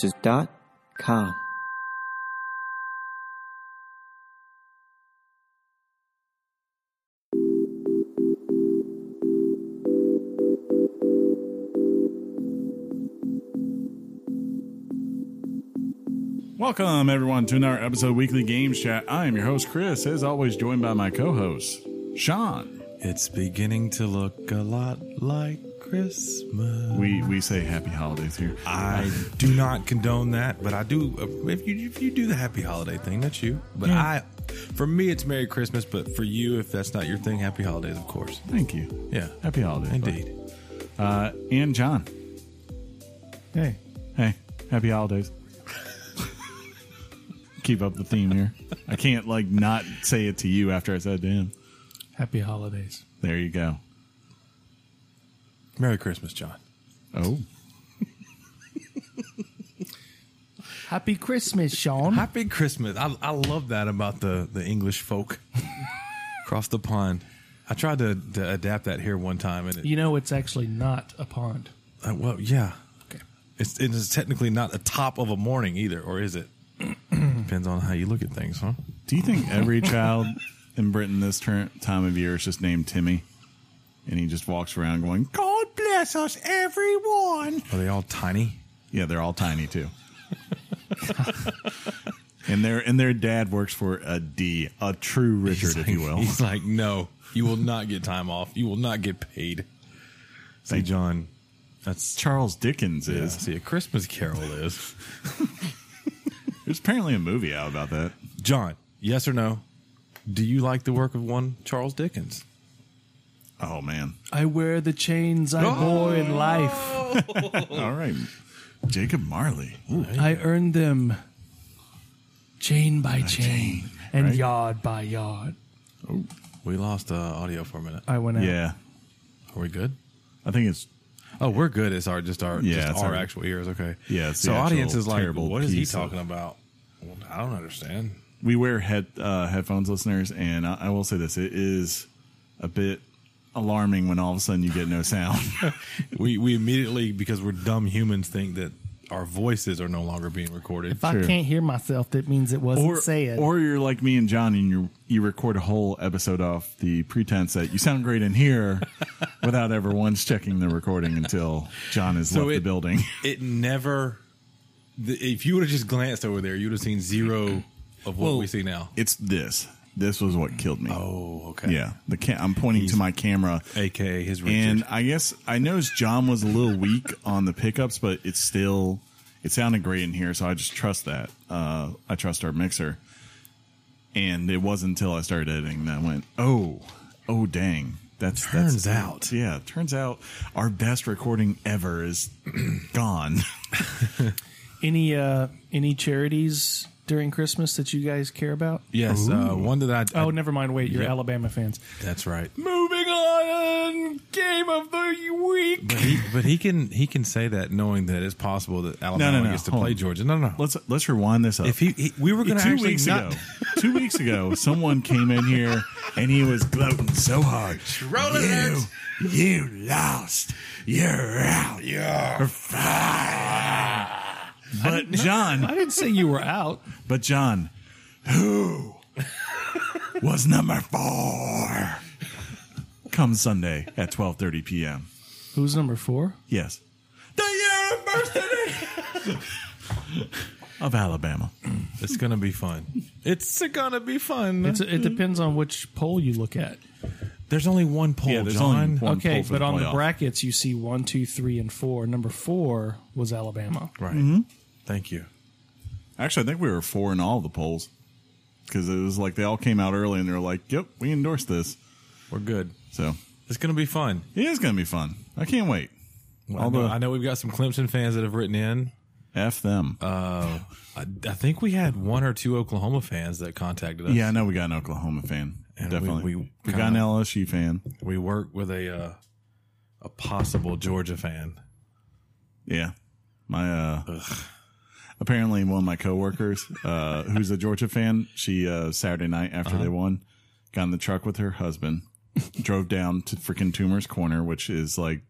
geekversus.com. Welcome, everyone, to another episode of Weekly Games Chat. I am your host, Chris, as always, joined by my co host, Sean. It's beginning to look a lot like Christmas. We, we say happy holidays here. I do not condone that, but I do. uh, If you if you do the happy holiday thing, that's you. But Yeah. I, for me, it's Merry Christmas. But for you, if that's not your thing, Happy Holidays, of course. Thank you. Yeah, Happy holidays. indeed. bud. Uh, and John. Hey, Hey, happy holidays. Keep up the theme here. I can't, like, not say it to you after I said to him. happy holidays. There you go. Merry Christmas, John. Oh. Happy Christmas, Sean. Happy Christmas. I, I love that about the the English folk across the pond. I tried to, to adapt that here one time, and it, You know it's actually not a pond. uh, well, yeah, Okay. it's it is technically not a top of a morning either, or is it? Depends on how you look at things, huh? Do you think every child in Britain this turn, time of year is just named Timmy? And he just walks around going, God bless us, everyone. Are they all tiny? Yeah, they're all tiny too. and their and their dad works for a D, a true Richard, if you will. He's like, no, you will not get time off. You will not get paid. See, Thank- John, that's Charles Dickens yeah, is. see a Christmas Carol is There's apparently a movie out about that. John. Yes or no? Do you like the work of one Charles Dickens? Oh man! I wear the chains I bore in life. All right, Jacob Marley. Ooh, I earned them chain by chain, chain, and right? yard by yard. We lost uh, audio for a minute. I went out. yeah, Are we good? I think it's Oh, we're good. It's our just our Yeah, just it's our, our- actual ears. Okay. Yeah, it's So the audience actual is like, terrible what is he piece of- talking about? Well, I don't understand. we wear head uh, headphones, listeners, and I, I will say this: it is a bit alarming when all of a sudden you get no sound. we we immediately because we're dumb humans think that our voices are no longer being recorded. If I can't hear myself, that means it wasn't or, said. or you're like me and John, and you you record a whole episode off the pretense that you sound great in here, without ever once checking the recording until John has left the it- building. it never. The, if you would have just glanced over there, you would have seen zero of what we see now. It's this. This was what killed me. Oh, okay. yeah. The ca- I'm pointing to my camera, aka his Richard. and I guess I noticed John was a little weak on the pickups, but it's still it sounded great in here, so I just trust that. Uh, I trust our mixer. And it wasn't until I started editing that I went, oh, oh, dang. That's Turns that's, out. yeah. Turns out our best recording ever is gone. any uh, any charities during Christmas that you guys care about? yes, uh, one that I, I- Oh, never mind. Wait, you're Alabama fans. that's right. Moving on, game of the week. But he, but he can he can say that knowing that it's possible that Alabama no, gets to hold play on. Georgia. No, no. let's let's rewind this up. If he, he we were going to two actually weeks not, ago, two weeks ago, someone came in here and he was gloating so hard. You, you lost. You're out. You're fired. But I John, didn't say you were out. but John, who was number four? Come Sunday at twelve thirty p.m. Who's number four? Yes, the University of Alabama. It's going to be fun. It's going to be fun. It's, it depends on which poll you look at. there's only one poll, Yeah, there's John. only one okay, poll for but the on the playoff. brackets, you see one, two, three, and four. Number four was Alabama. Right. Thank you. Actually, I think we were four in all the polls because it was like they all came out early and they were like, "Yep, we endorse this." We're good. So It's going to be fun. it is going to be fun. I can't wait. Although Although- I know we've got some Clemson fans that have written in. F them. I, I think we had one or two Oklahoma fans that contacted us. yeah, I know we got an Oklahoma fan. And we- Definitely, we, we got an LSU fan. we work with a uh, a possible Georgia fan. Yeah, my uh, apparently one of my coworkers uh, who's a Georgia fan. She uh, Saturday night after Uh-huh. they won, got in the truck with her husband, drove down to freaking Tumors Corner, which is like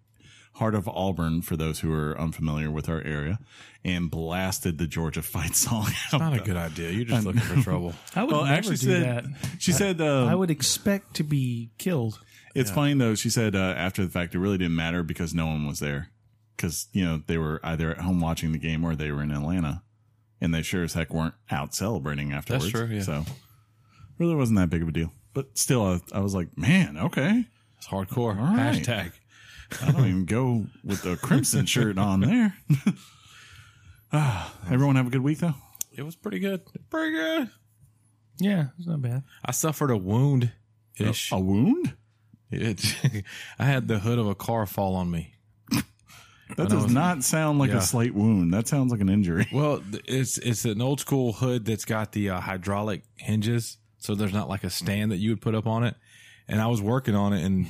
Heart of Auburn for those who are unfamiliar with our area, and blasted the Georgia fight song. out Not a there. good idea. You're just looking for trouble. I would Well, never actually, do she said that. she said uh, I would expect to be killed. It's funny though. She said uh, after the fact, it really didn't matter because no one was there, because you know they were either at home watching the game or they were in Atlanta, and they sure as heck weren't out celebrating afterwards. true, yeah. So really wasn't that big of a deal. But still, I, I was like, man, okay, It's hardcore. right. Hashtag. I don't even go with the crimson shirt on there. Ah, everyone have a good week though. It was pretty good. Pretty good. Yeah, it's not bad. I suffered a wound A, ish. a wound? It. I had the hood of a car fall on me. That does not sound like Yeah. a slight wound. That sounds like an injury. Well, th- it's it's an old school hood that's got the uh, hydraulic hinges, so there's not like a stand that you would put up on it. And I was working on it, and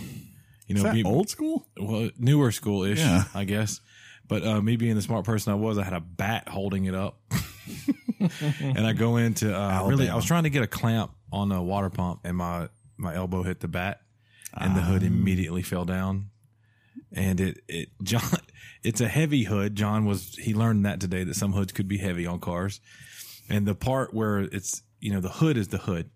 you know, Is that be- old school? well, newer school ish, Yeah. I guess. But uh, me being the smart person I was, I had a bat holding it up, and I go into uh, really. I was trying to get a clamp on a water pump, and my my elbow hit the bat, and the hood immediately fell down. And it it John, it's a heavy hood. John was he learned that today that some hoods could be heavy on cars, and the part where it's you know the hood is the hood,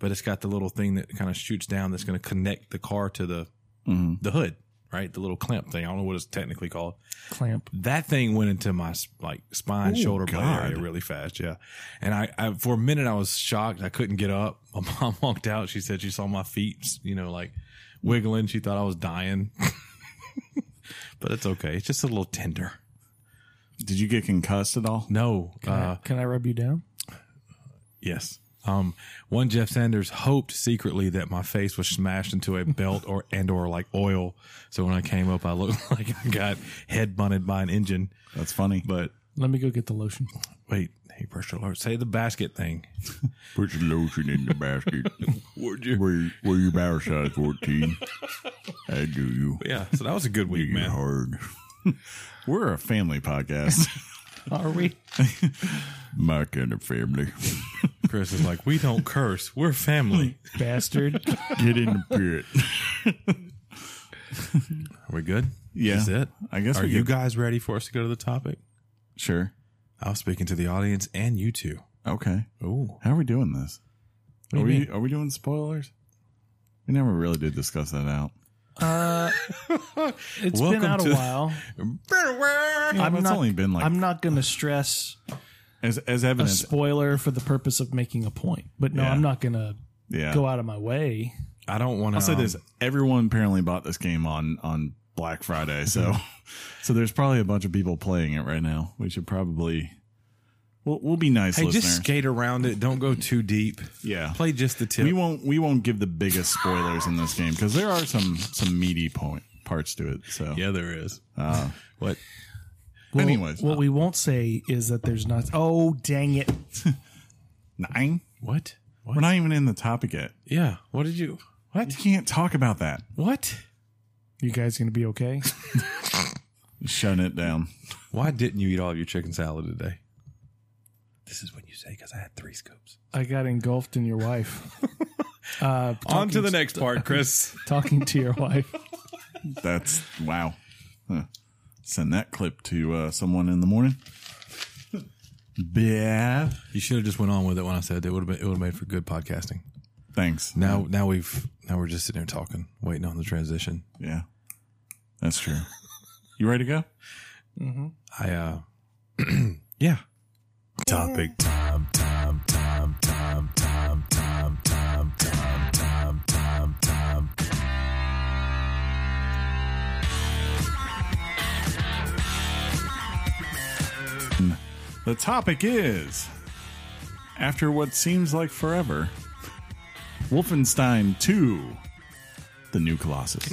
but it's got the little thing that kind of shoots down that's going to connect the car to the the hood, right? The little clamp thing. I don't know what it's technically called. Clamp. That thing went into my s- like spine, shoulder blade God. area really fast. Yeah, and I, I for a minute I was shocked. I couldn't get up. My mom walked out. She said she saw my feet, you know, like wiggling. She thought I was dying, but it's okay. It's just a little tender. Did you get concussed at all? No, uh, Can I rub you down? Yes. Um, one Jeff Sanders hoped secretly that my face was smashed into a belt or and or like oil, so when I came up, I looked like I got head bunted by an engine. That's funny. But Let me go get the lotion. wait, hey, pressure alert! Say the basket thing. Put your lotion in the basket. Would you? were, you- were you barrel size 14? I do you. Yeah. So that was a good week, You man. hard. We're a family podcast. Are we? My kind of family. Chris is like, we don't curse. We're family. Bastard. Get in the pit. Are we good? Yeah. That's it. I guess Are we you could- guys ready for us to go to the topic? Sure. I was speaking to the audience and you two. Okay. Oh, How are we doing this? Are do you we, are we doing spoilers? We never really did discuss that out. Uh, It's Welcome been out to- a while. Yeah, but it's only been like I'm not going to stress as as a evidence. spoiler for the purpose of making a point. But no, Yeah. I'm not going to yeah. go out of my way. I don't um, want to. I'll say this: everyone apparently bought this game on on Black Friday, Mhm. so so there's probably a bunch of people playing it right now. We should probably we'll we'll be nice, Hey, listeners. just skate around it. Don't go too deep. Yeah. Play just the tip. we won't we won't give the biggest spoilers in this game because there are some some meaty point parts to it. So yeah, there is. what? Well, Anyways. uh, what we won't say is that there's not. Oh, dang it. nine. What? What? We're not even in the topic yet. Yeah. What did you? What? You can't talk about that. What? You guys going to be okay? Shut it down. Why didn't you eat all of your chicken salad today? This is when you say because I had three scoops. I got engulfed in your wife. On Uh, to talking- the next part, Chris. Talking to your wife. That's wow. Huh. Send that clip to uh, someone in the morning. Yeah. you should have just went on with it when I said it would have been. It would have made for good podcasting. Thanks. Now, now we've now we're just sitting here talking, waiting on the transition. Yeah. That's true. You ready to go? I uh, yeah. Topic time. Time. Time. Time. Time. Time. Time. Time. Time. Time. Time. The topic is After what seems like forever, Wolfenstein 2 The New Colossus.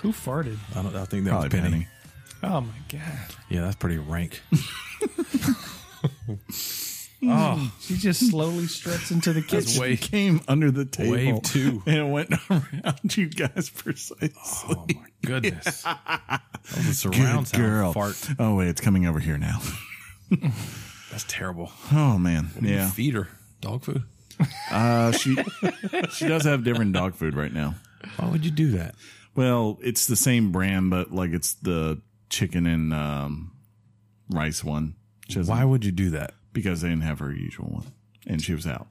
Who farted? I don't. I think that Probably was Penny. Penny. Oh, my God. Yeah, that's pretty rank. Oh, She just slowly struts into the kitchen. It came under the table. Wave two. And it went around you guys precisely. Oh my goodness! that was a surround sound fart. Oh, wait, it's coming over here now. That's terrible. Oh, man. Yeah. Feed her dog food. Uh, she, she does have different dog food right now. Why would you do that? Well, it's the same brand, but like it's the chicken and um, rice one. Chisholm, Why would you do that? Because they didn't have her usual one, and she was out.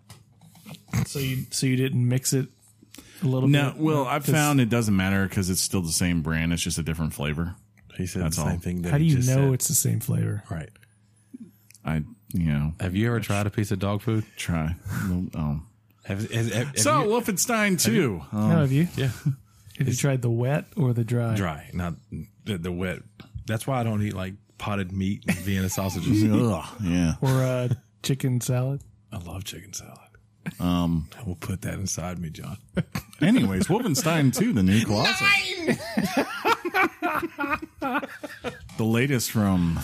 So you so you didn't mix it a little No, bit. well, I've found it doesn't matter because it's still the same brand. It's just a different flavor. He said That's the same all. thing. That How do he you know just said. it's the same flavor? right? I, you know, Have you ever tried a piece of dog food? try. Um, Have, has- have- have so you- Wolfenstein too. Um, no, have you? yeah, Have you tried the wet or the dry? dry, not the, the wet. That's why I don't eat like potted meat and Vienna sausages. ugh, yeah. Or uh, chicken salad? I love chicken salad. Um, I will put that inside me, John. Anyways, Wolfenstein 2, the new Colossus. the latest from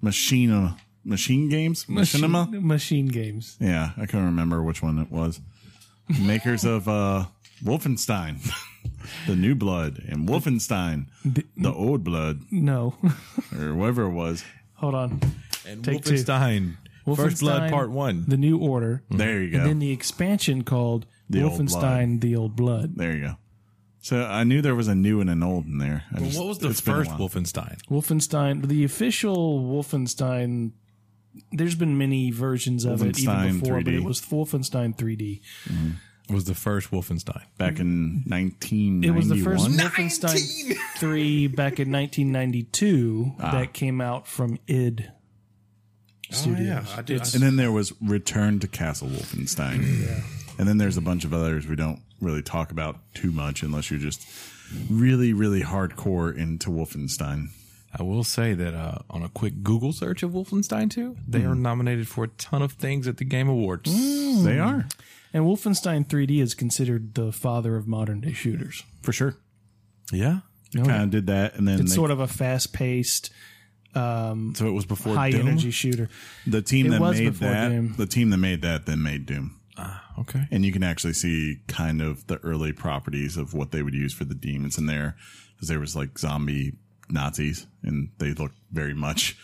Machina Machine Games? Machinima? Machine, machine games. Yeah, I can't remember which one it was. Makers of uh Wolfenstein. the New Blood and Wolfenstein. The Old Blood. No. Or whatever it was. Hold on. And Take two. Wolfenstein, First Blood Wolfenstein, Part One. The New Order. There you go. And then the expansion called The Old Wolfenstein The Old Blood. there you go. So I knew there was a new and an old in there. I just- what was the it's been a first while. Wolfenstein? Wolfenstein, the official Wolfenstein. There's been many versions of it even Wolfenstein before, but 3D. it was Wolfenstein 3D. Was the first Wolfenstein? Back in 1991. It was the first Wolfenstein 3 back in 1992 Ah. that came out from id. Studio. Oh, yeah, I did. And then there was Return to Castle Wolfenstein. And then there's a bunch of others we don't really talk about too much unless you're just really, really hardcore into Wolfenstein. I will say that uh, on a quick Google search of Wolfenstein 2, they are nominated for a ton of things at the Game Awards. Hmm. They are, And Wolfenstein 3D is considered the father of modern day shooters. for sure. Yeah. kind of did that. And then It's they- sort of a fast paced, So it was before high Doom? energy shooter. the team it that was made before that, Doom. the team that made that, then made Doom. Okay. And you can actually see kind of the early properties of what they would use for the demons in there because there was like zombie Nazis and they looked very much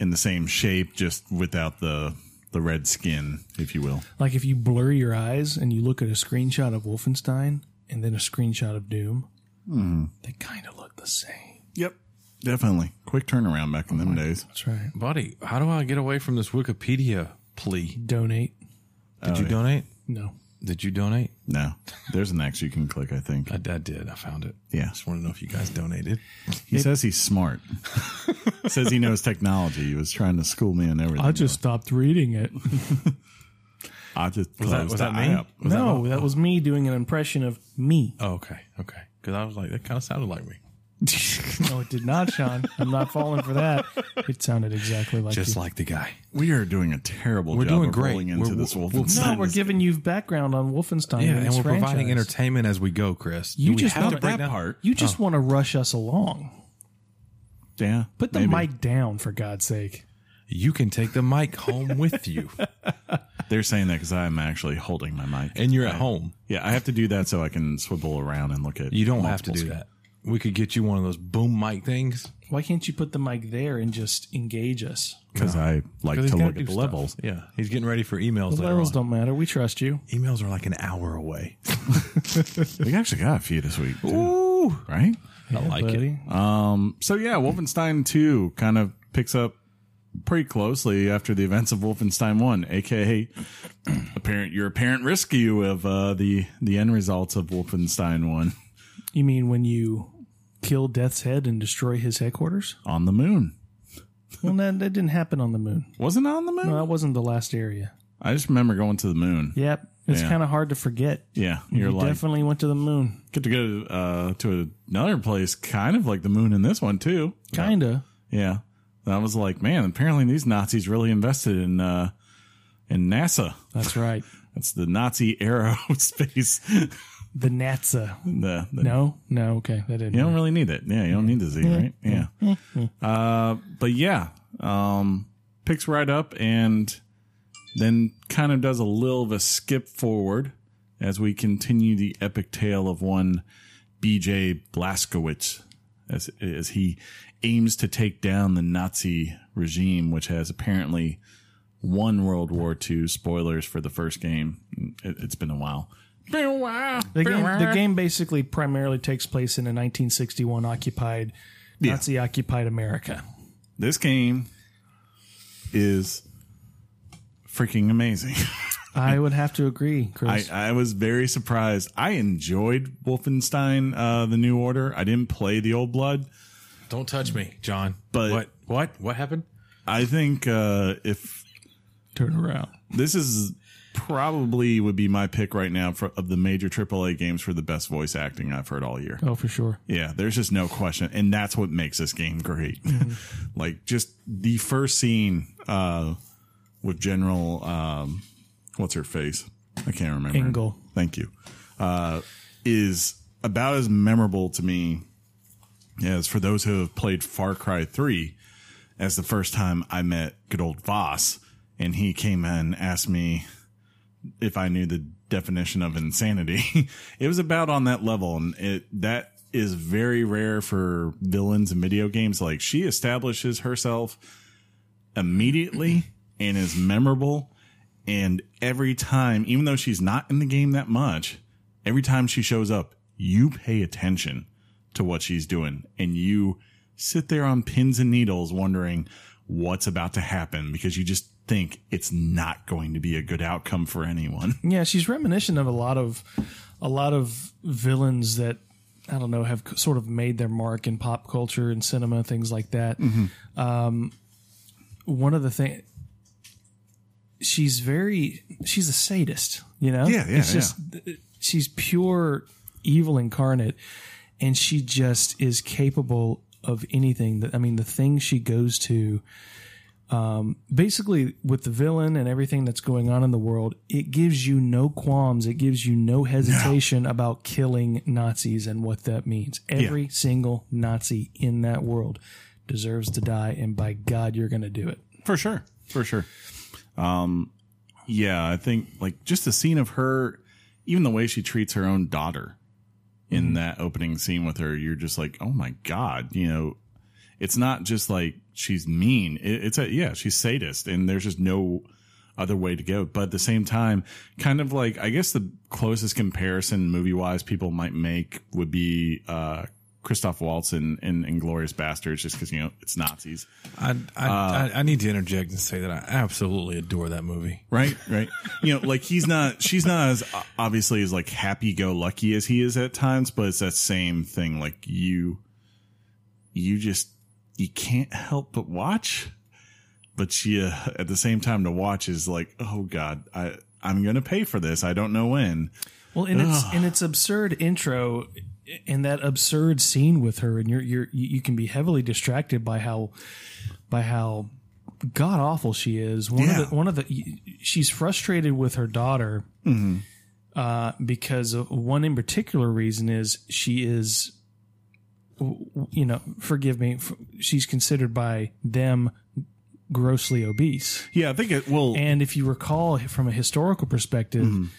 in the same shape, just without the, the red skin, if you will. Like if you blur your eyes and you look at a screenshot of Wolfenstein and then a screenshot of Doom, Hmm. they kind of look the same. Yep. Definitely. Quick turnaround back in them days. That's right. Buddy, how do I get away from this Wikipedia plea? Donate. Did you donate? No. Did you donate? No. There's an X you can click, I think. I, I did. I found it. Yeah. Just want to know if you guys donated. He says he's smart. says he knows technology. He was trying to school me on everything. I just stopped reading it. I just Was that- closed was the that eye me? up. no, that was me doing an impression of me. Oh, okay. Okay. Because I was like, that kind of sounded like me. no, it did not, Sean. I'm not falling for that. It sounded exactly like Just you. like the guy. We are doing a terrible We're job doing of great. rolling into We're- this we're- Wolfenstein. no, we're giving you background on Wolfenstein. Yeah, and, and its we're providing franchise. entertainment as we go, Chris. You Do we just have want to to break Oh. that down- part. You just want to rush us along. yeah. Put the maybe. mic down, for God's sake. You can take the mic home with you, They're saying that because I'm actually holding my mic. and you're at home. yeah, I have to do that so I can swivel around and look at. You don't have to multiple do screens. that. We could get you one of those boom mic things. Why can't you put the mic there and just engage us? because I like to look at the levels. Yeah, he's getting ready for emails. The later levels on. don't matter. We trust you. Emails are like an hour away. We actually got a few this week, too, Ooh, right? I like it. buddy. So yeah, Wolfenstein 2 kind of picks up pretty closely after the events of Wolfenstein 1, aka apparent your apparent rescue of uh, the the end results of Wolfenstein 1 You mean when you kill Death's head and destroy his headquarters? on the moon. Well, that, that didn't happen on the moon. Wasn't it on the moon? No, that wasn't the last area. I just remember going to the moon. Yeah, Yep. It's Yeah. kind of hard to forget. you're you like definitely went to the moon. get to go uh, to another place, kind of like the moon in this one too. Kinda. Yeah, and I was like, man, apparently these Nazis really invested in uh, in NASA. That's right. That's the Nazi aerospace. The Natsa. the, the No? No, okay. That didn't. You don't really need it. Yeah, you don't need the Z, right? Mm-hmm. Yeah. Uh, but yeah, um, picks right up and then kind of does a little of a skip forward as we continue the epic tale of one BJ Blaskowitz as, as he aims to take down the Nazi regime, which has apparently won World War II. Spoilers for the first game. It, it's been a while. The game, the game basically primarily takes place in a 1961 occupied, Yeah. Nazi occupied America. This game is freaking amazing. I would have to agree, I, Chris. I was very surprised. I enjoyed Wolfenstein: uh, The New Order. I didn't play the Old Blood. Don't touch me, John. But- what? What? What happened? I think uh, if Turn around. this is probably would be my pick right now for of the major AAA games for the best voice acting I've heard all year. Oh, for sure. Yeah, there's just no question, and that's what makes this game great. like just the first scene uh, with General, um, what's her face? I can't remember. Engel. Thank you. Uh, is about as memorable to me as for those who have played Far Cry Three as the first time I met good old Voss, and he came in and asked me if I knew the definition of insanity. it was about on that level, and it that is very rare for villains in video games. Like she establishes herself immediately and is memorable, and every time, even though she's not in the game that much, every time she shows up, you pay attention to what she's doing, and you sit there on pins and needles wondering what's about to happen because you just think it's not going to be a good outcome for anyone. Yeah, she's reminiscent of a lot of a lot of villains that I don't know have sort of made their mark in pop culture and cinema, things like that. Um, Mm-hmm. one of the things she's very she's a sadist, you know. Yeah, yeah, It's just she's pure evil incarnate, and she just is capable of anything. That I mean, the thing she goes to um, basically with the villain and everything that's going on in the world, it gives you no qualms. It gives you no hesitation about killing Nazis and what that means. Every single Nazi in that world deserves to die, and by God, you're going to do it. For sure. For sure. Um, yeah, I think like just the scene of her, even the way she treats her own daughter in that opening scene with her, you're just like, oh my God, you know, it's not just like she's mean. It, it's a, yeah, she's sadist and there's just no other way to go. But at the same time, kind of like, I guess the closest comparison movie wise people might make would be, uh, Christoph Waltz in, in Inglorious Bastards, just because, you know, it's Nazis. I I, I I need to interject and say that I absolutely adore that movie. right right you know like he's not she's not as uh, obviously as like happy-go-lucky as he is at times but it's that same thing like you you just you can't help but watch but you at the same time to watch is like oh god i i'm gonna pay for this i don't know when Well, in its in its absurd intro, in that absurd scene with her, and you're you're you you can be heavily distracted by how by how god awful she is. One Yeah. of the one of the she's frustrated with her daughter uh, because of one in particular reason is she is you know forgive me f- she's considered by them grossly obese. yeah i think it will And if you recall from a historical perspective,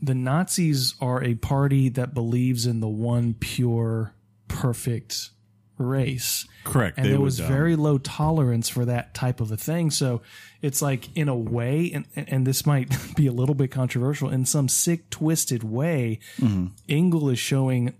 the Nazis are a party that believes in the one pure, perfect race. correct And they there would, was um, very low tolerance for that type of a thing. So it's like, in a way, and, and this might be a little bit controversial, in some sick, twisted way, Engel is showing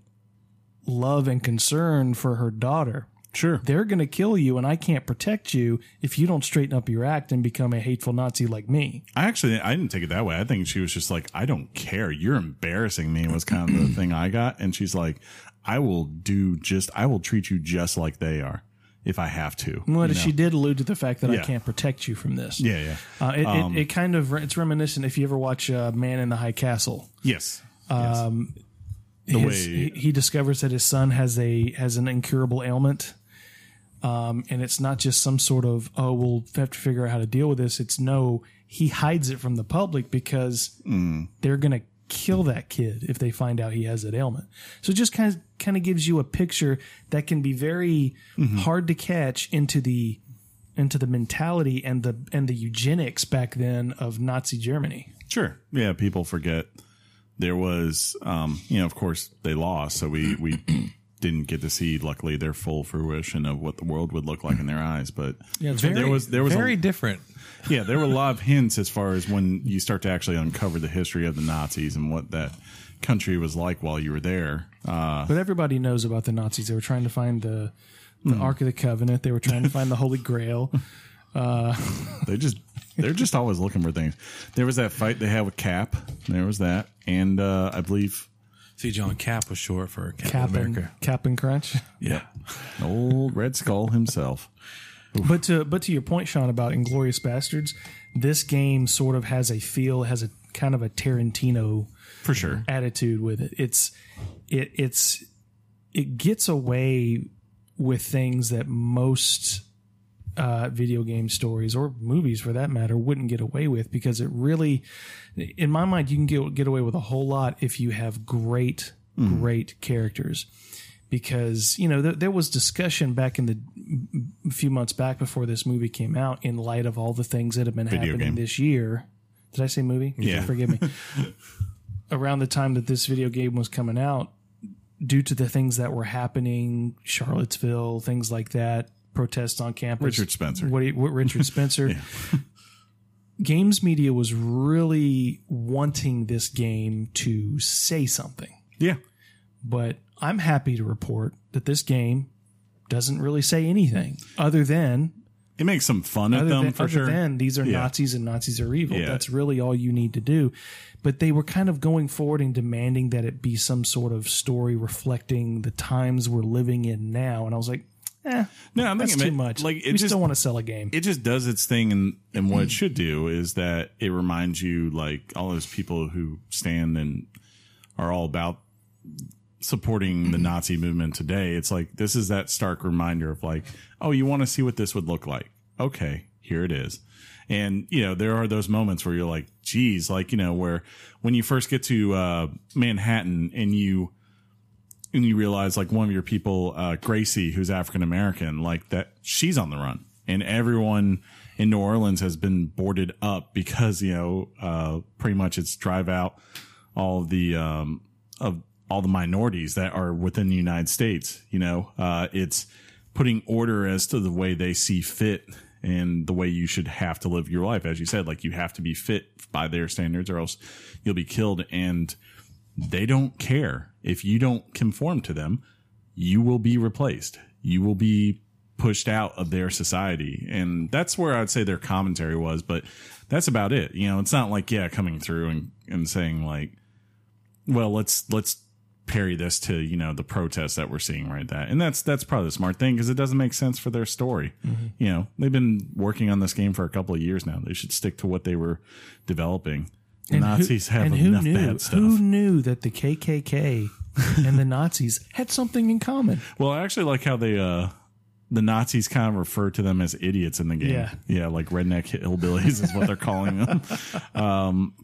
love and concern for her daughter sure they're going to kill you and I can't protect you if you don't straighten up your act and become a hateful Nazi like me. I actually I didn't take it that way. I think she was just like, I don't care. You're embarrassing me was kind of the thing I got. And she's like, I will do just I will treat you just like they are if I have to. But she did allude to the fact that I Yeah. can't protect you from this. Yeah, Um, yeah. Uh, it, it, it kind of it's reminiscent if you ever watch uh, Man in the High Castle. Yes. Um the His- way he, he discovers that his son has a has an incurable ailment, um, and it's not just some sort of oh we'll have to figure out how to deal with this. It's no, he hides it from the public because Hmm. they're gonna kill that kid if they find out he has that ailment. So it just kind of kind of gives you a picture that can be very Mm-hmm. hard to catch into the into the mentality and the and the eugenics back then of Nazi Germany. Sure. Yeah, people forget there was um, you know, of course they lost, so we we didn't get to see, luckily, their full fruition of what the world would look like in their eyes. But Yeah, it's there very- was there was very a, different. yeah, there were a lot of hints as far as when you start to actually uncover the history of the Nazis and what that country was like while you were there. Uh, But everybody knows about the Nazis. They were trying to find the the Ark of the Covenant. They were trying to find the Holy Grail. they just they're just always looking for things. There was that fight they had with Cap. There was that, and uh, I believe See, John Cap was short for Cap, Cap and America. Cap and Crunch. Yeah, old Red Skull himself. But to but to your point, Sean, about Inglorious Bastards, this game sort of has a feel, has a kind of a Tarantino For sure. attitude with it. It's it it's it gets away with things that most uh, video game stories or movies for that matter wouldn't get away with because it really in my mind you can get get away with a whole lot if you have great great characters because you know there, there was discussion back in the a few months back before this movie came out in light of all the things that have been happening game. this year did i say movie Yeah. forgive me around the time that this video game was coming out due to the things that were happening, Charlottesville, things like that, protests on campus. Richard Spencer. What, do you- what Richard Spencer. Games media was really wanting this game to say something, Yeah. but I'm happy to report that this game doesn't really say anything other than It makes some fun at other them than, for other sure. than these are Yeah. Nazis and Nazis are evil. Yeah. That's really all you need to do. But they were kind of going forward and demanding that it be some sort of story reflecting the times we're living in now. And I was like, eh, no, I think that's it ma- too much. Like it we just still want to sell a game. it just does its thing and and what it should do is that it reminds you like all those people who stand and are all about supporting the Nazi movement today. It's like this is that stark reminder of like, oh, you want to see what this would look like. Okay, here it is. And you know, there are those moments where you're like, geez, like, you know, where when you first get to uh Manhattan and you and you realize like one of your people, uh, Gracie, who's African American, like that she's on the run, and everyone in New Orleans has been boarded up because you know uh, pretty much it's drive out all the um, of all the minorities that are within the United States. You know, uh, it's putting order as to the way they see fit and the way you should have to live your life. As you said, like you have to be fit by their standards, or else you'll be killed. And they don't care. If you don't conform to them, you will be replaced. You will be pushed out of their society. And that's where I'd say their commentary was, but that's about it. You know, it's not like, yeah, coming through and, and saying like, well, let's, let's parry this to, you know, the protests that we're seeing right that. And that's, that's probably the smart thing because it doesn't make sense for their story. Mm-hmm. You know, they've been working on this game for a couple of years now. They should stick to what they were developing. And who- Nazis have and who enough knew, bad stuff. Who knew that the KKK and the Nazis had something in common? Well, I actually like how they uh the Nazis kind of refer to them as idiots in the game. Yeah. like redneck hillbillies is what they're calling them. Um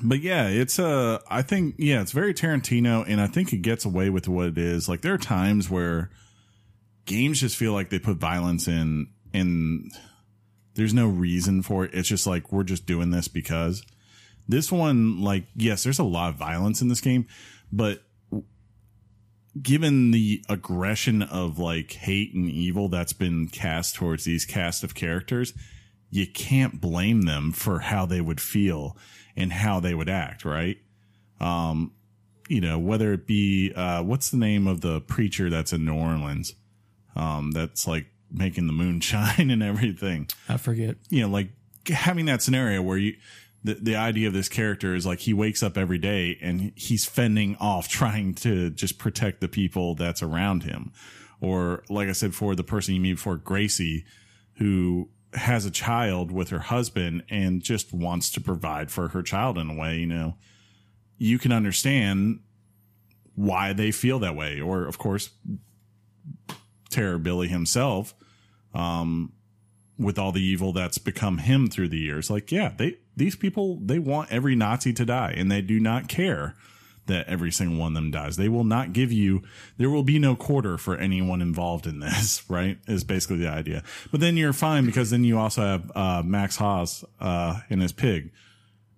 but yeah, it's uh I think yeah, it's very Tarantino and I think it gets away with what it is. Like there are times where games just feel like they put violence in and there's no reason for it. It's just like we're just doing this because this one like yes, there's a lot of violence in this game, but given the aggression of like hate and evil that's been cast towards these cast of characters, you can't blame them for how they would feel and how they would act, right? Um, you know, whether it be uh, what's the name of the preacher that's in New Orleans, um, that's like making the moon shine and everything I forget. you know, like having that scenario where you, the, the idea of this character is like he wakes up every day and he's fending off trying to just protect the people that's around him. Or, like I said, for the person you meet before, Gracie, who has a child with her husband and just wants to provide for her child in a way, you know, you can understand why they feel that way. Or, of course, Terror Billy himself, with all the evil that's become him through the years. Like, yeah, they these people they want every Nazi to die, and they do not care that every single one of them dies. They will not give you. There will be no quarter for anyone involved in this. Right? Is basically the idea. But then you're fine because then you also have uh, Max Haas uh, and his pig,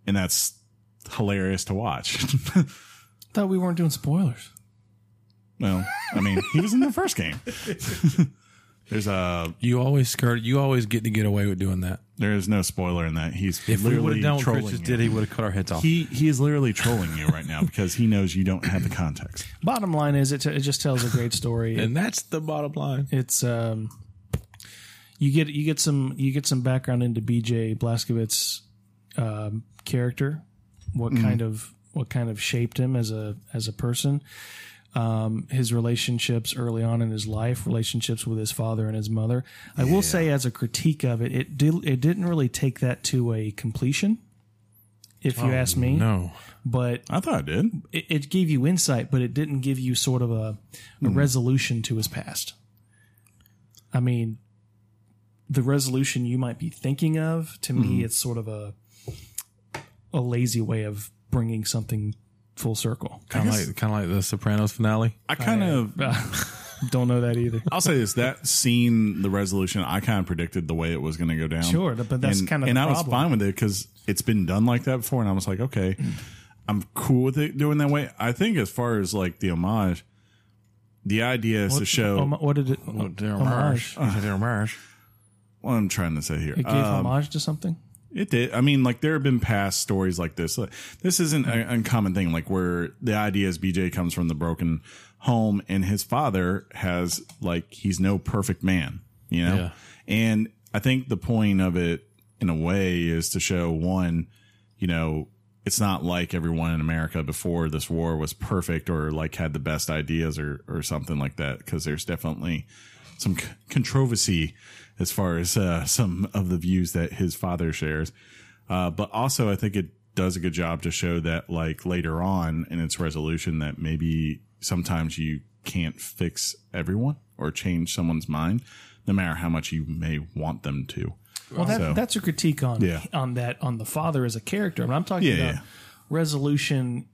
and that's hilarious to watch. Thought we weren't doing spoilers. Well, I mean, he was in the first game. there's a You always skirt. You always get to get away with doing that. there is no spoiler in that. He's If we would literally have done what Chris trolling you. just did, he would have cut our heads off. He he is literally trolling you right now because he knows you don't have the context. Bottom line is, it, t- it just tells a great story. It- and that's the bottom line. it's um, you get you get some you get some background into BJ Blazkowicz's um, character, what kind of what kind of shaped him as a as a person, um, his relationships early on in his life, relationships with his father and his mother. I will say, as a critique of it, it did, it didn't really take that to a completion. If you ask me, No. but I thought I did. it, it gave you insight, but it didn't give you sort of a, a resolution to his past. I mean, the resolution you might be thinking of, to me, it's sort of a a lazy way of bringing something full circle. Kind of like kind of like the Sopranos finale. I kind of Don't know that either. I'll say this: that scene, the resolution, I kind of predicted the way it was going to go down. Sure, but that's and, kind of and the I was problem. fine with it because it's been done like that before, and I was like, okay, I'm cool with it doing that way. I think as far as like the homage, the idea is to show Homa- what did it? Oh, homage. Ah. what I'm trying to say here. It gave homage to something. It did. I mean, like there have been past stories like this. Like, This isn't an uncommon thing. Like where the idea is BJ comes from the broken home, and his father has like he's no perfect man, you know. Yeah. And I think the point of it, in a way, is to show one, you know, it's not like everyone in America before this war was perfect or like had the best ideas or or something like that. Because there's definitely some c- controversy as far as uh, some of the views that his father shares. Uh, but also, I think it does a good job to show that, like later on in its resolution, that maybe sometimes you can't fix everyone or change someone's mind, no matter how much you may want them to. Well, that, So- that's a critique on Yeah. on that on the father as a character. I mean, I'm talking Yeah, about yeah. resolution.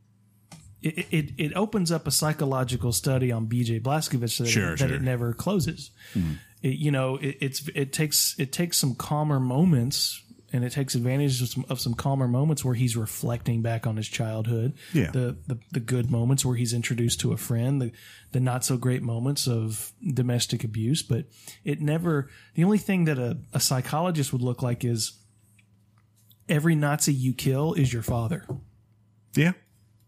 It, it it opens up a psychological study on B.J. Blazkowicz that, Sure, that sure. it never closes. It, you know, it, it's it takes it takes some calmer moments. And it takes advantage of some, of some calmer moments where he's reflecting back on his childhood, Yeah. the, the the good moments where he's introduced to a friend, the the not so great moments of domestic abuse, but it never the only thing that a, a psychologist would look like is every Nazi you kill is your father. Yeah,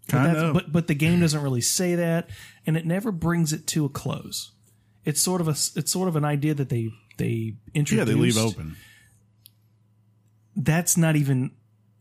But kind that's- of. But but the game doesn't really say that, and it never brings it to a close. It's sort of a s- it's sort of an idea that they they introduce. yeah, they leave open. That's not even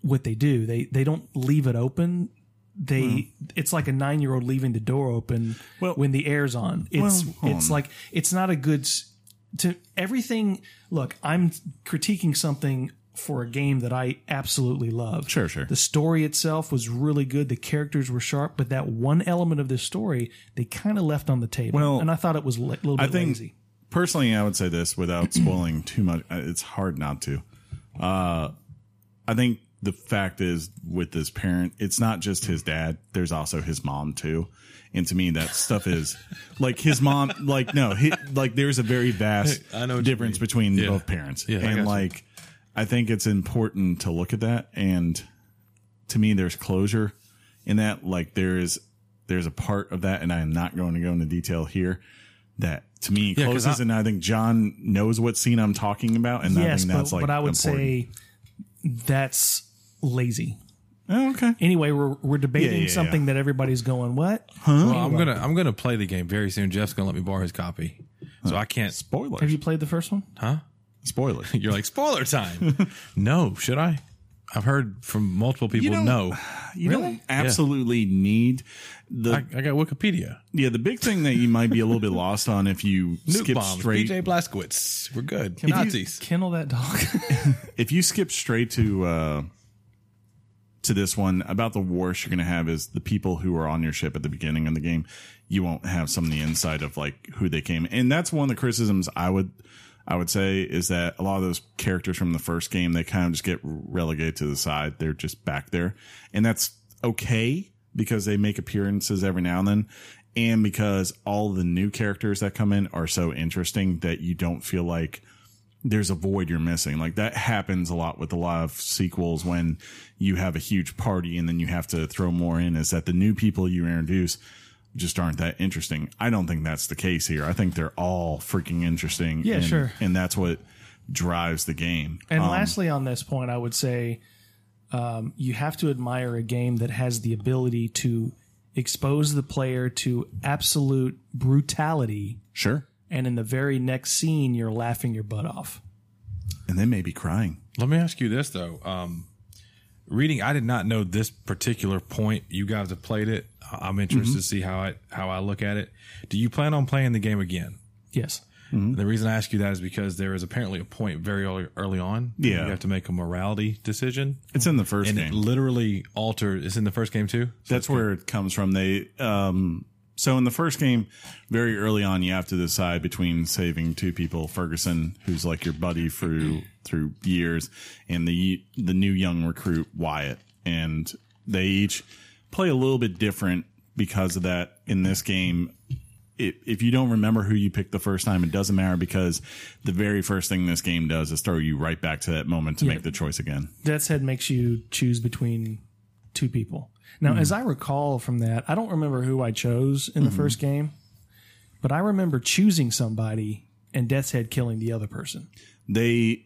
what they do. They they don't leave it open. They it's like a nine year old leaving the door open Hmm. Well- when the air's on. It's Well, hold it's on. like it's not a good s- to everything. Look, I'm critiquing something for a game that I absolutely love. Sure, sure. The story itself was really good. The characters were sharp, but that one element of this story they kind of left on the table. Well, and I thought it was a little bit I think lazy. personally, I would say this without spoiling too much. uh, It's hard not to. Uh, I think the fact is with this parent, it's not just his dad. There's also his mom too. And to me, that stuff is like his mom. Like no, he, like there's a very vast I know what you difference mean. between Yeah. both parents. Yeah, I and gotcha. like, I think it's important to look at that. And to me, there's closure in that. Like there is, there's a part of that, and I am not going to go into detail here. That to me 'cause closes, I- and I think John knows what scene I'm talking about, and I Yes, think but, that's like. but I would important. say that's lazy. Oh, okay. Anyway, we're we're debating Yeah, yeah, yeah. something that everybody's going what? Well, I'm gonna I'm gonna play the game very soon. Jeff's gonna let me borrow his copy, so I can't. Spoilers. Have you played the first one? Spoilers. You're like spoiler time. no, should I? I've heard from multiple people. don't- no, You don't absolutely need the I, I got Wikipedia. yeah the big thing that you might be a little bit lost on if you Nuke skip bombs, straight BJ Blazkowicz. We're good. Nazis. Kennel that dog. if you skip straight to uh to this one about the wars you're going to have is the people who are on your ship at the beginning of the game you won't have some of the insight of like who they came and that's one of the criticisms i would i would say is that a lot of those characters from the first game they kind of just get relegated to the side they're just back there and that's okay because they make appearances every now and then and because all the new characters that come in are so interesting that you don't feel like there's a void you're missing. Like that happens a lot with a lot of sequels when you have a huge party and then you have to throw more in is that the new people you introduce just aren't that interesting. I don't think that's the case here. I think they're all freaking interesting. Yeah, and, sure. And that's what drives the game. And Um, lastly, on this point, I would say um, you have to admire a game that has the ability to expose the player to absolute brutality, sure. and in the very next scene, you're laughing your butt off. And they may be crying. Let me ask you this though. Um, reading, I did not know this particular point. You guys have played it. I- I'm interested to see how I how I look at it. Do you plan on playing the game again? Yes. The reason I ask you that is because there is apparently a point very early, early on. where Yeah. you have to make a morality decision, It's in the first and it game. literally alters. It's in the first game too. that's where it comes from. They um so in the first game, very early on, you have to decide between saving two people, Ferguson, who's like your buddy through through years, and the the new young recruit Wyatt, and they each play a little bit different because of that. In this game, it, if you don't remember who you picked the first time, it doesn't matter because the very first thing this game does is throw you right back to that moment to make the choice again. Death's Head makes you choose between two people. Now, Hmm. as I recall from that, I don't remember who I chose in the first game, but I remember choosing somebody and Death's Head killing the other person. They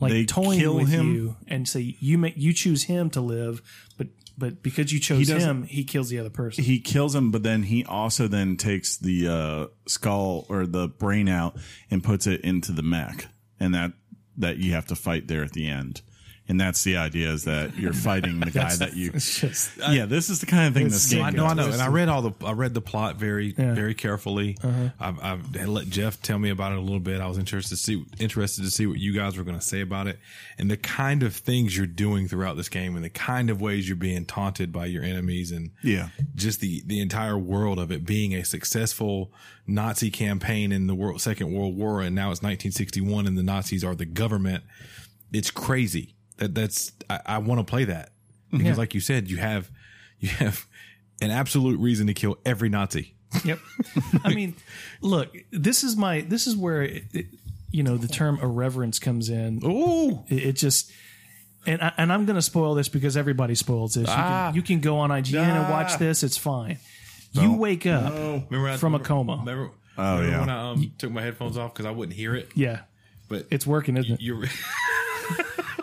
like They toying kill with him? you and say you make you choose him to live, but but because you chose doesn't- him, he kills the other person. he kills him, but then he also then takes the uh, skull or the brain out and puts it into the mech, and that that you have to fight there at the end. And that's the idea is that you're fighting the guy that you. It's just yeah, this is the kind of thing this game. I does. know, I know, and I read all the I read the plot very very carefully. I've, I've had let Jeff tell me about it a little bit. I was interested to see interested to see what you guys were going to say about it, and the kind of things you're doing throughout this game, and the kind of ways you're being taunted by your enemies, and Yeah. just the the entire world of it being a successful Nazi campaign in the world Second World War, and now it's 1961, and the Nazis are the government. It's crazy. That that's I, I want to play that because, Yeah. like you said, you have you have an absolute reason to kill every Nazi. yep. I mean, look, this is my this is where it, it, you know the term irreverence comes in. Ooh, It, it just. And, I, and I'm going to spoil this because everybody spoils this. You, Ah. can, you can go on IGN and watch Ah. this; it's fine. you wake up remember I- from a remember- coma. Remember, Oh, remember yeah. when I um, took my headphones off because I wouldn't hear it. Yeah, But it's working, isn't it? you're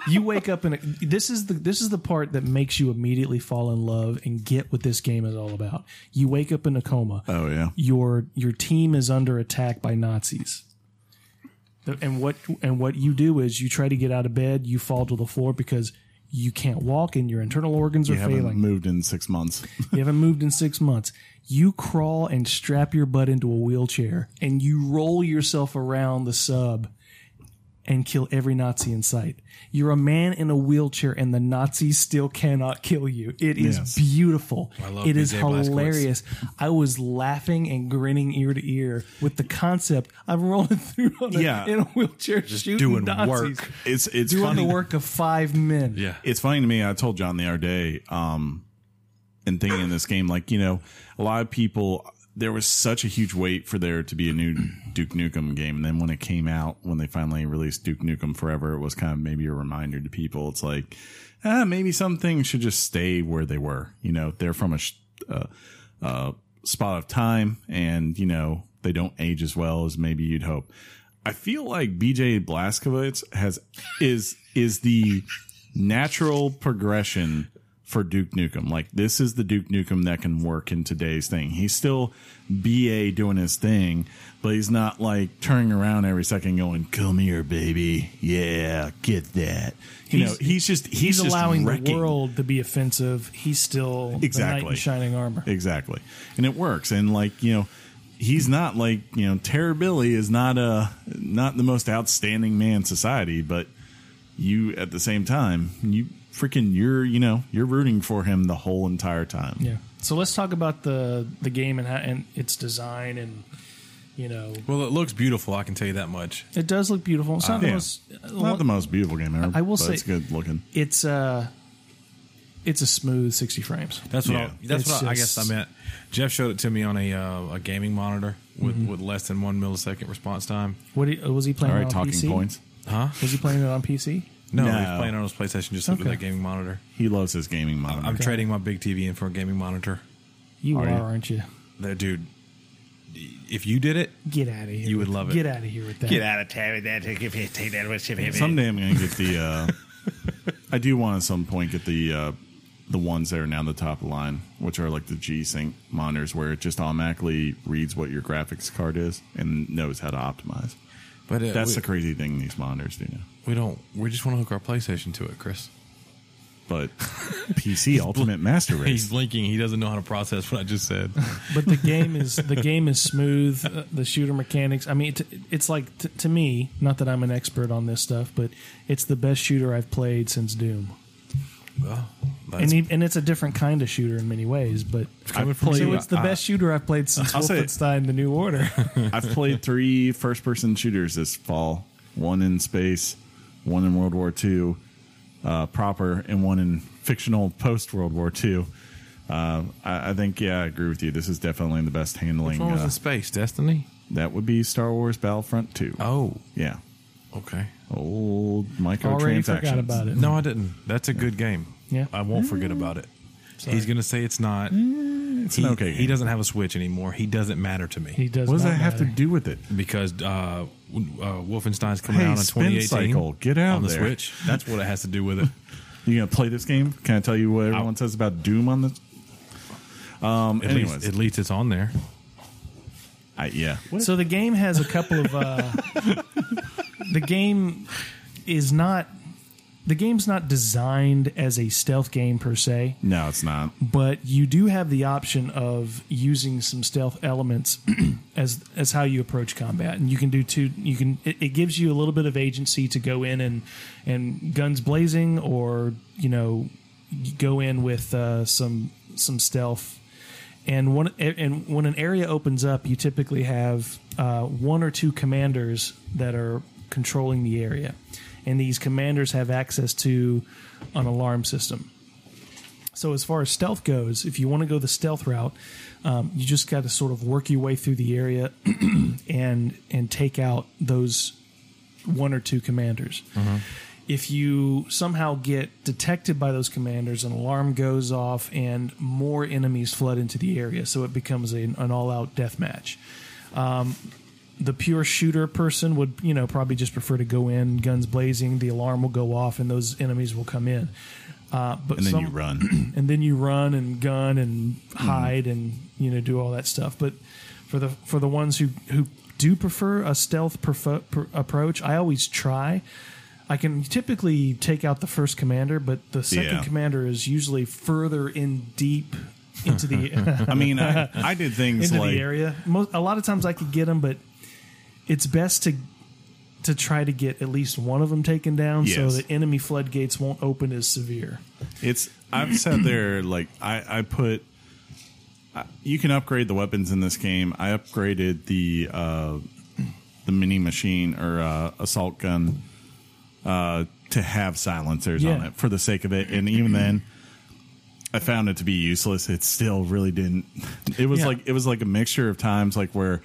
you wake up and this is the this is the part that makes you immediately fall in love and get what this game is all about. You wake up in a coma. Oh yeah. Your your team is under attack by Nazis. And what and what you do is you try to get out of bed, you fall to the floor because you can't walk and your internal organs are I haven't failing. moved in six months. you haven't moved in 6 months. You crawl and strap your butt into a wheelchair and you roll yourself around the sub and kill every Nazi in sight. You're a man in a wheelchair, and the Nazis still cannot kill you. It is Yes. beautiful. I love It is BJ Blazkowicz. hilarious. I was laughing and grinning ear to ear with the concept. I'm rolling through on a, Yeah. in a wheelchair, shooting doing Nazis, work. It's it's doing funny. the work of five men. yeah. it's funny to me. I told John the other day, um, and thinking in this game, like you know, a lot of people. There was such a huge wait for there to be a new Duke Nukem game, and then when it came out, when they finally released Duke Nukem Forever, it was kind of maybe a reminder to people. It's like, ah, maybe some things should just stay where they were. You know, they're from a sh- uh, uh, spot of time, and you know they don't age as well as maybe you'd hope. I feel like BJ Blazkowicz has is is the natural progression for Duke Nukem. Like this is the Duke Nukem that can work in today's thing. He's still BA doing his thing, but he's not like turning around every second going, "Come here, baby, yeah, get that." You He's- know, he's just he's, He's, just allowing the wrecking. world to be offensive. He's still the knight Exactly. in shining armor. Exactly. And it works. And like, you know, he's not like, you know, Terror Billy is not a not the most outstanding man in society, but you at the same time, you freaking you're, you know, you're rooting for him the whole entire time. Yeah. So let's talk about the the game and how, and its design and you know Well, it looks beautiful. I can tell you that much. it does look beautiful. It's not the Yeah. most. uh, Not the most beautiful game ever. I will but say- it's good looking. it's uh it's a smooth sixty frames. That's what Yeah. I, that's It's what I, I just- guess I meant. Jeff showed it to me on a uh, a gaming monitor with, with less than one millisecond response time. What do you- was he playing All right, on talking PC? points. Huh? Was he playing it on PC? No, No. he's playing on his PlayStation just with Okay. a gaming monitor. He loves his gaming monitor. I'm trading my big TV in for a gaming monitor. You are, you? aren't you? That dude, if you did it, Get out of here. You with- would love it. Get out of here with that. out of town with that. Take that with you, baby. Someday I'm going to get the. Uh, I do want at some point get the uh, the ones that are now in the top of the line, which are like the G Sync monitors, where it just automatically reads what your graphics card is and knows how to optimize. but uh, That's we, the crazy thing these monitors do now. we don't. We just want to hook our PlayStation to it, Chris. But PC Ultimate Master He's Race. blinking. He doesn't know how to process what I just said. but the game is the game is smooth. Uh, the shooter mechanics. I mean, it, it's like t- to me. Not that I'm an expert on this stuff, but it's the best shooter I've played since Doom. well, And, e and it's a different kind of shooter in many ways, but coming from so you, it's the I- best shooter I've played since I'll say- Wolfenstein: The New Order. I've played three first person shooters this fall one in space, one in World War II uh, proper, and one in fictional post World War II. Uh, I, I think, yeah, I agree with you. This is definitely the best handling. Which one was uh, in space? Destiny. That would be Star Wars Battlefront 2. Oh, Yeah. okay. Old Already microtransactions. forgot about it. No, I didn't. That's a good game. Yeah. I won't forget about it. He's gonna say it's not. It's he, an okay. He game. doesn't have a Switch anymore. He doesn't matter to me He does. What does not that have to matter. do with it? because uh, w- uh, Wolfenstein's coming Hey, out in Spin 2018. Cycle, get out on the there. Switch. That's what it has to do with it. You gonna play this game? Can I tell you what Oh. everyone says about Doom on this? Um. At anyways, least, at least it's on there. I, yeah. So the game has a couple of. Uh, the game is not. The game's not designed as a stealth game per se, No, it's not. but you do have the option of using some stealth elements as as how you approach combat, and you can do two. You can it, it gives you a little bit of agency to go in and and guns blazing, or you know, go in with uh, some some stealth and one and when an area opens up, you typically have uh, one or two commanders that are controlling the area, and these commanders have access to an alarm system. So as far as stealth goes, if you want to go the stealth route, um, you just got to sort of work your way through the area and and take out those one or two commanders. Mm-hmm. If you somehow get detected by those commanders, an alarm goes off and more enemies flood into the area, so it becomes a, an all-out death match. Um, the pure shooter person would, you know, probably just prefer to go in, guns blazing. The alarm will go off, and those enemies will come in. Uh, but And then some, you run. and then you run and gun and hide and you know do all that stuff. But for the for the ones who who do prefer a stealth perfo- per- approach, I always try. I can typically take out the first commander, but the second Yeah. commander is usually further in deep into the I mean, I, I did things into like the area. Most, a lot of times I could get them, but it's best to to try to get at least one of them taken down so Yes. the enemy floodgates won't open as severe. It's I've sat there like I I put. I- You can upgrade the weapons in this game. I upgraded the uh, the mini machine or uh, assault gun uh, to have silencers on Yeah. it for the sake of it, and even then, I found it to be useless. It still really didn't. It was Yeah. like it was like a mixture of times like where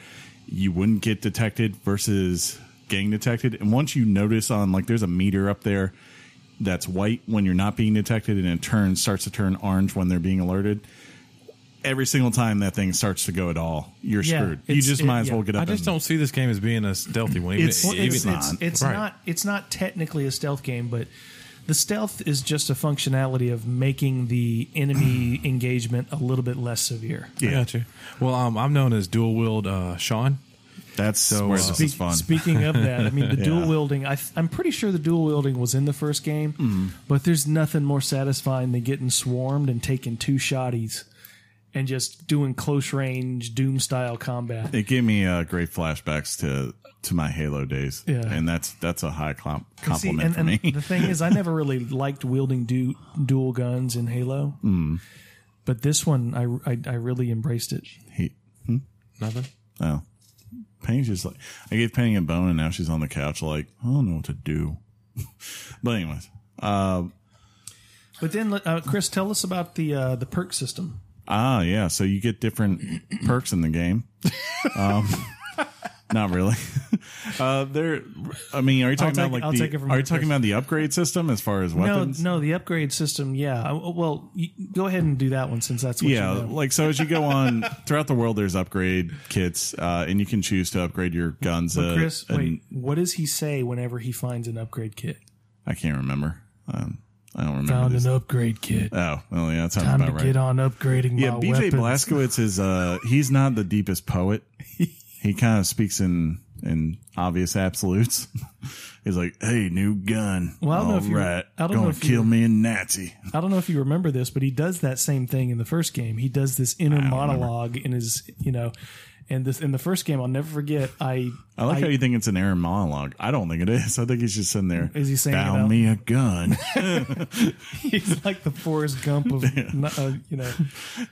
you wouldn't get detected versus gang detected, and once you notice on like there's a meter up there that's white when you're not being detected and it turns starts to turn orange when they're being alerted every single time that thing starts to go at all you're Yeah, screwed you it's- just it- might as yeah. well get up I just and- don't see this game as being a stealthy one. Even, It's- even, well, it's, not. It's, it's Right. not. It's not technically a stealth game, but the stealth is just a functionality of making the enemy engagement a little bit less severe. I got you. Well, um, I'm known as dual wield uh, Sean. that's where uh, this is fun Speaking of that, I mean the Yeah. dual wielding. I, th- I'm pretty sure the dual wielding was in the first game, Hmm. but there's nothing more satisfying than getting swarmed and taking two shotties and just doing close range doom style combat. it gave me uh, great flashbacks to to my halo days Yeah. and that's that's a high clomp, See, compliment and, for me and the thing is, I never really liked wielding du- dual guns in Halo, Hmm. but this one I, I I really embraced it. he, hmm? Nothing. oh Penny's just like I gave Penny a bone and now she's on the couch like I don't know what to do. but anyways, uh, But then, uh, Chris, tell us about the uh, the perk system. Ah, yeah. So you get different perks in the game. Um, Not really. uh, there. I mean, are you talking take- about like I'll the? take it from are you you talking first. about the upgrade system as far as weapons? No, no, the upgrade system. Yeah. I- Well, you, go ahead and do that one since that's what Yeah, you know. like so as you go on throughout the world, there's upgrade kits, uh, and you can choose to upgrade your guns. uh, Chris, and- wait. What does he say whenever he finds an upgrade kit? I can't remember. Um, I don't remember. Found this. an upgrade kit. Oh, well, yeah, that sounds Time about to right. get on upgrading yeah, my BJ weapons. Blazkowicz is uh, he's not the deepest poet. he kind of speaks in in obvious absolutes. he's like, "Hey, new gun. Well, I don't know All if you- right, I don't know gonna if you- kill me in Nazi." I don't know if you remember this, but he does that same thing in the first game. He does this inner monologue in his, you know, and this in the first game. I'll never forget. I I like how you think it's an Aaron monologue. I don't think it is. I think he's just sitting there. Is he saying "Found about- me a gun? he's like the Forrest Gump of, uh, you know.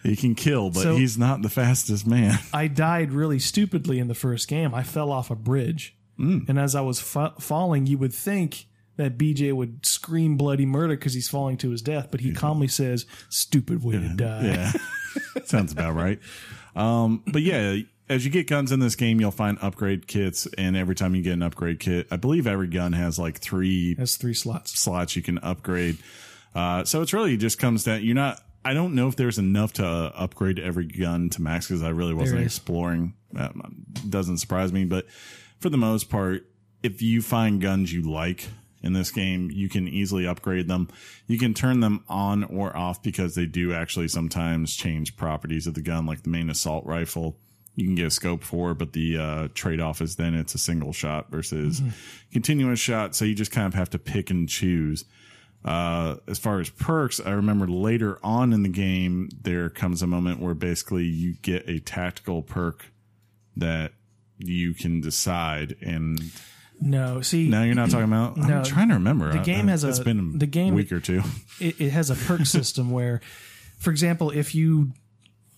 he can kill, but So- he's not the fastest man." I died really stupidly in the first game. I fell off a bridge, Mm. and as I was fa- falling, you would think that BJ would scream bloody murder because he's falling to his death, but he calmly says, "Stupid way to die." Yeah. Sounds about right. Um, but yeah, as you get guns in this game, you'll find upgrade kits. And every time you get an upgrade kit, I believe every gun has like three That's three slots. slots you can upgrade. Uh, so it's really just comes down, you're not, I don't know if there's enough to uh, upgrade every gun to max because I really wasn't is. exploring. That doesn't surprise me, but for the most part, if you find guns you like in this game, you can easily upgrade them. You can turn them on or off because they do actually sometimes change properties of the gun, like the main assault rifle. You can get a scope for, but the uh, trade off is then it's a single shot versus continuous shot. So you just kind of have to pick and choose. Uh, as far as perks, I remember later on in the game, there comes a moment where basically you get a tactical perk that you can decide. And No, see, now you're not talking about. No. I'm trying to remember. The game has It's a- been the game- week or two. it, it has a perk system where, for example, if you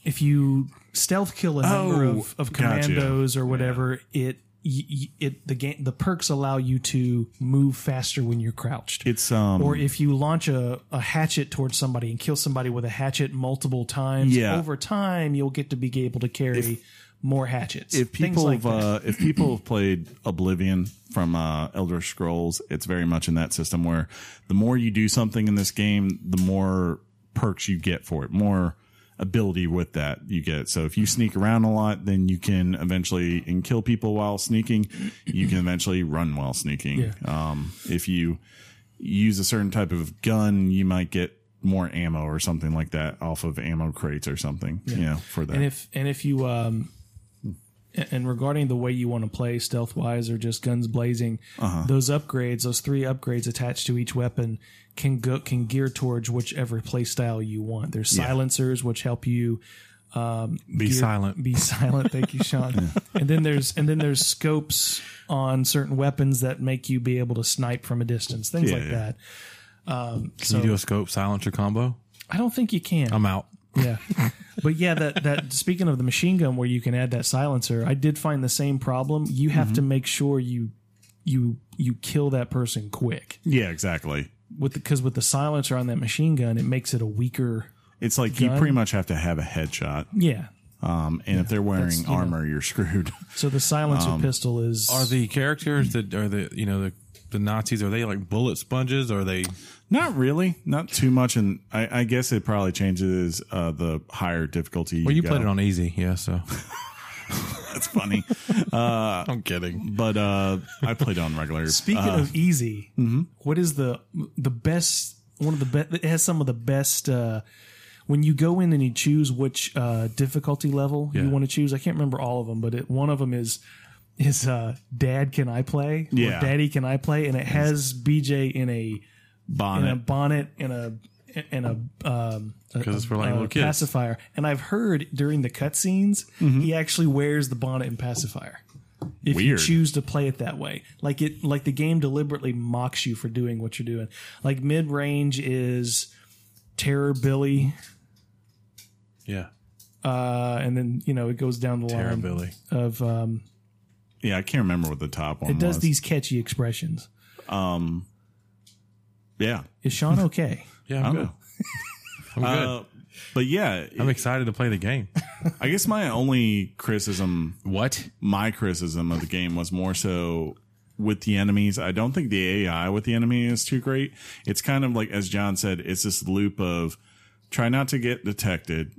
if you stealth kill a number Oh, of, of gotcha. commandos or whatever, it y- y- it the game the perks allow you to move faster when you're crouched. It's um. or if you launch a, a hatchet towards somebody and kill somebody with a hatchet multiple times, Yeah. over time you'll get to be able to carry more hatchets. if Things people like have that. uh, if people have played Oblivion from uh, Elder Scrolls, it's very much in that system where the more you do something in this game, the more perks you get for it, more ability with that you get. So if you sneak around a lot, then you can eventually and kill people while sneaking. You can eventually run while sneaking. Um, if you use a certain type of gun, you might get more ammo or something like that off of ammo crates or something. Yeah, for that. and if and if you um a- and regarding the way you want to play stealth wise or just guns blazing, Uh-huh. those upgrades, those three upgrades attached to each weapon can go can gear towards whichever play style you want. There's silencers which help you Be silent. be silent. Thank you, Sean. And then there's and then there's scopes on certain weapons that make you be able to snipe from a distance, things Yeah, like yeah. that. Um, Can so you do a scope silencer combo? I don't think you can. I'm out. yeah, but yeah, that that speaking of the machine gun where you can add that silencer, I did find the same problem. You have to make sure you you you kill that person quick yeah, exactly. with because with the silencer on that machine gun, it makes it a weaker. It's like you pretty much have to have a headshot. Yeah. Um, and if they're wearing you know. armor, you're screwed. So the silencer pistol is Are the characters that are the you know the the Nazis are they like bullet sponges? Are they not really, not too much. And I, I guess it probably changes uh, the higher difficulty. Well, you go. played it on easy, yeah. So That's funny, I'm kidding. but uh, I played it on regular. Speaking of easy, what is the the best one of the best? It has some of the best. Uh, when you go in and you choose which uh, difficulty level Yeah. you want to choose, I can't remember all of them, but it, one of them is is uh, Dad, can I play? Yeah. or Daddy, can I play? And it has BJ in a in a bonnet. bonnet and a and a um a- 'Cause it's for, like, a little kids. Mm-hmm. pacifier. And I've heard during the cutscenes he actually wears the bonnet and pacifier. If you Weird. choose to play it that way, like it, like the game deliberately mocks you for doing what you're doing. Like mid range is Terror Billy, Yeah, uh, and then you know it goes down the line Billy. of um, yeah, I can't remember what the top one it does was. these catchy expressions. yeah, Is Sean okay? Yeah, I I'm don't good. know. I'm good. Uh, But yeah, I'm excited to play the game. I guess my only criticism What? my criticism of the game was more so with the enemies. I don't think the AI with the enemy is too great. It's kind of like, as John said, it's this loop of try not to get detected,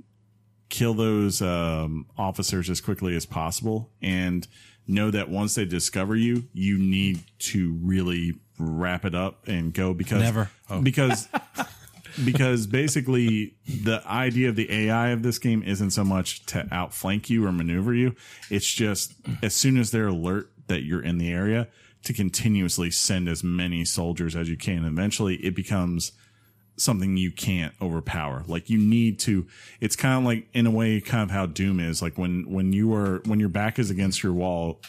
kill those um, officers as quickly as possible, and know that once they discover you, you need to really wrap it up and go because Never. Oh. because because basically the idea of the AI of this game isn't so much to outflank you or maneuver you. It's just as soon as they're alert that you're in the area to continuously send as many soldiers as you can. Eventually it becomes something you can't overpower. Like you need to it's kind of like in a way kind of how Doom is like when when you are when your back is against your wall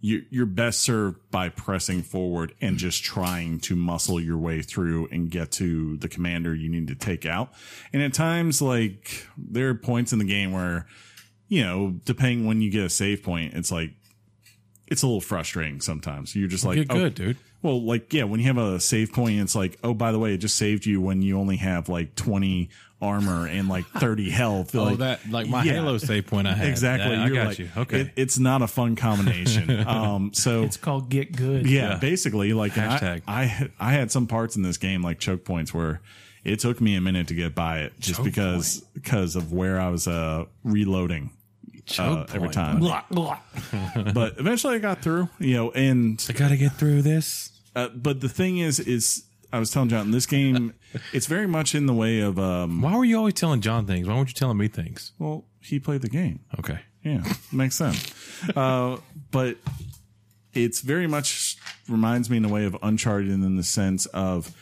you- you're best served by pressing forward and just trying to muscle your way through and get to the commander you need to take out. And at times, like there are points in the game where, you know, depending when you get a save point, it's like it's a little frustrating sometimes. You're just like, Get oh, good, dude. well, like, yeah, when you have a save point, it's like, oh, by the way, it just saved you when you only have like 20 armor and like 30 health. Oh, that like my yeah. Halo save point I had. Exactly. Yeah, I You're got like, you. Okay. it- it's not a fun combination. um, so It's called Get Good. yeah, basically like and Hashtag. I, I I had some parts in this game like choke points where it took me a minute to get by it just because because of where I was uh reloading oh, uh, every time. Blah, blah. but eventually I got through, you know, and I gotta get through this. uh, but the thing is is I was telling John this game it's very much in the way of um Why were you always telling John things? Why weren't you telling me things? well, he played the game. Okay. Yeah, makes sense. Uh, but it's very much reminds me in a way of Uncharted in the sense of,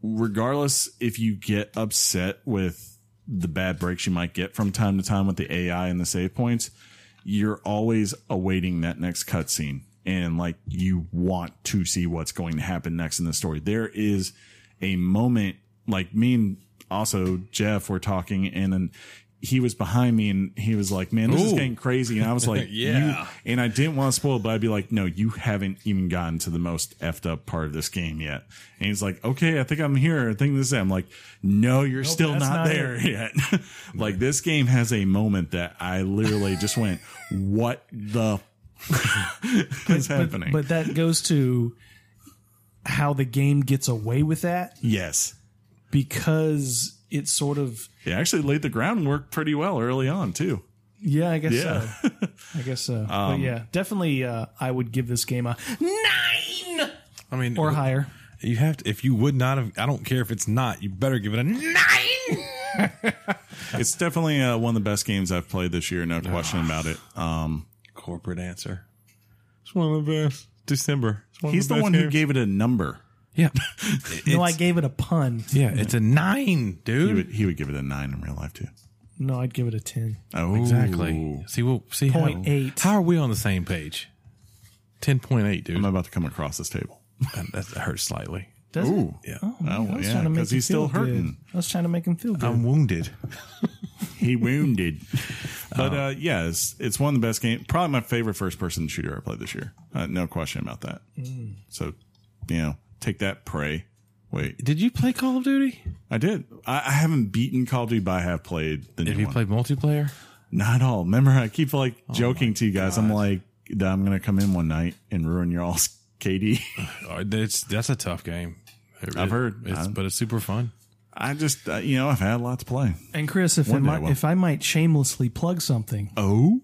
regardless if you get upset with the bad breaks you might get from time to time with the AI and the save points, you're always awaiting that next cutscene. And like you want to see what's going to happen next in the story. There is a moment, like me and also Jeff were talking, and then he was behind me and he was like, Man, this is Ooh. getting crazy. And I was like, Yeah. "You- and I didn't want to spoil, it, but I'd be like, no, you haven't even gotten to the most effed up part of this game yet. And he's like, okay, I think I'm here. I think this is it. I'm like, no, you're still not, that's not there yet. like this game has a moment that I literally just went, what the f- is happening? But that goes to how the game gets away with that yes. because it's sort of It actually laid the groundwork pretty well early on too. yeah, I guess Yeah. Um, so. I guess so. but yeah, definitely uh, I would give this game a nine I mean, or higher. You have to. If you would not have, I don't care if it's not. You better give it a nine. It's definitely uh, one of the best games I've played this year. No Ah. question about it. Um, Corporate answer. It's one of the best. December. It's he's the best one who games. gave it a number. Yeah. No, I gave it a pun. yeah. It's a nine, He dude. would, he would give it a nine in real life too. No, I'd give it a ten. Oh, Exactly. See, we'll see. Point how, eight. How are we on the same page? Ten point eight, dude. I'm about to come across this table. That, that hurts slightly. Does it? Ooh, yeah. Oh, I was yeah, trying to make because him he's still feel good. hurting. Um, I was trying to make him feel good. I'm wounded. He wounded. but Oh. uh, yeah, it's, it's one of the best games. Probably my favorite first person shooter I played this year. Uh, no question about that. Mm. So, you know, take that, pray. Wait, Did you play Call of Duty? I did. I, I haven't beaten Call of Duty, but I have played the Have new you one. played multiplayer? Not all. Remember, I keep like Oh joking to you guys. I'm like, that I'm gonna come in one night and ruin your all's KD. Oh, It's that's a tough game. It- I've heard. it's, I'm- but it's super fun. I just, uh, you know, I've had a lot to play. and Chris, if I, One day I might, will. if I might shamelessly plug something, Oh,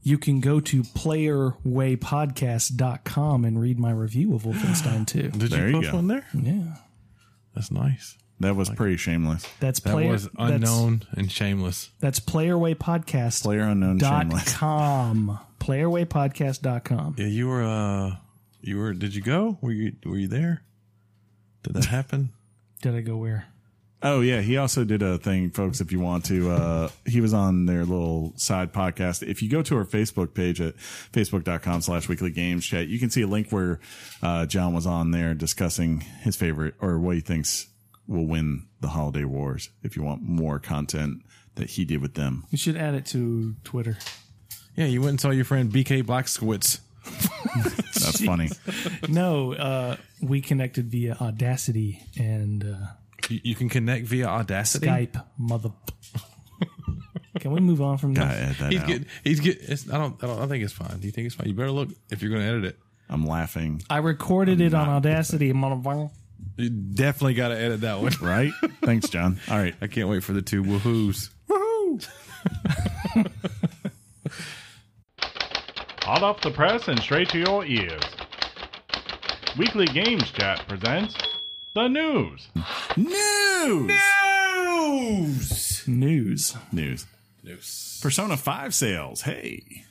you can go to playerwaypodcast.com and read my review of Wolfenstein 2. Did There you you post go. one there? Yeah. That's nice. that was pretty shameless. That's That player was unknown and shameless. That's, that's playerwaypodcast.com. Player unknown shameless. Playerwaypodcast.com. Yeah, you were. uh You were. Did you go? Were you? Were you there? Did that happen? Did I go where? Oh yeah, he also did a thing, folks. If you want to, uh, he was on their little side podcast. If you go to our Facebook page at facebook.com slash weekly games chat, you can see a link where uh, John was on there discussing his favorite or what he thinks will win the holiday wars. If you want more content that he did with them, You should add it to Twitter. yeah, you went and saw your friend BK Blackskwitz. that's funny. no, uh, we connected via Audacity and uh, You, you can connect via Audacity. Skype, mother. Can we move on from Gotta that? add that He's out. good. He's good. It's, I don't. I don't. I think it's fine. Do you think it's fine? You better look if you're going to edit it. I'm laughing. I recorded it on Audacity, mother. You definitely got to edit that one. Right? Thanks, John. All right. I can't wait for the two woohoo's. hot off the press and straight to your ears. Weekly Games Chat presents the news. News. News. News. Persona 5 sales. Hey.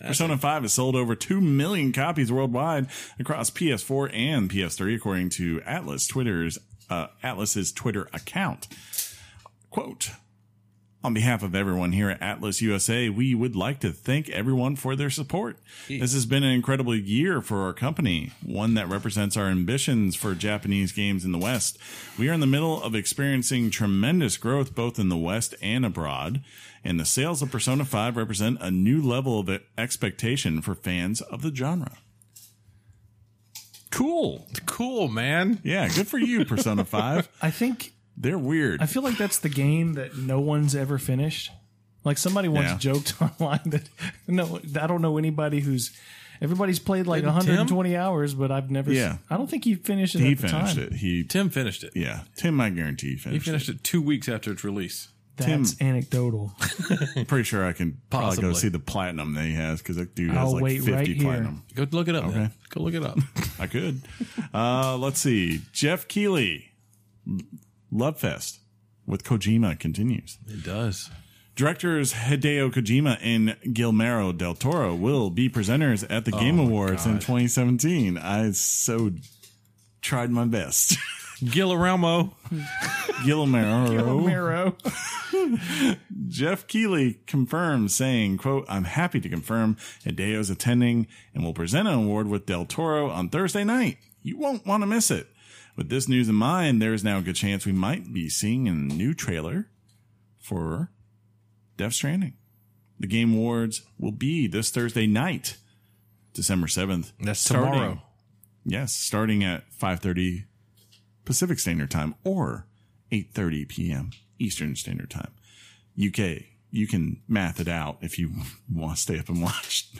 Persona 5 has sold over 2 million copies worldwide across PS4 and PS3 according to Atlas Twitter's uh, Atlas's Twitter account. Quote on behalf of everyone here at Atlas USA, we would like to thank everyone for their support. This has been an incredible year for our company, one that represents our ambitions for Japanese games in the West. We are in the middle of experiencing tremendous growth both in the West and abroad, and the sales of Persona 5 represent a new level of expectation for fans of the genre. Cool. Cool, man. Yeah, good for you, Persona 5. I think They're weird. I feel like that's the game that no one's ever finished. Like somebody once Yeah. joked online that no, I don't know anybody who's everybody's played like Didn't Tim? 120 hours, but I've never. Yeah. I don't think he finished it. He at the finished time. it. He, Tim finished it. yeah, Tim, I guarantee you He finished, finished it two weeks after its release. That's anecdotal. I'm pretty sure I can probably go Possibly. see the platinum that he has because that dude has I'll like wait 50 right here. platinum. Go look it up. man. Go look it up. I could. uh, let's see. Jeff Keeley, Lovefest with Kojima continues. it does. Directors Hideo Kojima and Guillermo del Toro will be presenters at the Game Awards in 2017. I so tried my best. Guillermo. Guillermo. Romero. Jeff Keeley confirms, saying, quote, I'm happy to confirm Hideo's attending and will present an award with Del Toro on Thursday night. You won't want to miss it. With this news in mind, there is now a good chance we might be seeing a new trailer for Death Stranding. The Game Awards will be this Thursday night, December 7th. That's starting- tomorrow. Yes, starting at 5:30 Pacific Standard Time or 8:30 p.m. Eastern Standard Time. UK, you can math it out if you want to stay up and watch.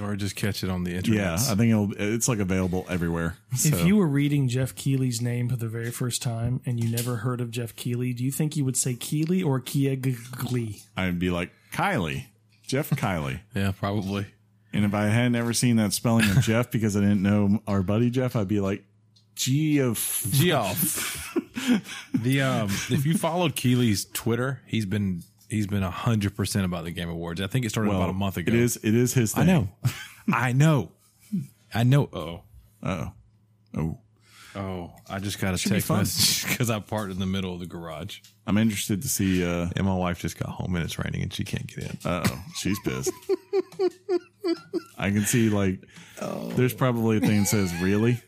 Or just catch it on the internet. yeah, I think it'll, it's like available everywhere. So If you were reading Jeff Keeley's name for the very first time and you never heard of Jeff Keeley, do you think you would say Keeley or Kiegli? I'd be like Kylie, Jeff Kylie. Yeah, probably. And if I had never seen that spelling of Jeff because I didn't know our buddy Jeff, I'd be like G of oh. Geoff. the um, if you followed Keeley's Twitter, he's been he's been hundred percent about the Game Awards. I think it started about a month ago. It is it is his thing. I know. I know. I know. Oh. Oh. Oh, I just got a text fun. message because I parked in the middle of the garage, I'm interested to see uh and my wife just got home and it's raining and she can't get in. Uh, oh, she's pissed. I can see like there's probably a thing that says really.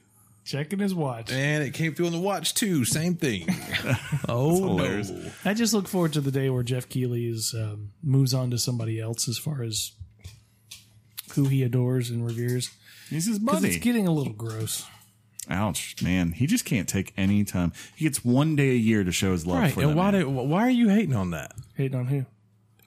Checking his watch. and it came through on the watch too. Same thing. oh hilarious. no. I just look forward to the day where Jeff Keeley is um, moves on to somebody else as far as who he adores and reveres. He's his Because buddy. it's getting a little gross. Ouch, man. He just can't take any time. He gets one day a year to show his love Right. for And them, why man. did why are you hating on that? Hating on who?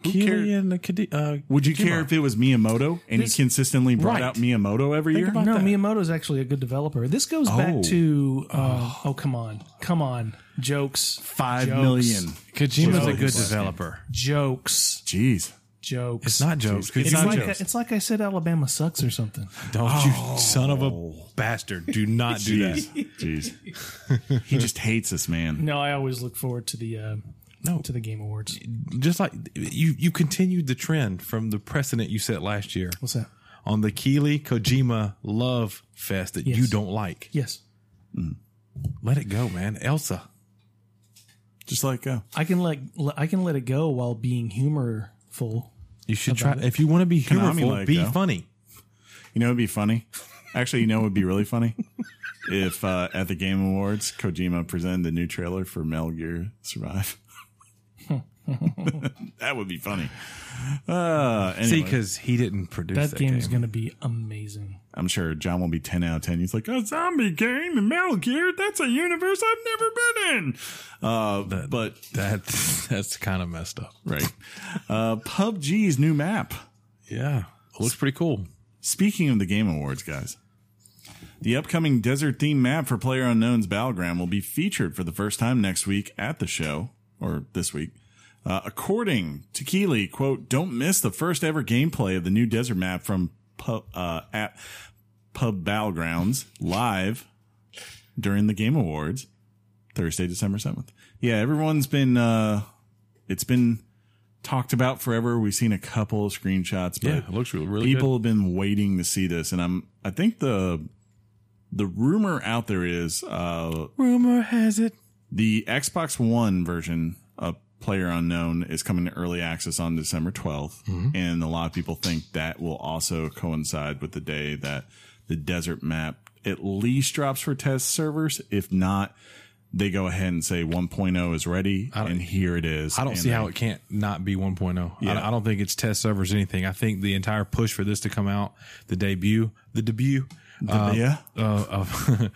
Keeley cares? and the Kadi- uh, would you Kojima. care if it was Miyamoto and This- he consistently brought Right. out Miyamoto every year? No, Miyamoto's actually a good developer. This goes Oh. back to uh, oh come on, come on, jokes, Five Jokes. million. Kojima's a good Jokes. developer. jokes, Jeez. jokes. It's not jokes. It's It's not like jokes. it's like I said, Alabama sucks or something. Don't you son of a bastard. Do not do that. Jeez. Jeez. he just hates us, man. No, I always look forward to the uh, No. to the Game Awards. Just like you you continued the trend from the precedent you set last year What's that? on the Keeley Kojima love fest that you Yes. don't like. Yes, Let it go, man. Elsa. Just like uh, I can let I can let it go while being humorful. You should try if you want to be Konami humorful, let it be go. funny. You know, it'd be funny. Actually, you know, it'd be really funny if uh, at the Game Awards, Kojima presented the new trailer for Metal Gear Survive. that would be funny. Uh, See, anyway, because he didn't produce that, That game is game. going to be amazing. I'm sure John will be 10 out of 10. He's like, a zombie game and Metal Gear? That's a universe I've never been in. Uh, but, That that's kind of messed up. right. uh, PUBG's new map. Yeah, it looks pretty cool. Speaking of the Game Awards, guys, the upcoming desert themed map for Player Unknown's Battleground will be featured for the first time next week at the show, or this week. Uh, according to Keeley, quote, don't miss the first ever gameplay of the new desert map from pub, uh, at Pub Battlegrounds live during the Game Awards, Thursday, December 7th. Yeah, everyone's been, uh, it's been talked about forever. We've seen a couple of screenshots, but Yeah, it looks really, really people have been waiting to see this and i'm i think the the rumor out there is uh good. Rumor has it. the xbox one version of player unknown is coming to early access on december 12th Mm-hmm. and a lot of people think that will also coincide with the day that the desert map at least drops for test servers if not they go ahead and say 1.0 is ready and here it is I don't And see they- how it can't not be 1.0. Yeah. I, I don't think it's test servers or anything. I think the entire push for this to come out, the debut, the debut, uh, yeah uh, of uh,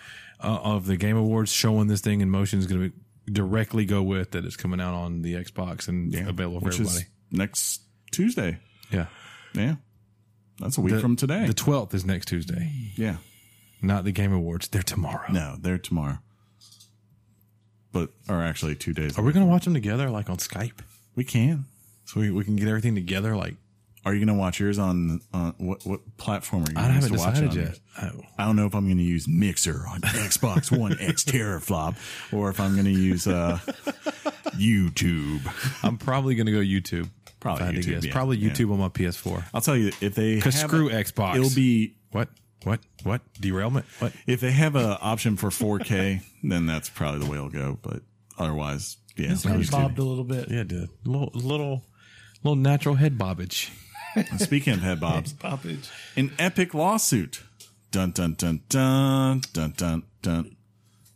of the Game Awards showing this thing in motion is going to directly go with that it's coming out on the Xbox and available for which everybody. is next tuesday yeah, yeah that's a week The- from today The twelfth is next Tuesday, Yeah. not the Game Awards. They're tomorrow. No, they're tomorrow. But or actually two days. Are we going to watch them together, like on Skype, we can. so we, we can get everything together? Like Are you gonna watch yours on on what what platform are you? I gonna use haven't to watch it decided on yet. yours? I- I don't know if I'm gonna use Mixer on Xbox One X Teraflop or if I'm gonna use uh YouTube. I'm probably going to go YouTube. Probably If I had to YouTube, guess. yeah, Probably yeah. YouTube on my PS4. I'll tell you if they Because have screw a- Xbox. It'll be What? What? What? Derailment? What? if they have a option for 4K, then that's probably the way it'll go. But otherwise, yeah, This one YouTube. bobbed a little bit. Yeah, dude. Little little little natural head bobbage. Speaking of head bobs, Poppage. an epic lawsuit. Dun dun dun dun dun dun dun.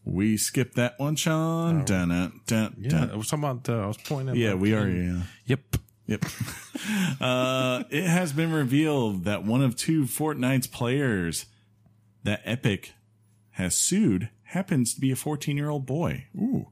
We skipped that one, Sean. Dun dun dun. Yeah, I dun. was talking about. Uh, I was pointing. At yeah my- we are. Yeah. Yep. Yep. uh, it has been revealed that one of two Fortnite's players that Epic has sued happens to be a 14 year old boy. Ooh.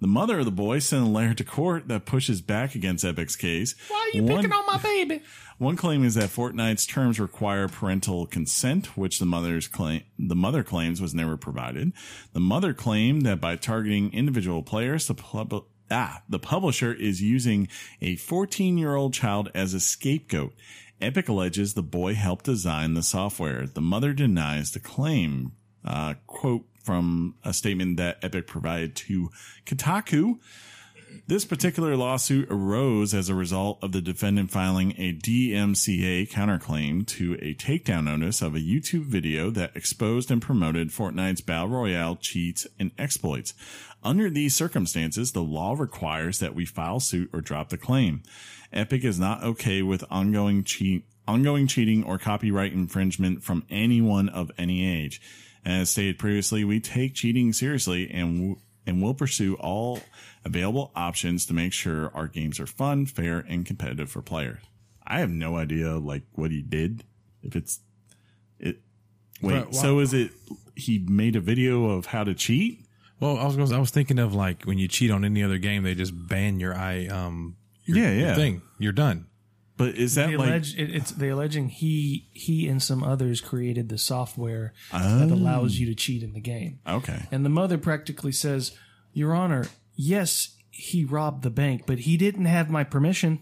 The mother of the boy sent a letter to court that pushes back against Epic's case. Why are you picking on my baby? One claim is that Fortnite's terms require parental consent, which the mother's claim the mother claims was never provided. The mother claimed that by targeting individual players, the pub- ah, the publisher is using a 14-year-old child as a scapegoat. Epic alleges the boy helped design the software. The mother denies the claim. Uh, quote from a statement that Epic provided to Kotaku. This particular lawsuit arose as a result of the defendant filing a DMCA counterclaim to a takedown notice of a YouTube video that exposed and promoted Fortnite's Battle Royale cheats and exploits. Under these circumstances, the law requires that we file suit or drop the claim. Epic is not okay with ongoing cheat ongoing cheating or copyright infringement from anyone of any age. As stated previously, we take cheating seriously and w- and will pursue all available options to make sure our games are fun, fair, and competitive for players. I have no idea like what he did. If it's it wait, But why- so is it he made a video of how to cheat? Well, I was going. I was thinking of like when you cheat on any other game, they just ban your i um your, Yeah, your yeah. thing. You're done. But is that They like allege it, it's they alleging he he and some others created the software Oh. that allows you to cheat in the game. okay. And the mother practically says, "Your Honor, yes, he robbed the bank, but he didn't have my permission."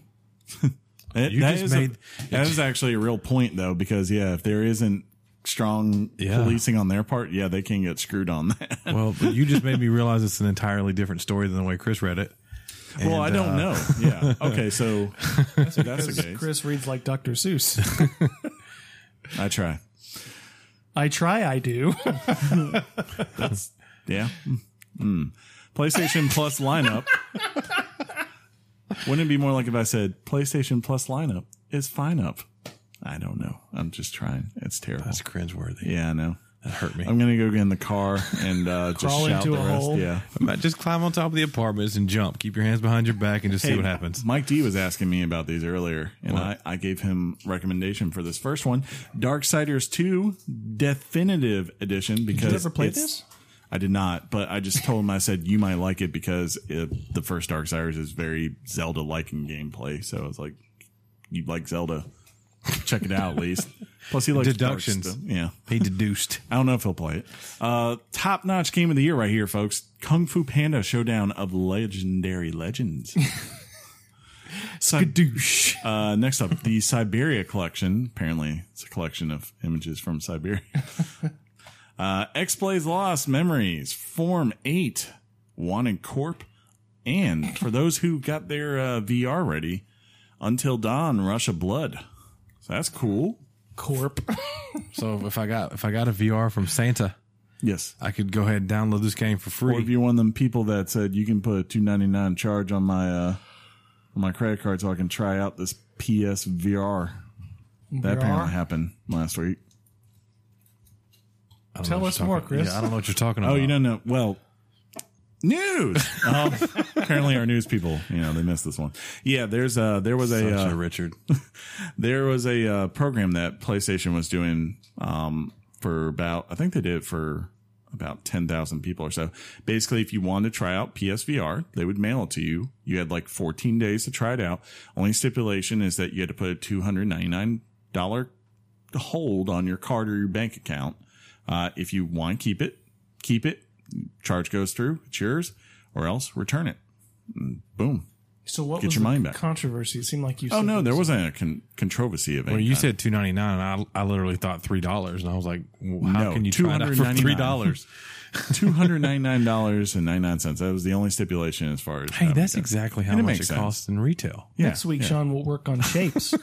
That, You that just is a- made- that is actually a real point though, because yeah, if there isn't strong Yeah. policing on their part, yeah, they can get screwed on that. Well, but you just made me realize it's an entirely different story than the way Chris read it. uh, well, I don't know. Yeah. Okay, so that's, that's the case. Chris reads like Dr. Seuss. I try. I try, I do. Yeah. Mm. PlayStation Plus lineup. Wouldn't it be more like if I said PlayStation Plus lineup is fine up? I don't know. I'm just trying. It's terrible. That's cringeworthy. yeah, I know. That hurt me. I'm gonna go get in the car and uh, just Crawl shout into the a rest. hole. Yeah. I might just climb on top of the apartments and jump. Keep your hands behind your back and just see Hey, what happens. Mike D was asking me about these earlier, and I, I gave him recommendation for this first one, Darksiders 2 Definitive Edition. Because ever play it's- this? I did not, but I just told him I said you might like it because it, the first Darksiders is very Zelda like in gameplay. So I was like, you like Zelda, check it out at least. Plus he likes dark Deductions. stuff. Yeah. He deduced. I don't know if he'll play it. Uh, Top notch game of the year right here, folks. Kung Fu Panda Showdown of Legendary Legends. Si- Skadoosh. uh, next up, the Siberia Collection. Apparently, it's a collection of images from Siberia. Uh, X Plays Lost Memories, Form 8, Wanted Corp. And for those who got their uh, VR ready, Until Dawn, Rush of Blood. So that's cool. Corp. So if I got if I got a VR from Santa, Yes. I could go ahead and download this game for Or free. if you're one of them people that said you can put a two ninety nine charge on my uh on my credit card so I can try out this PSVR. That apparently happened last week. I don't know Tell what us you're more, talking- Chris. Yeah, I don't know what you're talking about. Oh, you don't know. Well, news. um, apparently, our news people, you know, they missed this one. Yeah, there's uh there was a Such uh, a Richard. there was a uh, program that PlayStation was doing um, for about, I think they did it for about 10,000 people or so. Basically, if you wanted to try out PSVR, they would mail it to you. You had like 14 days to try it out. Only stipulation is that you had to put a $299 hold on your card or your bank account. Uh, if you want to keep it, keep it. Charge goes through, it's yours, or else return it. And boom. So what Get was your the mind back. controversy? It seemed like you. Oh said no, that there was- wasn't a con- controversy of any Well, you kind. said two ninety nine, and I, I literally thought three dollars, and I was like, well, "How No, can you try that for $299. three dollars?" two hundred ninety nine dollars and ninety nine cents. That was the only stipulation as far as Hey, that that's went. exactly how And it much makes it sense. costs in retail. Yeah, Next week, yeah. Sean will work on shapes.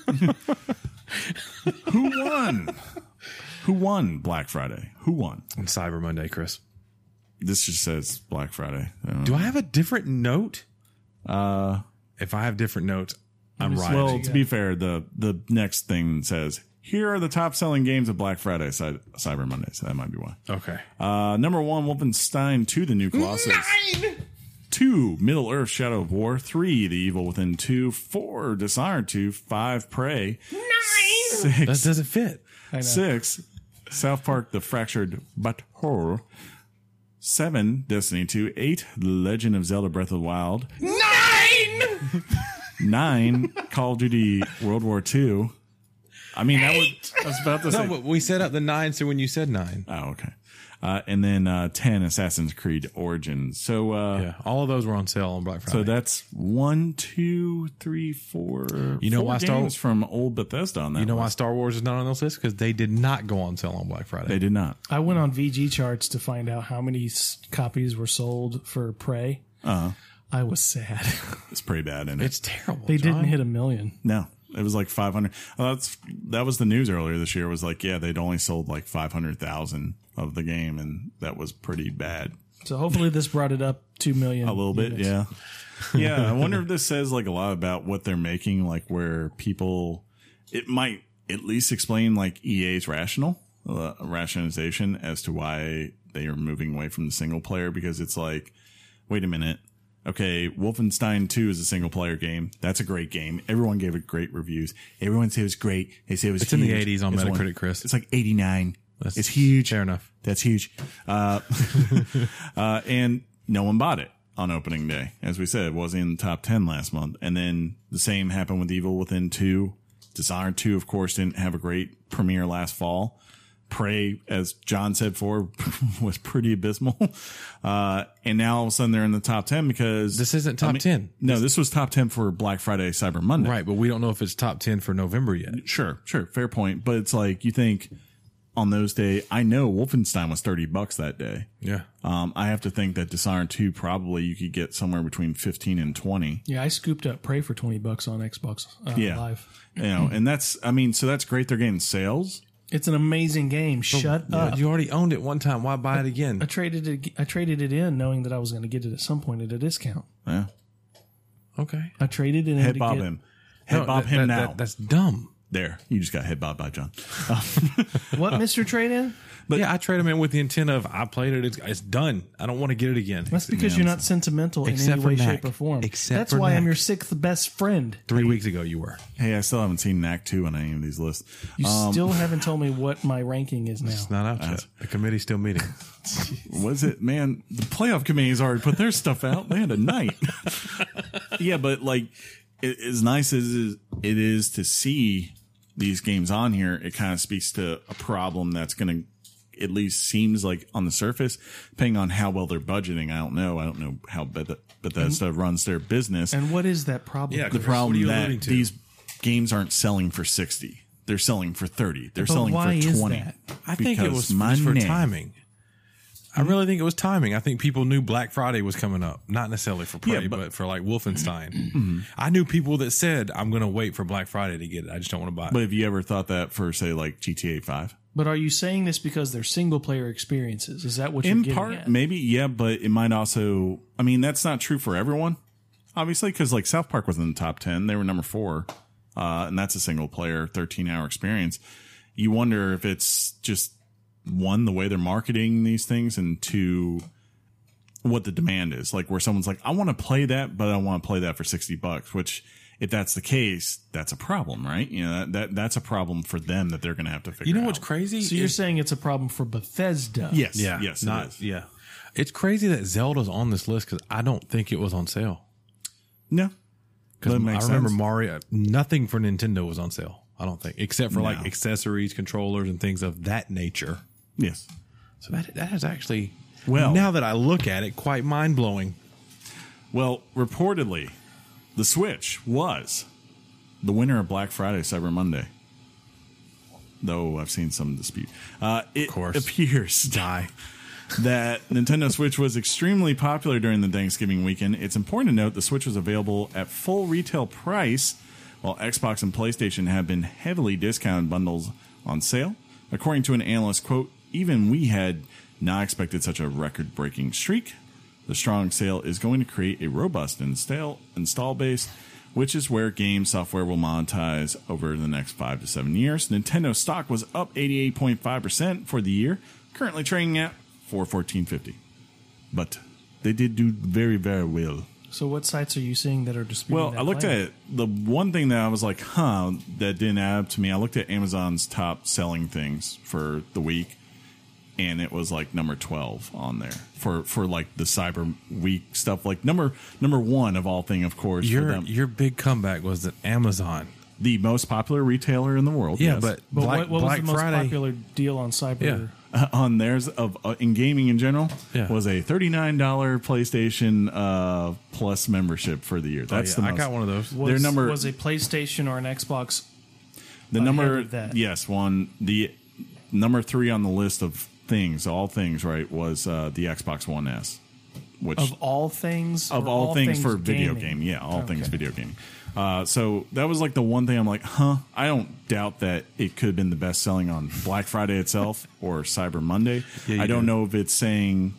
Who won? Who won Black Friday? Who won? And Cyber Monday, Chris. This just says Black Friday. Do I have a different note? Uh, If I have different notes, I'm me see. right. well, to be fair, the the next thing says here are the top selling games of Black Friday, Cy- Cyber Monday. So that might be why. okay. Uh, number one, Wolfenstein 2, The New Colossus. Two, Middle Earth Shadow of War. Three, The Evil Within 2. Four, Dishonored 2. Five, Prey. Nine! Six, That doesn't fit. I know. Six, South Park: The Fractured But Horror. Seven, Destiny Two. Eight, The Legend of Zelda: Breath of the Wild. Nine. Nine, Call of Duty: World War Two. I mean, that was, I was about to say. No, but we set up the nine. So when you said nine, oh, okay. Uh, and then uh, ten, Assassin's Creed Origins. So, uh, yeah, all of those were on sale on Black Friday. so that's one, two, three, four. You know four why Star- games from old Bethesda on that. you know why list. Star Wars is not on those lists because they did not go on sale on Black Friday. they did not. I went on VG charts to find out how many s- copies were sold for Prey. Uh-huh. Uh, I was sad. it's pretty bad, and it's terrible. They John. didn't hit a million. No, it was like 500. Oh, that's that was the news earlier this year. Was like, yeah, they'd only sold like 500,000 of the game, and that was pretty bad. So hopefully this brought it up two million. A little bit, yeah, yeah. I wonder if this says like a lot about what they're making, like where people. It might at least explain like EA's rational uh, rationalization as to why they are moving away from the single player because it's like, wait a minute. Okay, Wolfenstein 2 is a single player game. That's a great game. Everyone gave it great reviews. Everyone said it was great. They said it was It's in the huge. 80s on It's one- Metacritic, Chris. It's like 89. That's- it's huge. Fair enough. That's huge. Uh, uh, and no one bought it on opening day. As we said, it was in the top 10 last month. And then the same happened with Evil Within 2. Dishonored 2, of course, didn't have a great premiere last fall. Prey, as John said before, was pretty abysmal. Uh, and now all of a sudden they're in the top 10 because This isn't top I mean, 10. No, this was top 10 for Black Friday, Cyber Monday. Right, but we don't know if it's top 10 for November yet. Sure, sure, fair point. But it's like you think on those day, I know Wolfenstein was 30 bucks that day. Yeah. Um, I have to think that Dishonored 2 probably you could get somewhere between 15 and 20. Yeah, I scooped up Prey for twenty bucks on Xbox uh, Yeah. Live. You know, and that's, I mean, so that's great. They're getting sales. It's an amazing game. Shut up. You already owned it one time. Why buy it again? I traded it. I traded it in, knowing that I was going to get it at some point at a discount. Yeah. Okay. I traded it in. Head to bob get- him. Head No, bob that- him that- now. that- that's dumb. There, you just got hit by by John. What Mr. Trade In? But yeah, I trade them in with the intent of I played it. It's, it's done. I don't want to get it again. That's because you're not sentimental in Except any for way, Knack. shape, or form. Except That's for why I'm Knack. your sixth best friend. Three weeks ago, you were. hey, I still haven't seen Knack two on any of these lists. You Um, still haven't told me what my ranking is It's now. not out yet. The committee's still meeting. Was it man? The playoff committee's already put their stuff out. Man, tonight. yeah, but like, it, as nice as is- it is to see these games on here, it kind of speaks to a problem that's going to, at least seems like on the surface, depending on how well they're budgeting. I don't know. I don't know how Beth- Bethesda runs their business. And what is that problem? Yeah, the Mm-hmm. Chris, what are problem you alluding that to? these games aren't selling for sixty. They're selling for thirty. They're But selling why for is twenty. that? I think it Because was just for money. timing. I really think it was timing. I think people knew Black Friday was coming up, not necessarily for Prey, Yeah, but, but- for like Wolfenstein. I knew people that said, "I'm going to wait for Black Friday to get it. I just don't want to buy it." But have you ever thought that for say like GTA Five? But are you saying this because they're single player experiences? Is that what you're in getting part at? maybe yeah but it might also i mean that's not true for everyone obviously because like south park was in the top 10 they were number four uh, and that's a single player 13 hour experience you wonder if it's just one the way they're marketing these things and two what the demand is like where someone's like i want to play that but i want to play that for 60 bucks which if that's the case that's a problem right you know that, that that's a problem for them that they're gonna have to figure you know out. what's crazy? So you're is- saying it's a problem for Bethesda? yes yeah, yes it not is. yeah. It's crazy that Zelda's on this list because I don't think it was on sale. no Because I That makes remember sense. Mario, nothing for Nintendo was on sale. I don't think, except for like No. accessories, controllers, and things of that nature. yes So that that is actually Well- now that I look at it, quite mind blowing. Well, reportedly, the Switch was the winner of Black Friday Cyber Monday. Though I've seen some dispute. Uh, it course. appears die that Nintendo Switch was extremely popular during the Thanksgiving weekend. It's important to note the Switch was available at full retail price, while Xbox and PlayStation have been heavily discounted bundles on sale. According to an analyst, quote, even we had not expected such a record breaking streak. The strong sale is going to create a robust install, install base, which is where game software will monetize over the next five to seven years. Nintendo stock was up 88.5% for the year, currently trading at 414.50. But they did do very, very well. So what sites are you seeing that are disputing? Well, that I looked claim? at it. The one thing that I was like, huh, that didn't add up to me. I looked at Amazon's top selling things for the week, and it was like number twelve on there for for like the Cyber Week stuff. Like number number one of all thing, of course, for Your them. your big comeback was that Amazon. the most popular retailer in the world. Yeah, yes. but, But Black, what, what Black was the most Friday. popular deal on Cyber? Yeah. Uh, on theirs of uh, in gaming in general Yeah. was a thirty nine dollar PlayStation uh, Plus membership for the year. That's Oh, yeah, the I most. got one of those. Was, Their number- was a PlayStation or an Xbox. The number, of that. yes, one the number three on the list of things, all things, right, was uh, the Xbox One S, which Of all things, of or all, things, for video gaming? game. Yeah, all things Okay. video game. Uh, so that was like the one thing I'm like, huh? I don't doubt that it could have been the best selling on Black Friday itself or Cyber Monday. Yeah, you I don't did. know if it's saying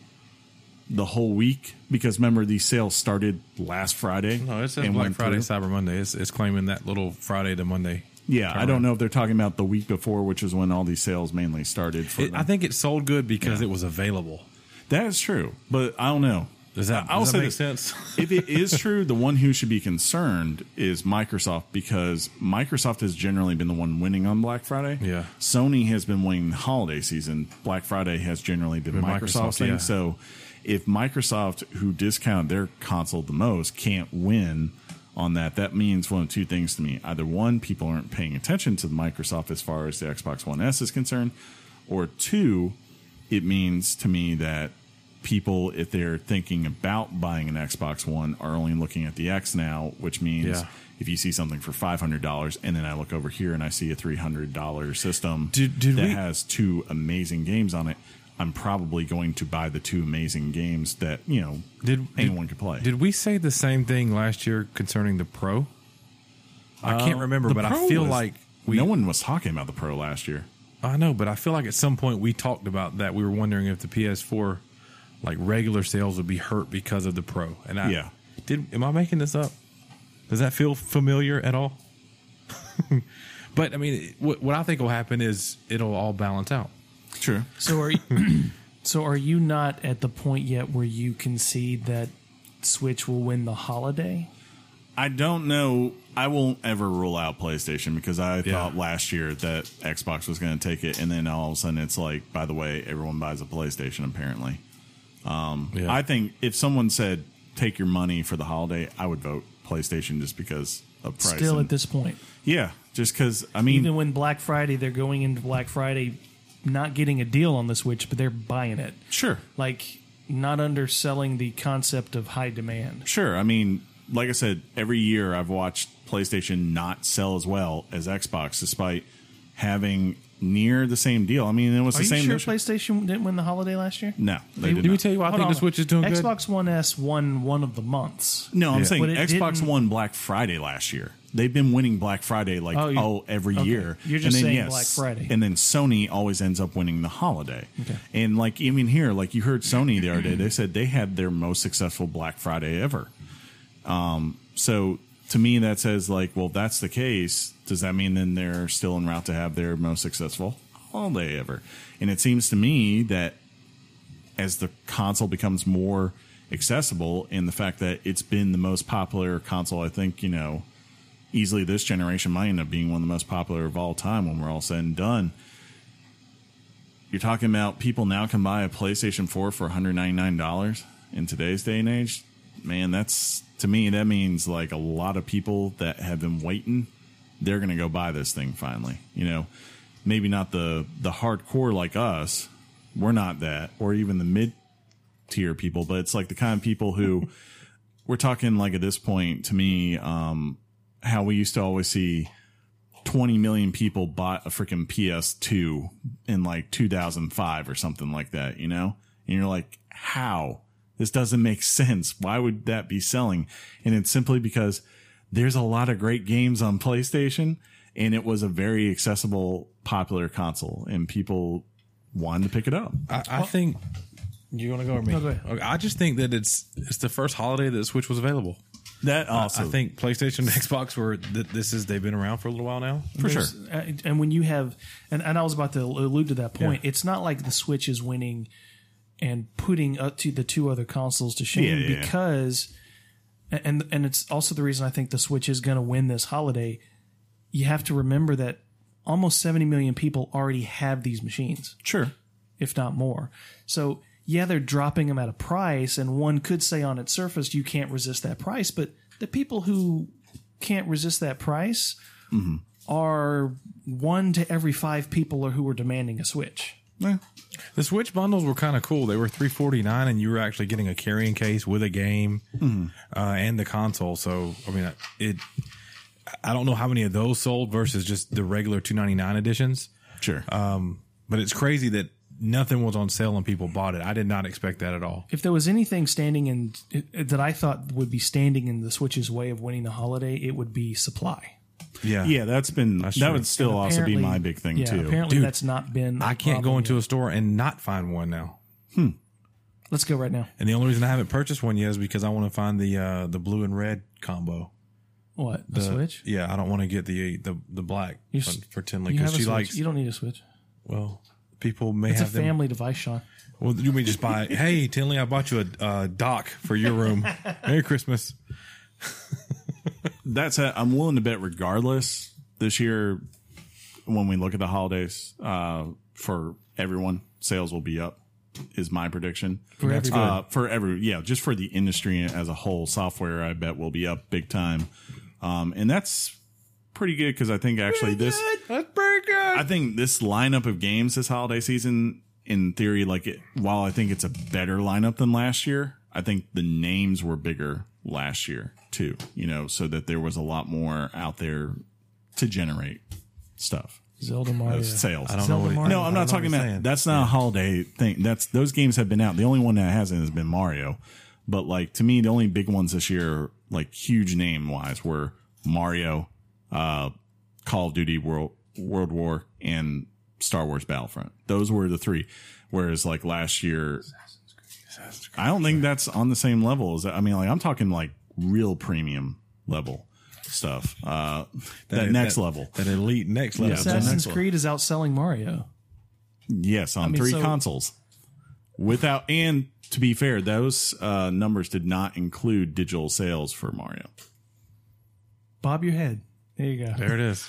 the whole week because remember these sales started last Friday. No, it says and Black went Friday, through. Cyber Monday. It's, it's claiming that little Friday to Monday. Yeah, I turnaround. don't know if they're talking about the week before, which is when all these sales mainly started. For It, them. I think it sold good because it was available. That is true, but I don't know. Does that, I'll does say that make this. sense? if it is true, the one who should be concerned is Microsoft because Microsoft has generally been the one winning on Black Friday. Yeah. Sony has been winning the holiday season. Black Friday has generally been Been Microsoft's Microsoft, thing. yeah. So if Microsoft, who discounted their console the most, can't win on that, that means one of two things to me. Either one, people aren't paying attention to the Microsoft as far as the Xbox One S is concerned, or two, it means to me that people, if they're thinking about buying an Xbox One, are only looking at the X now, which means Yeah. if you see something for five hundred dollars, and then I look over here and I see a three hundred dollar system Did- did that we- has two amazing games on it, I'm probably going to buy the two amazing games that you know Did- anyone could play. Did we say the same thing last year concerning the Pro? I can't remember, The but I Pro feel was- like we. no one was talking about the Pro last year. I know, but I feel like at some point we talked about that. We were wondering if the PS4, like regular sales, would be hurt because of the Pro. And I, Yeah. did am I making this up? Does that feel familiar at all? But I mean, what, what I think will happen is it'll all balance out. True. So are so are you not at the point yet where you concede that Switch will win the holiday? I don't know. I won't ever rule out PlayStation because I Yeah. thought last year that Xbox was going to take it, and then all of a sudden it's like, by the way, everyone buys a PlayStation. Apparently, Yeah. I think if someone said take your money for the holiday, I would vote PlayStation just because of price. Still and- at this point, yeah, just because I mean, even when Black Friday, they're going into Black Friday not getting a deal on the Switch, but they're buying it. sure, Like not underselling the concept of high demand. Sure. I mean, like I said, every year I've watched PlayStation not sell as well as Xbox, despite having near the same deal. I mean, it was Are the you same. sure notion- PlayStation didn't win the holiday last year? no, they did Did we not. tell you why I think the Switch is doing good? Xbox One S won one of the months. no, I'm Yeah. saying But it Xbox didn't- won Black Friday last year. They've been winning Black Friday like Oh, oh, you- every okay. year. You're just saying Black Friday. And then Sony always ends up winning the holiday. And like even here, like you heard Sony the other day, they said they had their most successful Black Friday ever. Um, so to me that says like well if that's the case does that mean then they're still en route to have their most successful holiday ever and it seems to me that as the console becomes more accessible and the fact that it's been the most popular console i think you know easily this generation might end up being one of the most popular of all time when we're all said and done you're talking about people now can buy a PlayStation 4 for $199 in today's day and age. Man, that's to me, that means like a lot of people that have been waiting, they're going to go buy this thing finally. You know, maybe not the, the hardcore like us, we're not that, or even the mid tier people, but it's like the kind of people who we're talking like at this point to me, um, how we used to always see 20 million people bought a freaking PS2 in like 2005 or something like that, you know? And you're like, how? This doesn't make sense. Why would that be selling? And it's simply because there's a lot of great games on PlayStation and it was a very accessible, popular console and people wanted to pick it up. I, I think you want to go or me? No, go ahead. Okay, I just think that it's it's the first holiday that the Switch was available. That uh, I also, think PlayStation and Xbox were th- this is they've been around for a little while now. for sure. There's- uh, And when you have, and, and I was about to allude to that point, it's not like the Switch is winning and putting up to the two other consoles to shame Yeah, yeah, yeah. because, and and it's also the reason I think the Switch is going to win this holiday. You have to remember that almost seventy million people already have these machines, Sure. if not more. So yeah, they're dropping them at a price, and one could say on its surface you can't resist that price, but the people who can't resist that price are one to every five people are who are demanding a switch. The Switch bundles were kind of cool. They were three forty nine, and you were actually getting a carrying case with a game uh, and the console. So I mean, it. I don't know how many of those sold versus just the regular two ninety nine editions, Sure. but it's crazy that nothing was on sale and people bought it. I did not expect that at all. If there was anything standing in uh, that I thought would be standing in the Switch's way of winning the holiday, it would be supply. Yeah, yeah, that's been, that true. would still also be Apparently- my big thing yeah, too. Apparently, Dude, that's not been. I can't go into a store and not find one now. Let's go right now. And the only reason I haven't purchased one yet is because I want to find the uh, the blue and red combo. What the, Switch? Yeah, I don't want to get the the the black You for, s- for Tinley You have because a she Switch. likes. You don't need a Switch. well, people may It's a have them. family device, Sean. Well, you may just buy. hey, Tinley, I bought you a uh, dock for your room. Merry Christmas. that's i I'm willing to bet regardless this year when we look at the holidays uh, for everyone sales will be up is my prediction For That's everybody. Uh, for every yeah just for the industry as a whole software I bet will be up big time um, and that's pretty good because I think actually this That's pretty good. I think this lineup of games this holiday season, in theory, like it, while I think it's a better lineup than last year, I think the names were bigger last year too. You know, so that there was a lot more out there to generate stuff, Zelda Mario. sales. Oh, I don't Zelda know. What Mario. no, I'm not talking about. saying. That's not a holiday thing. That's those games have been out. The only one that hasn't has been Mario. But like to me, the only big ones this year, like huge name wise, were Mario, uh, Call of Duty World World War, and Star Wars Battlefront. Those were the three. Whereas like last year, I don't think that's on the same level as I mean, like I'm talking like real premium level. stuff. Uh, that, next that- level. That elite next level. Yeah, so- Assassin's next one. Creed is outselling Mario. Yes, on mean, three so- consoles. Without and to be fair, those uh, numbers did not include digital sales for Mario. Bob your head. There you go. There it is.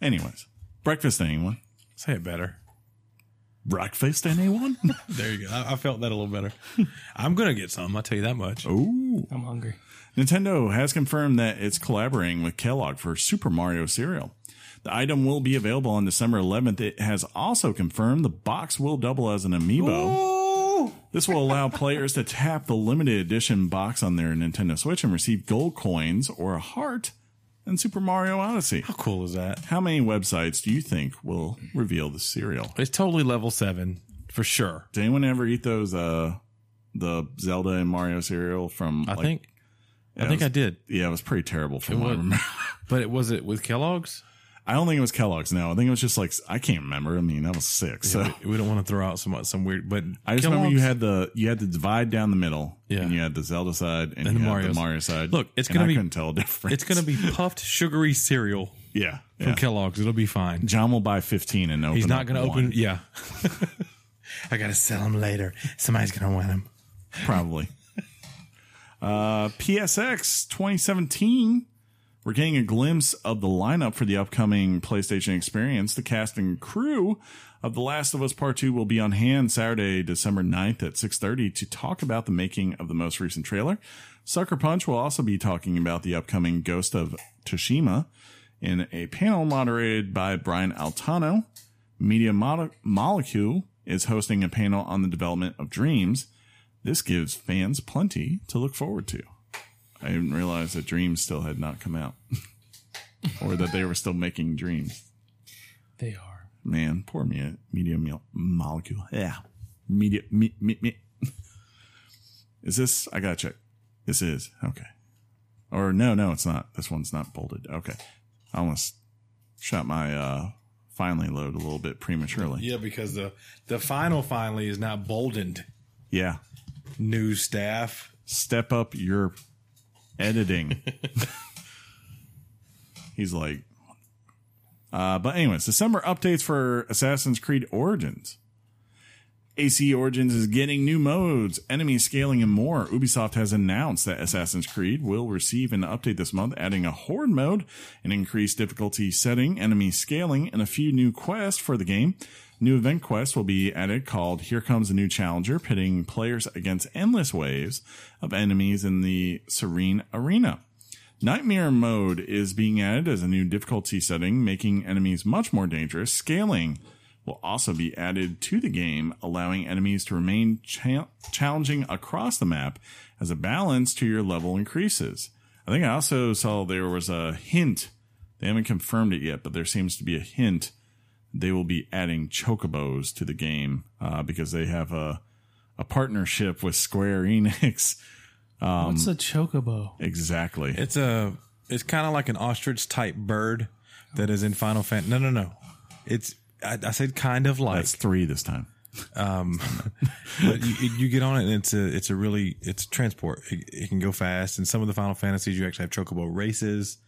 Anyways, breakfast anyone? Say it better. Breakfast anyone? There you go. I, I felt that a little better. I'm gonna get some. I'll tell you that much. Oh. Ooh. I'm hungry. Nintendo has confirmed that it's collaborating with Kellogg for Super Mario cereal. The item will be available on December 11th. It has also confirmed the box will double as an amiibo. This will allow players to tap the limited edition box on their Nintendo Switch and receive gold coins or a heart in Super Mario Odyssey. How cool is that? How many websites do you think will reveal the cereal? It's totally level seven for sure. Did anyone ever eat those uh the Zelda and Mario cereal from I like- think. I think was- I did, yeah, it was pretty terrible from It what I was. remember. but it was it with Kellogg's. I don't think it was Kellogg's. No, I think it was just like I can't remember. I mean, I was sick, so We, we don't want to throw out some some weird. But I just remember you had the you had the divide down the middle, Yeah. and you had the Zelda side and, And you the had Mario the side. Mario side. Look, it's And gonna I be- couldn't tell a difference. It's gonna be puffed sugary cereal yeah. from yeah. Kellogg's. It'll be fine. John will buy fifteen and open. He's not gonna up open. one, Yeah. I gotta sell him later. Somebody's gonna want him. probably. uh, PSX 2017. We're getting a glimpse of the lineup for the upcoming PlayStation experience. The cast and crew of The Last of Us Part 2 will be on hand Saturday, December 9th at 6:30 to talk about the making of the most recent trailer. Sucker Punch will also be talking about the upcoming Ghost of Tsushima in a panel moderated by Brian Altano. Media Mo- Molecule is hosting a panel on the development of Dreams. This gives fans plenty to look forward to. I didn't realize that Dreams still had not come out, or that they were still making Dreams. They are. Man, poor me, media mo- molecule. Yeah, media. Me, me, me. Is this? I gotta check. This is okay. Or no, no, it's not. This one's not bolded. Okay, I almost shot my uh finally load a little bit prematurely. Yeah, because the the final finally is not boldened. yeah. New staff. step up your editing. He's like, uh, but anyways, December updates for Assassin's Creed Origins. AC Origins is getting new modes, enemy scaling, and more. Ubisoft has announced that Assassin's Creed will receive an update this month, adding a horde mode, an increased difficulty setting, enemy scaling, and a few new quests for the game. New event quests will be added called Here Comes a New Challenger, pitting players against endless waves of enemies in the Serene Arena. Nightmare mode is being added as a new difficulty setting, making enemies much more dangerous. Scaling will also be added to the game, allowing enemies to remain cha- challenging across the map as a balance to your level increases. I think I also saw there was a hint. They haven't confirmed it yet, but there seems to be a hint they will be adding chocobos to the game uh, because they have a a partnership with Square Enix. Um, What's a chocobo? exactly. It's a it's kind of like an ostrich type bird that is in Final Fantasy. No, no, no. It's I, I said kind of like, That's three this time. but you, you get on it and it's a it's a really it's transport. It, it can go fast, and some of the Final Fantasies you actually have chocobo races.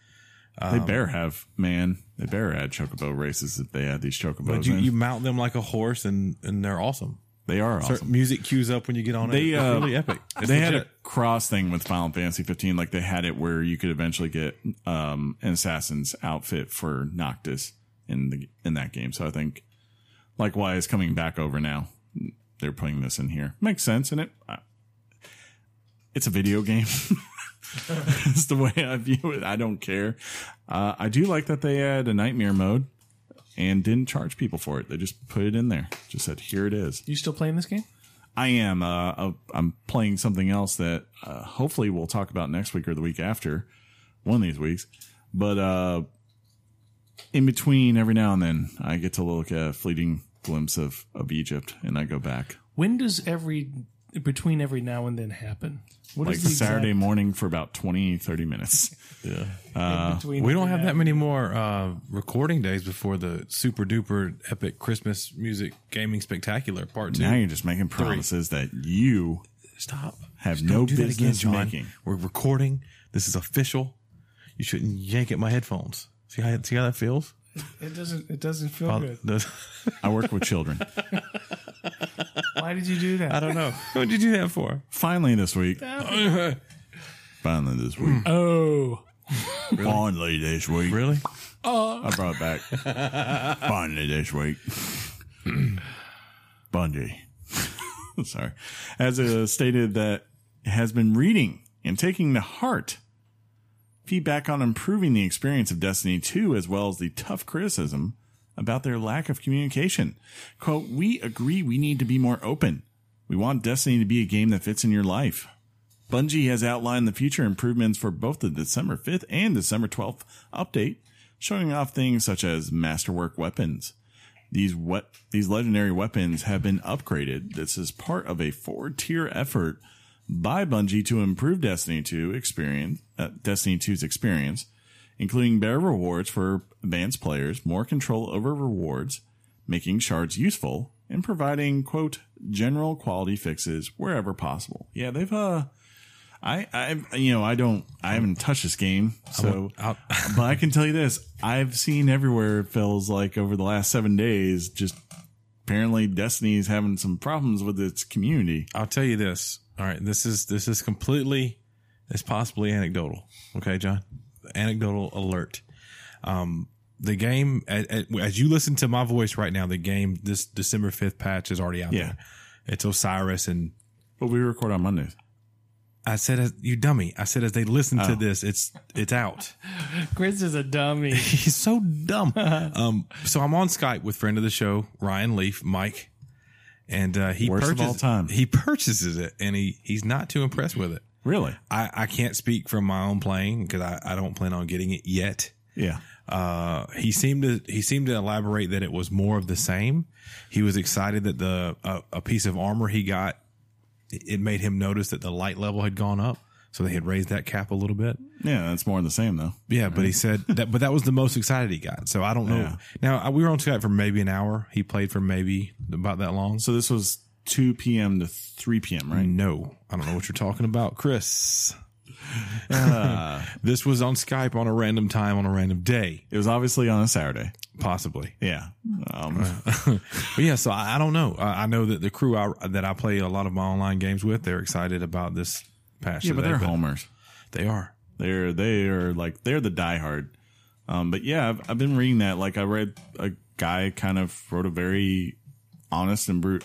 They um, better have, man. They better add chocobo races if they add these chocobos. But you, in. you mount them like a horse, and and they're awesome. they are So awesome. music cues up when you get on They, it. It's uh, really epic. It's they had a legit. cross thing with Final Fantasy 15. Like they had it where you could eventually get um, an assassin's outfit for Noctis in the in that game. So I think likewise coming back over now, they're putting this in here. Makes sense, and it I- it's a video game. That's the way I view it. I don't care. Uh, I do like that they add a nightmare mode and didn't charge people for it. They just put it in there. Just said, "Here it is." You still playing this game? I am. Uh, uh, I'm playing something else that uh, hopefully we'll talk about next week or the week after, one of these weeks. But uh, in between, every now and then, I get to look at a fleeting glimpse of, of Egypt, and I go back When does every between every now and then happen? What like is the exact- Saturday morning for about 20, 30 minutes. uh, between We don't have that many more uh, recording days before the super duper epic Christmas music gaming spectacular part two. now you're just making promises that you Stop. have Just no don't do that business John. making. We're recording This is official. You shouldn't yank at my headphones. See how see how that feels? It doesn't. It doesn't feel Well, good. does- I work with children. Why did you do that? I don't know. what did you do that for? Finally this week. Finally this week. Oh, Finally this week. Really? I brought it back. Finally this week. Bungie. Sorry. As uh, stated that has been reading and taking to heart feedback on improving the experience of Destiny 2 as well as the tough criticism about their lack of communication. Quote, we agree we need to be more open. We want Destiny to be a game that fits in your life. Bungie has outlined the future improvements for both the December 5th and December 12th update, showing off things such as masterwork weapons. These we- these legendary weapons have been upgraded. This is part of a four-tier effort by Bungie to improve Destiny 2 experience, uh, Destiny 2's experience, including better rewards for advanced players, more control over rewards, making shards useful, and providing quote general quality fixes wherever possible. Yeah, they've uh I, I, you know, I don't, I haven't touched this game, so, I'll- but I can tell you this: I've seen everywhere. It feels like over the last seven days, just apparently Destiny's having some problems with its community. I'll tell you this. All right, this is this is completely it's possibly anecdotal. Okay, John. Anecdotal alert. Um the game a- a- as you listen to my voice right now, the game this December 5th patch is already out Yeah. there. It's Osiris and But we record on Mondays. I said as you dummy. I said as they listen to Oh. this, it's it's out. Chris is a dummy. He's so dumb. um so I'm on Skype with friend of the show, Ryan Leaf, Mike. And uh, he Worst of purchases all time. he purchases it and he he's not too impressed with it. Really? I, I can't speak from my own playing because I, I don't plan on getting it yet. Yeah. Uh, he seemed to he seemed to elaborate that it was more of the same. He was excited that the a, a piece of armor he got it made him notice that the light level had gone up, so they had raised that cap a little bit. Yeah, that's more of the same though. Yeah, but he said that, but that was the most excited he got. So I don't know. Yeah. Now I- we were on Skype for maybe an hour. He played for maybe about that long. So this was 2 p.m. to 3 p.m. Right? No, I don't know what you're talking about, Chris. Uh, this was on Skype on a random time on a random day, It was obviously on a Saturday. possibly. Yeah. Um, But yeah, so I, I don't know. I, I know that the crew I, that I play a lot of my online games with, they're excited about this patch. yeah, but today, they're homers. They are. They're they are like they're the diehard. Um, but yeah, I've, I've been reading that. Like I read a guy kind of wrote a very honest and brute,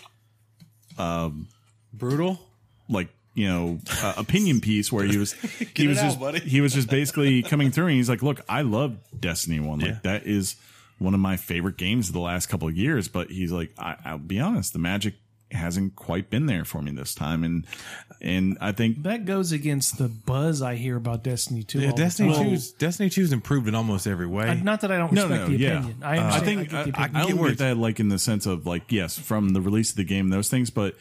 Brutal. like you know, uh, opinion piece where he was he was just he was just basically coming through and he's like, look, I love Destiny One. Like Yeah. that is one of my favorite games of the last couple of years. But he's like, I, I'll be honest, the magic hasn't quite been there for me this time, and and I think that goes against the buzz I hear about Destiny Two. all the Destiny time. 2's, Destiny 2's improved in almost every way. Uh, Not that I don't No, respect no, the yeah. opinion. I, Uh, I understand- think I I, get the I, opinion. I don't words. get that like in the sense of like yes, from the release of the game, those things. But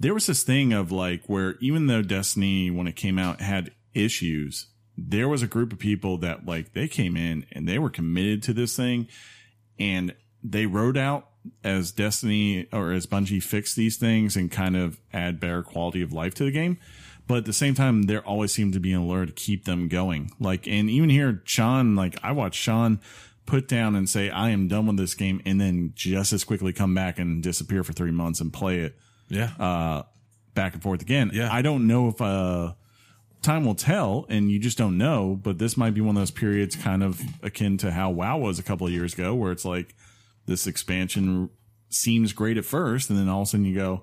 there was this thing of like where even though Destiny when it came out had issues, there was a group of people that like they came in and they were committed to this thing, and they rode out as Destiny or as Bungie fix these things and kind of add better quality of life to the game. But at the same time, there always seemed to be an allure to keep them going. Like, and even here, Sean, like I watched Sean put down and say, I am done with this game. And then just as quickly come back and disappear for three months and play it yeah. uh, back and forth again. Yeah. I don't know if uh, time will tell, and you just don't know. But this might be one of those periods, kind of akin to how WoW was a couple of years ago, where it's like this expansion seems great at first, and then all of a sudden you go,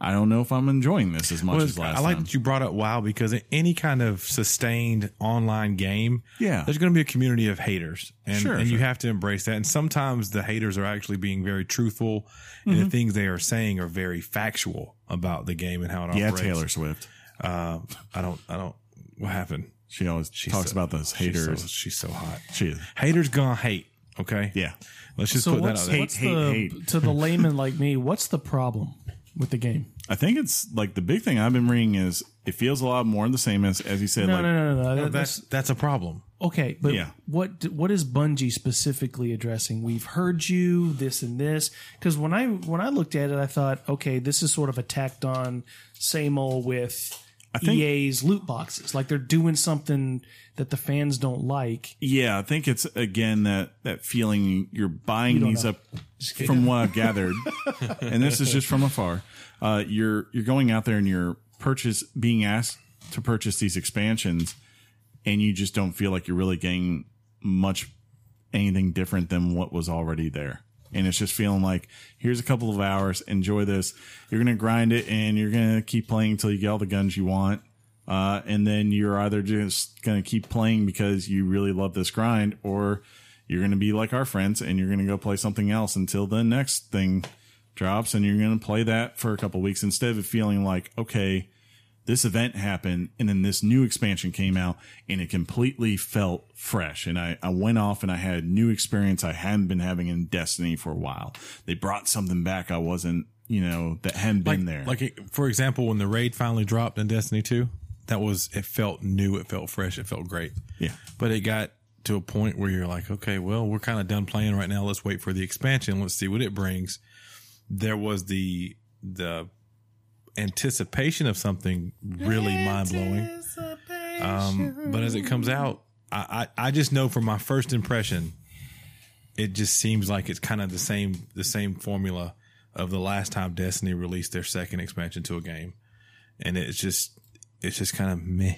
I don't know if I'm enjoying this as much Well, as last I like time. that you brought up WoW because in any kind of sustained online game, Yeah. there's going to be a community of haters, and, Sure, and you sure. have to embrace that. And sometimes the haters are actually being very truthful, and Mm-hmm. the things they are saying are very factual about the game and how it yeah, operates. Taylor Swift. Uh, I don't. I don't. What happened? She always talks so- about those She's so- haters. She's so, hot. she is. Haters gonna hate. Okay. Yeah. Let's just So put that what's, out there. what's Hate, hate, the, hate. to the layman like me? What's the problem with the game? I think it's like the big thing I've been reading is it feels a lot more the same as, as you said, No, like, no, no, no, no. That- That's that's that's a problem. okay, but Yeah. what what is Bungie specifically addressing? We've heard you this and this because when I when I looked at it, I thought, okay, this is sort of a tacked on same old with think- EA's loot boxes. Like they're doing something that the fans don't like. Yeah, I think it's again that that feeling you're buying don't these know. up from what I've gathered, and this is just from afar. Uh, you're you're going out there and you're purchase being asked to purchase these expansions, and you just don't feel like you're really getting much anything different than what was already there. And it's just feeling like here's a couple of hours, enjoy this. You're gonna grind it, and you're gonna keep playing until you get all the guns you want. Uh, and then you're either just going to keep playing because you really love this grind, or you're going to be like our friends and you're going to go play something else until the next thing drops, and you're going to play that for a couple weeks instead of feeling like, okay, this event happened, and then this new expansion came out, and it completely felt fresh. And I, I went off and I had a new experience I hadn't been having in Destiny for a while. They brought something back I wasn't, you know, that hadn't like, been there. Like it, for example, when the raid finally dropped in Destiny Two, that was it felt new, it felt fresh, it felt great. yeah. But it got to a point where you're like, okay, well, we're kind of done playing right now. Let's wait for the expansion. Let's see what it brings. There was the the anticipation of something really mind blowing. Um, but as it comes out, I, I I just know from my first impression, it just seems like it's kind of the same the same formula of the last time Destiny released their second expansion to a game, and it's just it's just kind of meh.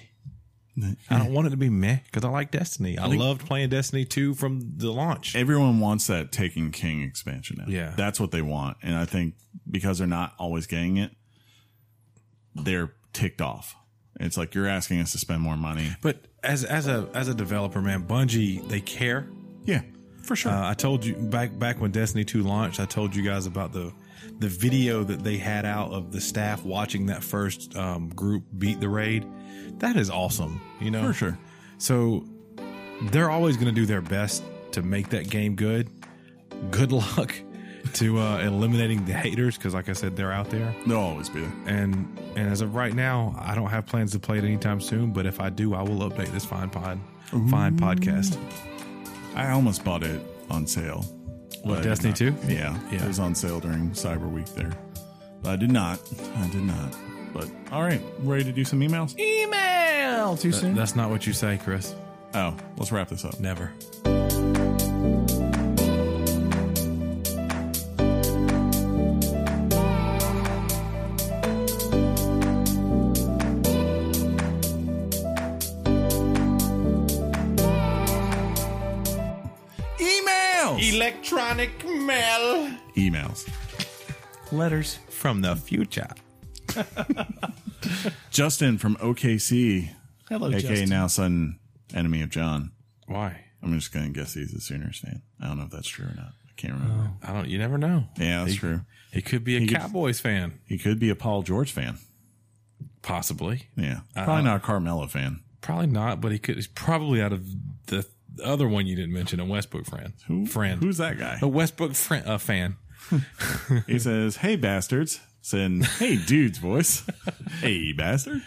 I don't want it to be meh because I like Destiny. I loved playing Destiny two from the launch. everyone wants that Taken King expansion now. Yeah. That's what they want. And I think because they're not always getting it, they're ticked off. It's like you're asking us to spend more money. But as as a as a developer, man, Bungie they care. Yeah, for sure. Uh, I told you back back when Destiny two launched, I told you guys about the the video that they had out of the staff watching that first um, group beat the raid. That is awesome, you know. for sure. So they're always going to do their best to make that game good. Good luck to uh, eliminating the haters because, like I said, they're out there. They'll always be there. And and as of right now, I don't have plans to play it anytime soon. But if I do, I will update this fine pod, fine podcast. I almost bought it on sale. but I did Destiny not. 2? Yeah, Yeah. It was on sale during Cyber Week there. But I did not. I did not. But all right, ready to do some emails? E- Email too soon. That's not what you say, Chris. Oh, let's wrap this up. Never. Emails! Electronic mail E- Emails. Letters. from the future. Justin from OKC, Oh, Hello, aka Justin. now sudden enemy of John. Why? I'm just going to guess he's a Sooners fan. I don't know if that's true or not. I can't remember. I don't. You never know. yeah, that's true. Oh. He could be a could- Cowboys fan, He could be a Paul George fan. possibly. Yeah. Uh-huh. Probably not a Carmelo fan. Probably not, but he could. He's probably out of the other one you didn't mention, a Westbrook friend. Who, Friend. Who's that guy? a Westbrook friend? A fan. Mm-hmm. He says, Hey, bastards. Send, hey, dude's voice. hey, bastard.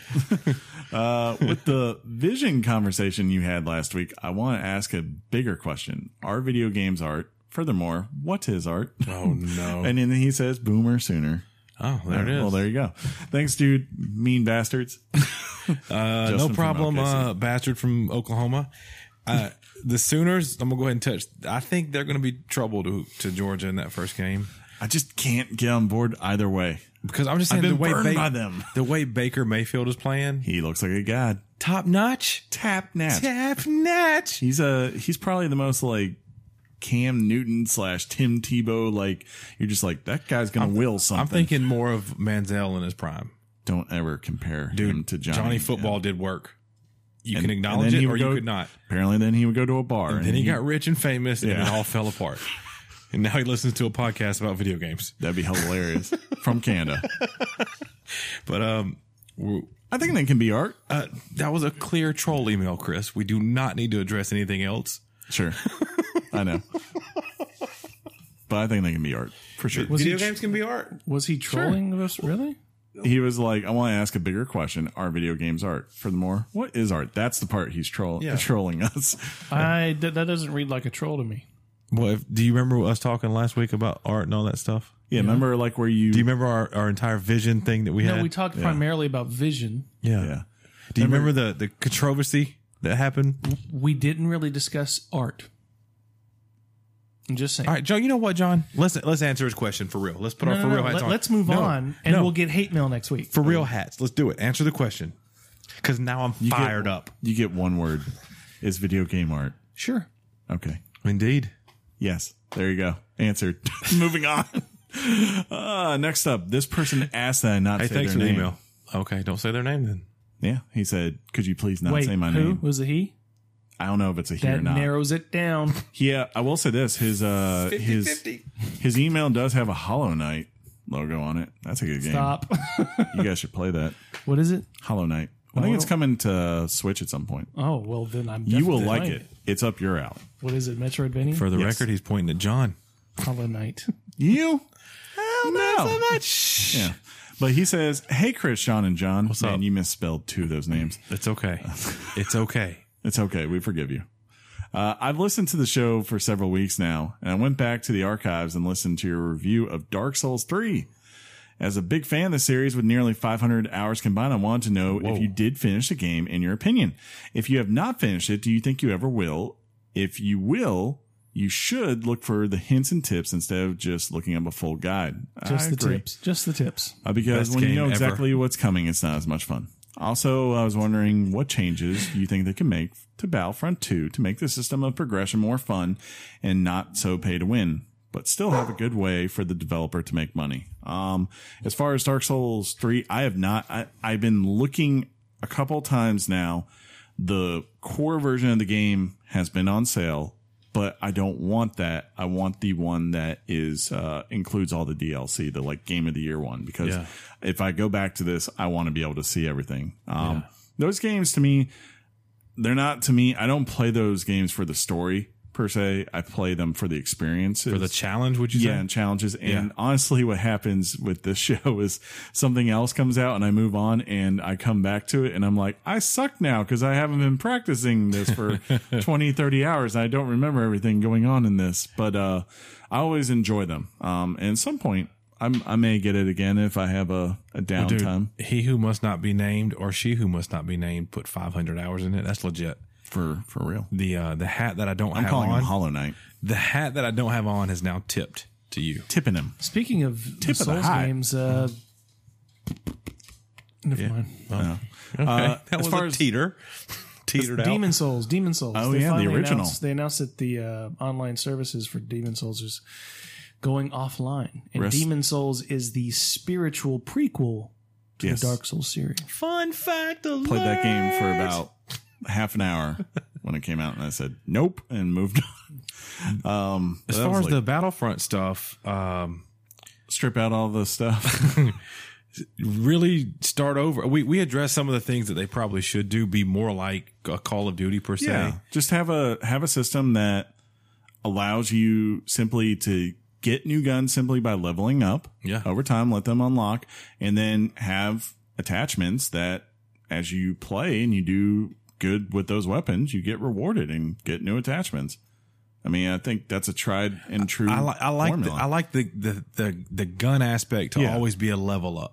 uh, with the vision conversation you had last week, I want to ask a bigger question. Are video games art? Furthermore, what is art? Oh no! And then he says, Boomer sooner. oh, there it is. Well, there you go. Thanks, dude. Mean bastards. Uh, Justin no from problem, OKC. uh, bastard from Oklahoma. Uh, the Sooners, I'm gonna go ahead and touch. I think they're gonna be trouble to to Georgia in that first game I just can't get on board either way. because I'm just I've saying the been way burned Ba- by them. the way Baker Mayfield is playing, He looks like a god. top notch, Tap nap. tap notch. He's a he's probably the most like Cam Newton slash Tim Tebow. Like you're just like that guy's gonna will something. I'm thinking more of Manziel in his prime. Don't ever compare him to Johnny. Johnny, Football did work. You And- can and acknowledge then it he or would you go- could not. Apparently, then he would go to a bar. Then he got rich and famous, and it Yeah. all fell apart. And now he listens to a podcast about video games. that'd be hilarious from Canada. But um, we're- I think that can be art. uh, that was a clear troll email, Chris. We do not need to address anything else. Sure, I know, but I think they can be art for sure. Was he, games can be art. was he trolling us? Really? he was like, I want to ask a bigger question. Are video games art? Furthermore, what is art? That's the part he's troll- Yeah. trolling us. I that, that doesn't read like a troll to me. Well, if, do you remember us talking last week about art and all that stuff? Yeah, remember like where you, Do you remember our, our entire vision thing that we had? No, we talked Yeah. primarily about vision. yeah. yeah. Do you remember, the, the controversy that happened? We didn't really discuss art. I'm just saying. All right, Joe, you know what, John? Let's let's answer his question for real. Let's put No, our no, for no, real hats let- on. Let's move No, on, and no. we'll get hate mail next week. for real hats. Let's do it. Answer the question. Because now I'm get- fired up. You get one word. It's video game art. Sure. Okay. Indeed. Yes. There you go. Answered. Moving on. Uh, next up, this person asked that I not Hey, say thanks their for the name. email. Okay, don't say their name then. Yeah, he said, "Could you please not Wait, say my who name?" was it? He I don't know if it's a he or that not. narrows it down. Yeah, I will say this: his uh, his his email does have a Hollow Knight logo on it. That's a good game. Stop. You guys should play that what is it? Hollow Knight. I think it's coming to Switch at some point. Oh well, then I'm. You will definitely like playing it. It's up your alley. What is it? Metroidvania. For the Yes. record, he's pointing at John. Hollow Knight. You? Hell no. so much. Yeah. But he says, Hey, Chris, Sean, and John. What's up? you misspelled two of those names. It's okay. it's okay. It's okay. We forgive you. Uh, I've listened to the show for several weeks now, and I went back to the archives and listened to your review of Dark Souls 3. As a big fan of the series with nearly 500 hours combined, I wanted to know if you did finish the game in your opinion. If you have not finished it, do you think you ever will? If you will, you should look for the hints and tips instead of just looking up a full guide. Just I the agree. tips. Just the tips. Uh, because Best when you game know ever. exactly what's coming, it's not as much fun. Also, I was wondering what changes you think they can make to Battlefront 2 to make the system of progression more fun and not so pay to win, but still have a good way for the developer to make money. Um, as far as Dark Souls 3, I have not, I, I've been looking a couple times now. The core version of the game has been on sale, but I don't want that. I want the one that is, uh, includes all the DLC, the like game of the year one, because Yeah. if I go back to this, I want to be able to see everything. Um, Those games to me, they're not to me. I don't play those games for the story per se. I play them for the experiences, For the challenge, would you yeah, say? and challenges. And honestly, what happens with this show is something else comes out, and I move on, and I come back to it, and I'm like, I suck now because I haven't been practicing this for 20, 30 hours. I don't remember everything going on in this, but uh, I always enjoy them. Um, and at some point. I'm, I may get it again if I have a, a Dude, downtime. he who must not be named or she who must not be named put 500 hours in it. That's legit. for for real. The uh, the hat that I don't I'm have calling on, him Hollow Knight, the hat that I don't have on has now tipped to you. tipping him. Speaking of the Tip of the Souls hat. games, uh, never mind. Uh, that as was far a as- teeter. Teetered out. Demon Souls, Demon Souls. Oh, yeah, the finally original. Announced, they announced that the uh, online services for Demon Souls is going offline, and Rest- Demon Souls is the spiritual prequel to Yes. the Dark Souls series. Fun fact alert. Played that game for about half an hour when it came out, and I said nope and moved on. Um, As that far was as like, the Battlefront stuff, um, strip out all the stuff, really start over. We we address some of the things that they probably should do. Be more like a Call of Duty per se. just have a have a system that allows you simply to get new guns simply by leveling up. Yeah. over time, let them unlock, and then have attachments that as you play and you do good with those weapons, you get rewarded and get new attachments. I mean, I think that's a tried and true. I like I like the, formula. I like the, the the the gun aspect to Yeah. Mm-hmm. always be a level up.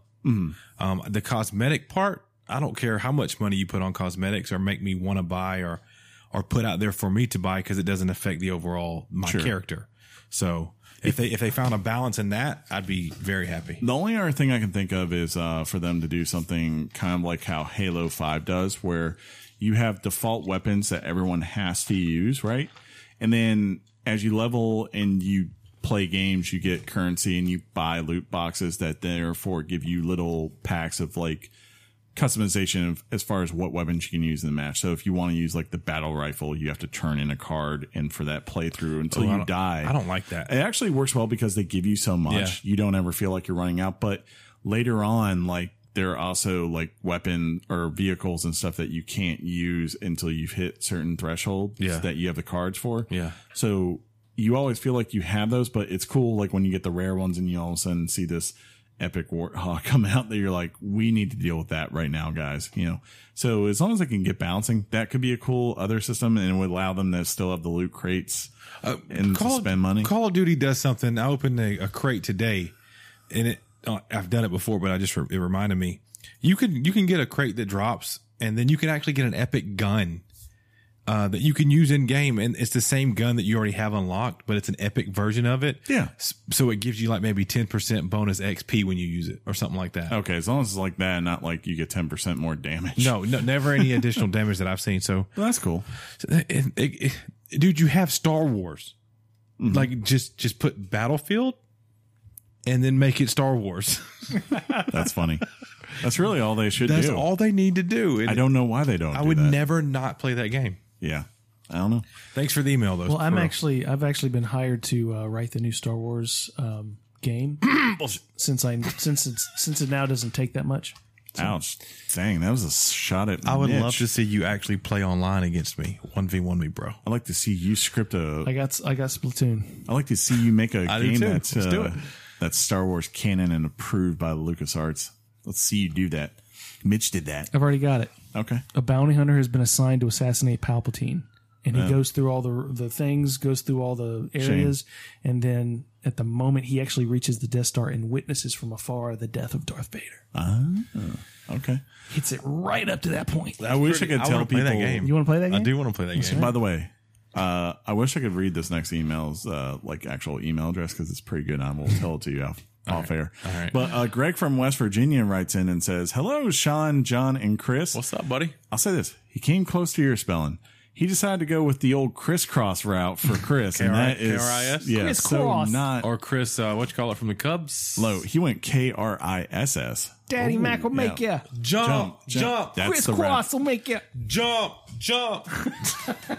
Um, the cosmetic part, I don't care how much money you put on cosmetics or make me want to buy or or put out there for me to buy because it doesn't affect the overall my Sure. character. So if they if they found a balance in that, I'd be very happy. The only other thing I can think of is uh, for them to do something kind of like how Halo 5 does, where you have default weapons that everyone has to use, right? And then as you level and you play games, you get currency and you buy loot boxes that therefore give you little packs of like customization of as far as what weapons you can use in the match. So if you want to use like the battle rifle, you have to turn in a card and for that playthrough until I you don't- die. I don't like that. It actually works well because they give you so much. You don't ever feel like you're running out. But later on, like there are also like weapon or vehicles and stuff that you can't use until you've hit certain thresholds Yeah. that you have the cards for. Yeah. So you always feel like you have those, but it's cool. Like when you get the rare ones and you all of a sudden see this epic warthog come out that you're like, we need to deal with that right now, guys. You know, so as long as I can get balancing, that could be a cool other system and it would allow them to still have the Uh, loot crates and to spend money. Call of Duty does something. I opened a, a crate today and it uh, I've done it before, but I just re- it reminded me you can you can get a crate that drops, and then you can actually get an epic gun uh, that you can use in game, and it's the same gun that you already have unlocked, but it's an epic version of it. Yeah. S- so it gives you like maybe ten percent bonus XP when you use it, or something like that. Okay, as long as it's like that, and not like you get ten percent more damage. No, no, never any additional damage that I've seen. So, Well, that's cool. it, it, it- dude, you have Star Wars. Mm-hmm. Like just just put Battlefield, and then make it Star Wars. That's funny. that's really all they should That's do. all they need to do. And I don't know why they don't. I do would that. never not play that game. Yeah, I don't know. Thanks for the email, though. Well, I'm For- actually I've actually been hired to uh, write the new Star Wars um, game since I since it's since it now doesn't take that much. Ouch! Dang, that was a shot at. I would Mitch. love to see you actually play online against me, one v one me, bro. I'd like to see you script a. I got I got Splatoon. I'd like to see you make a I do game too. that's Let's uh, do it. that's Star Wars canon and approved by LucasArts. Let's see you do that. Mitch did that. I've already got it. Okay. A bounty hunter has been assigned to assassinate Palpatine, and he goes through all the the things, goes through all the areas, and then at the moment he actually reaches the Death Star and witnesses from afar the death of Darth Vader. Okay. Hits it right up to that point. I wish I could I tell wanna people. play that game. You want to play that game? I do want to play that game. By the way, uh, I wish I could read this next email's uh, like actual email address because it's pretty good. and I will tell it to you off, off air. right. But uh, Greg from West Virginia writes in and says, "Hello, Sean, John, and Chris. What's up, buddy? I'll say this: he came close to your spelling. He decided to go with the old crisscross route for Chris, and that is K-R-I-S? yeah, so Crisscross. not Or Chris, uh, what you call it from the Cubs? low. He went K R I S S. Daddy Mac will make ya. Jump, jump, jump, jump. That's Chris the route. Cross will make ya. jump. jump.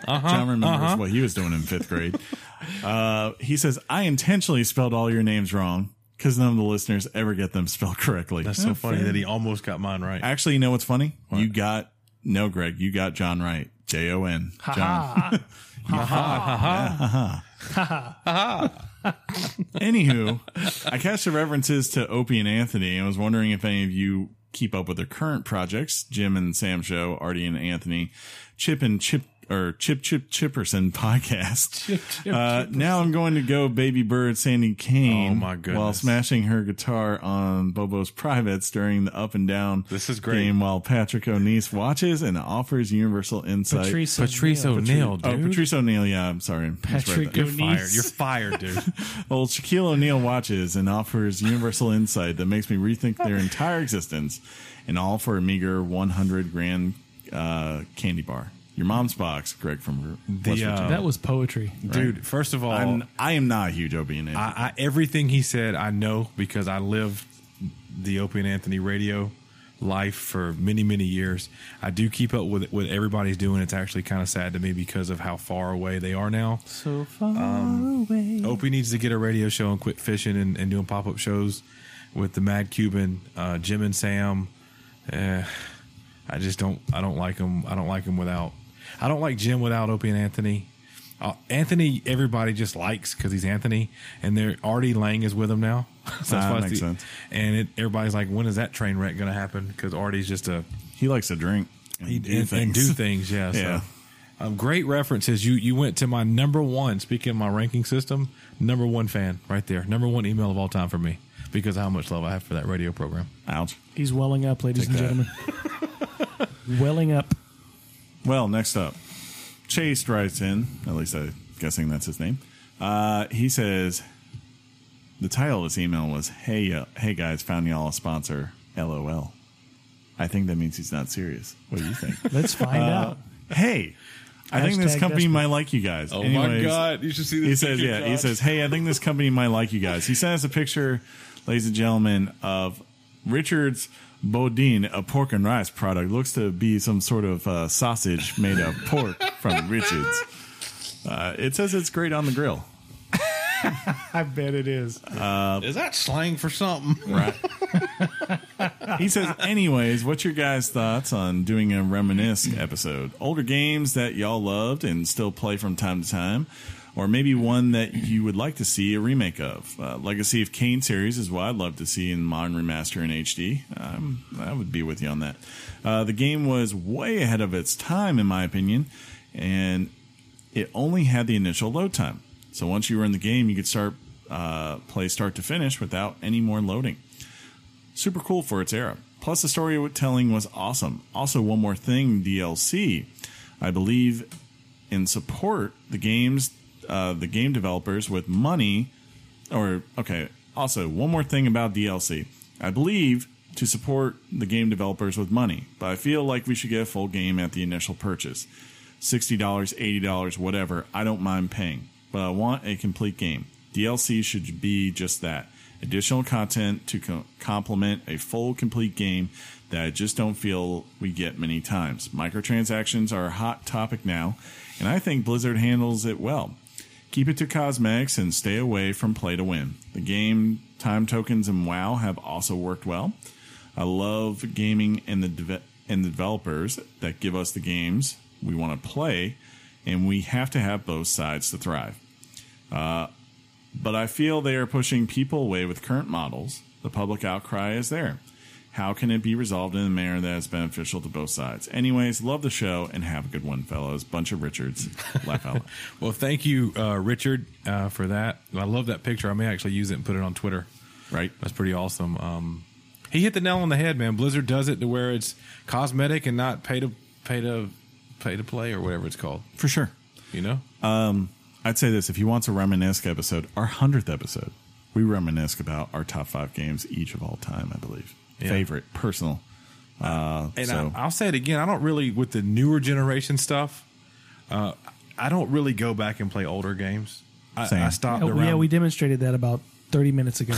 John remembers Uh-huh. what he was doing in fifth grade. uh, he says, I intentionally spelled all your names wrong because none of the listeners ever get them spelled correctly. Oh, That's so funny that he almost got mine right. Actually, you know what's funny? You got, no, Greg, you got John right. J O N. John. Ah, Anywho, I catch the references to Opie and Anthony and was wondering if any of you keep up with their current projects. Jim and Sam Show, Artie and Anthony, Chip and Chip or Chip Chip Chipperson podcast. uh, now I'm going to go baby bird Sandy Kane Oh, my goodness. while smashing her guitar on Bobo's privates during the up and down This is great. game while Patrick O'Neese watches and offers universal insight. Patrice, Patrice O'Neal. O'Neill, Oh, dude. Patrice O'Neill. Yeah, I'm sorry. misread Patrick that. You're fired. O'Neese. You're fired, dude. Well, Shaquille O'Neal watches and offers universal insight that makes me rethink their entire existence, and all for a meager 100 grand uh, candy bar. Your mom's box, Greg from West The, uh, Virginia. That was poetry. Dude, first of all, I'm, I am not a huge Obi and Anthony. I, I, everything he said, I know because I lived the Opie and Anthony radio life for many, many years. I do keep up with what everybody's doing. It's actually kind of sad to me because of how far away they are now. So far Um, away. Opie needs to get a radio show and quit fishing and, and doing pop up shows with the Mad Cuban, uh, Jim and Sam. Eh, I just don't. I don't like him. I don't like him without. I don't like Jim without Opie and Anthony. Uh, Anthony, everybody just likes because he's Anthony, and they're already Lang is with him now. so that's Ah, why I makes see- sense. And it, everybody's like, when is that train wreck going to happen? Because Artie's just a he likes to drink and and, and do things. Yeah. So. Yeah. Um, great references. You you went to my number one. Speaking of my ranking system, number one fan right there. Number one email of all time for me because of how much love I have for that radio program. Ouch. He's welling up, ladies and gentlemen. welling up. Well, next up, Chase writes in. At least I'm guessing that's his name. Uh, he says the title of this email was "Hey, uh, hey guys, found y'all a sponsor." LOL. I think that means he's not serious. What do you think? Let's find Uh, out. hey, I think this Hashtag company desperate. might like you guys. Oh You should see He says, yeah. He says, hey, I think this company might like you guys. He sent us a picture, ladies and gentlemen, of Richard's Bodine, a pork and rice product. Looks to be some sort of uh, sausage made of pork from Richard's. Uh, it says it's great on the grill. I bet it is. is that slang for something? Right. he says, anyways, what's your guys' thoughts on doing a reminisce episode? Older games that y'all loved and still play from time to time, or maybe one that you would like to see a remake of. Uh, Legacy of Kane series is what I'd love to see in modern remaster in HD. Um, I would be with you on that. Uh, the game was way ahead of its time, in my opinion, and it only had the initial load time. So once you were in the game, you could start uh, uh, play start to finish without any more loading. Super cool for its era. Plus, the storytelling was awesome. Also, one more thing DLC. I believe in support the games, uh, the game developers with money or okay. Also, one more thing about DLC. I believe to support the game developers with money, but I feel like we should get a full game at the initial purchase. $60, $80, whatever. I don't mind paying, but I want a complete game. DLC should be just that. Additional content to co- complement a full complete game that I just don't feel we get many times. Microtransactions are a hot topic now, and I think Blizzard handles it well. Keep it to cosmetics and stay away from play to win. The game, time tokens, and WoW have also worked well. I love gaming and the deve- and the developers that give us the games we want to play, and we have to have both sides to thrive. Uh, but I feel they are pushing people away with current models. The public outcry is there. How can it be resolved in a manner that is beneficial to both sides? Anyways, love the show and have a good one, fellas. Bunch of Richards, laugh out loud. Well, thank you, uh, Richard, uh, for that. I love that picture. I may actually use it and put it on Twitter. right? That's pretty awesome. Um, he hit the nail on the head, man. Blizzard does it to where it's cosmetic and not pay to pay to pay to play or whatever it's called. For sure. You know, Um, I'd say this if you want to reminisce episode, our 100th episode, we reminisce about our top five games each of all time, I believe. Favorite, personal. Uh, and so, I, I'll say it again. I don't really with the newer generation stuff. Uh, I don't really go back and play older games. I, Same. I stopped Oh, around. yeah, we demonstrated that about 30 minutes ago.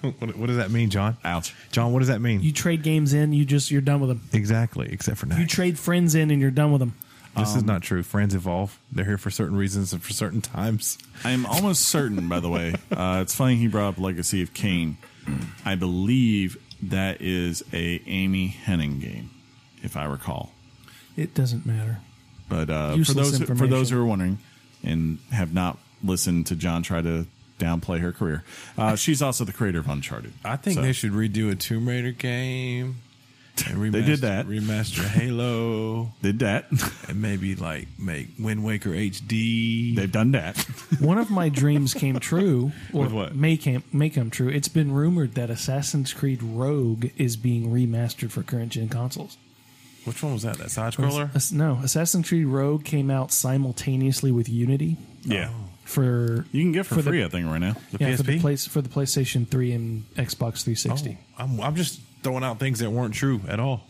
what, what does that mean, John? ouch. John, what does that mean? you trade games in, you just you're done with them. exactly. Except for now, You um, trade friends in, and you're done with them. this is not true. Friends evolve. They're here for certain reasons and for certain times. I'm almost certain, by the way. Uh, it's funny he brought up Legacy of Kain. I believe that is a Amy Henning game, if I recall. It doesn't matter. But uh, for Useless those for information. those who are wondering and have not listened to John try to downplay her career, uh, she's also the creator of Uncharted. I think So- they should redo a Tomb Raider game. And remaster, They did that. Remaster Halo did that. and maybe like make Wind Waker HD. They've done that. One of my dreams came true, or With what? may came, may come true. It's been rumored that Assassin's Creed Rogue is being remastered for current gen consoles. Which one was that? That side scroller? Ass- No, Assassin's Creed Rogue came out simultaneously with Unity yeah. for You can get for, For the- free, I think, right now. The yeah, for the PSP? place for the PlayStation 3 and Xbox 360. Oh. Oh, I'm, I'm just throwing out things that weren't true at all.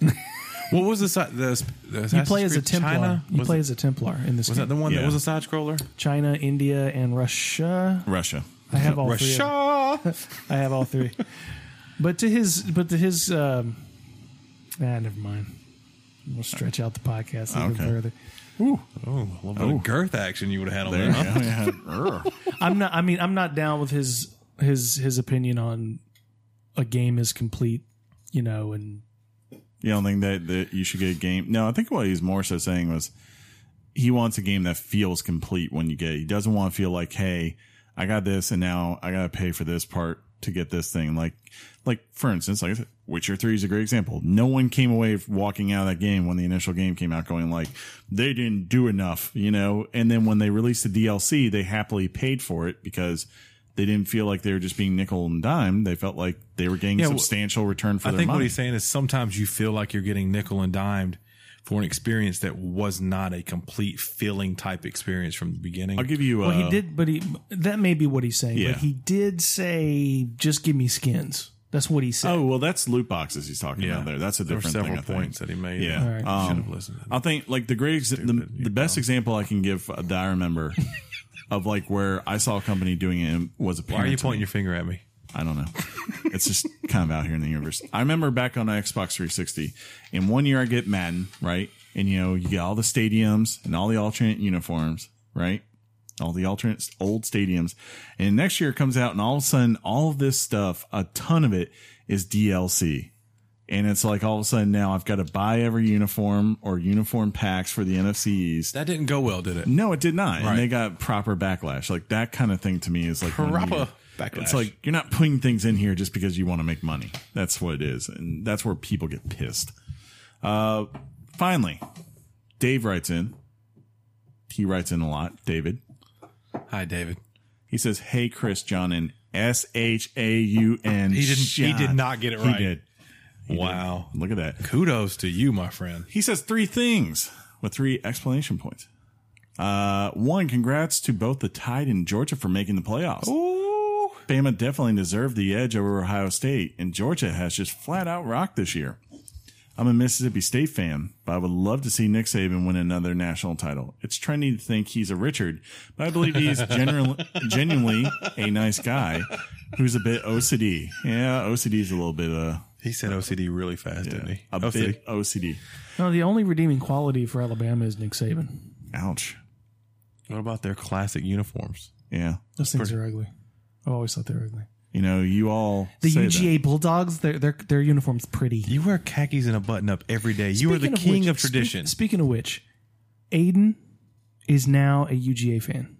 what was the side? The, the you play as a Templar. China? You was, play as a Templar in this was game. that the one Yeah. that was a side scroller? China, India, and Russia. Russia. I have all three. of them. Russia. I have all three. but to his, but to his, um, ah, never mind. We'll stretch out the podcast even Okay. further. Oh, a little bit of girth action you would have had on There there. you huh? go. Yeah. Urgh. I'm not. I mean, I'm not down with his his his opinion on a game is complete. You know, and You don't think that, that you should get a game? No, I think what he's more so saying was he wants a game that feels complete when you get it. He doesn't want to feel like, hey, I got this and now I got to pay for this part to get this thing. Like, like for instance, like I said, Witcher 3 is a great example. No one came away walking out of that game when the initial game came out going like, they didn't do enough, you know? And then when they released the DLC, they happily paid for it because they didn't feel like they were just being nickel and dime. They felt like they were getting Yeah, well, substantial return for I their think money. what he's saying is sometimes you feel like you're getting nickel and dimed for an experience that was not a complete feeling type experience from the beginning. I'll give you. well, uh, he did. But he that may be what he's saying. Yeah. But he did say, "Just give me skins." That's what he said. Oh well, that's loot boxes he's talking Yeah. about there. That's a There were different several thing. I think. points that he made. Yeah, All right. Um, Should have listened. I think like the great, exa- the, Stupid, you the best example I can give that I remember of like where I saw a company doing it was a. Why are you pointing your finger at me? I don't know. It's just kind of out here in the universe. I remember back on Xbox 360, in one year I get Madden, right? And you know, you get all the stadiums and all the alternate uniforms, right? All the alternate old stadiums. And next year it comes out and all of a sudden all of this stuff, a ton of it is DLC. And it's like all of a sudden now I've got to buy every uniform or uniform packs for the NFC East. That didn't go well, did it? No, it did not. Right. And they got proper backlash. Like that kind of thing to me is like when Proper you- backlash. It's like you're not putting things in here just because you want to make money. That's what it is, and that's where people get pissed. Uh, finally, Dave writes in. He writes in a lot. David. Hi, David. He says, "Hey, Chris, John, and S H A U N. He didn't- he did not get it right. He did. Wow. Look at that. Kudos to you, my friend. He says three things with three explanation points. Uh, one, congrats to both the Tide and Georgia for making the playoffs. Bama definitely deserved the edge over Ohio State, and Georgia has just flat out rocked this year. I'm a Mississippi State fan, but I would love to see Nick Saban win another national title. It's trendy to think he's a Richard, but I believe he's general, genuinely a nice guy who's a bit OCD. Yeah, OCD's a little bit uh, He said OCD really fast, didn't he? a OCD. bit OCD. No, the only redeeming quality for Alabama is Nick Saban. Ouch. What about their classic uniforms? Yeah. Those things are ugly. I've always thought they were ugly. You know, you all The say UGA Bulldogs, their their their uniform's pretty. You wear khakis and a button up every day. you are the Speaking king which- of tradition. spe- speaking of which, Aiden is now a UGA fan.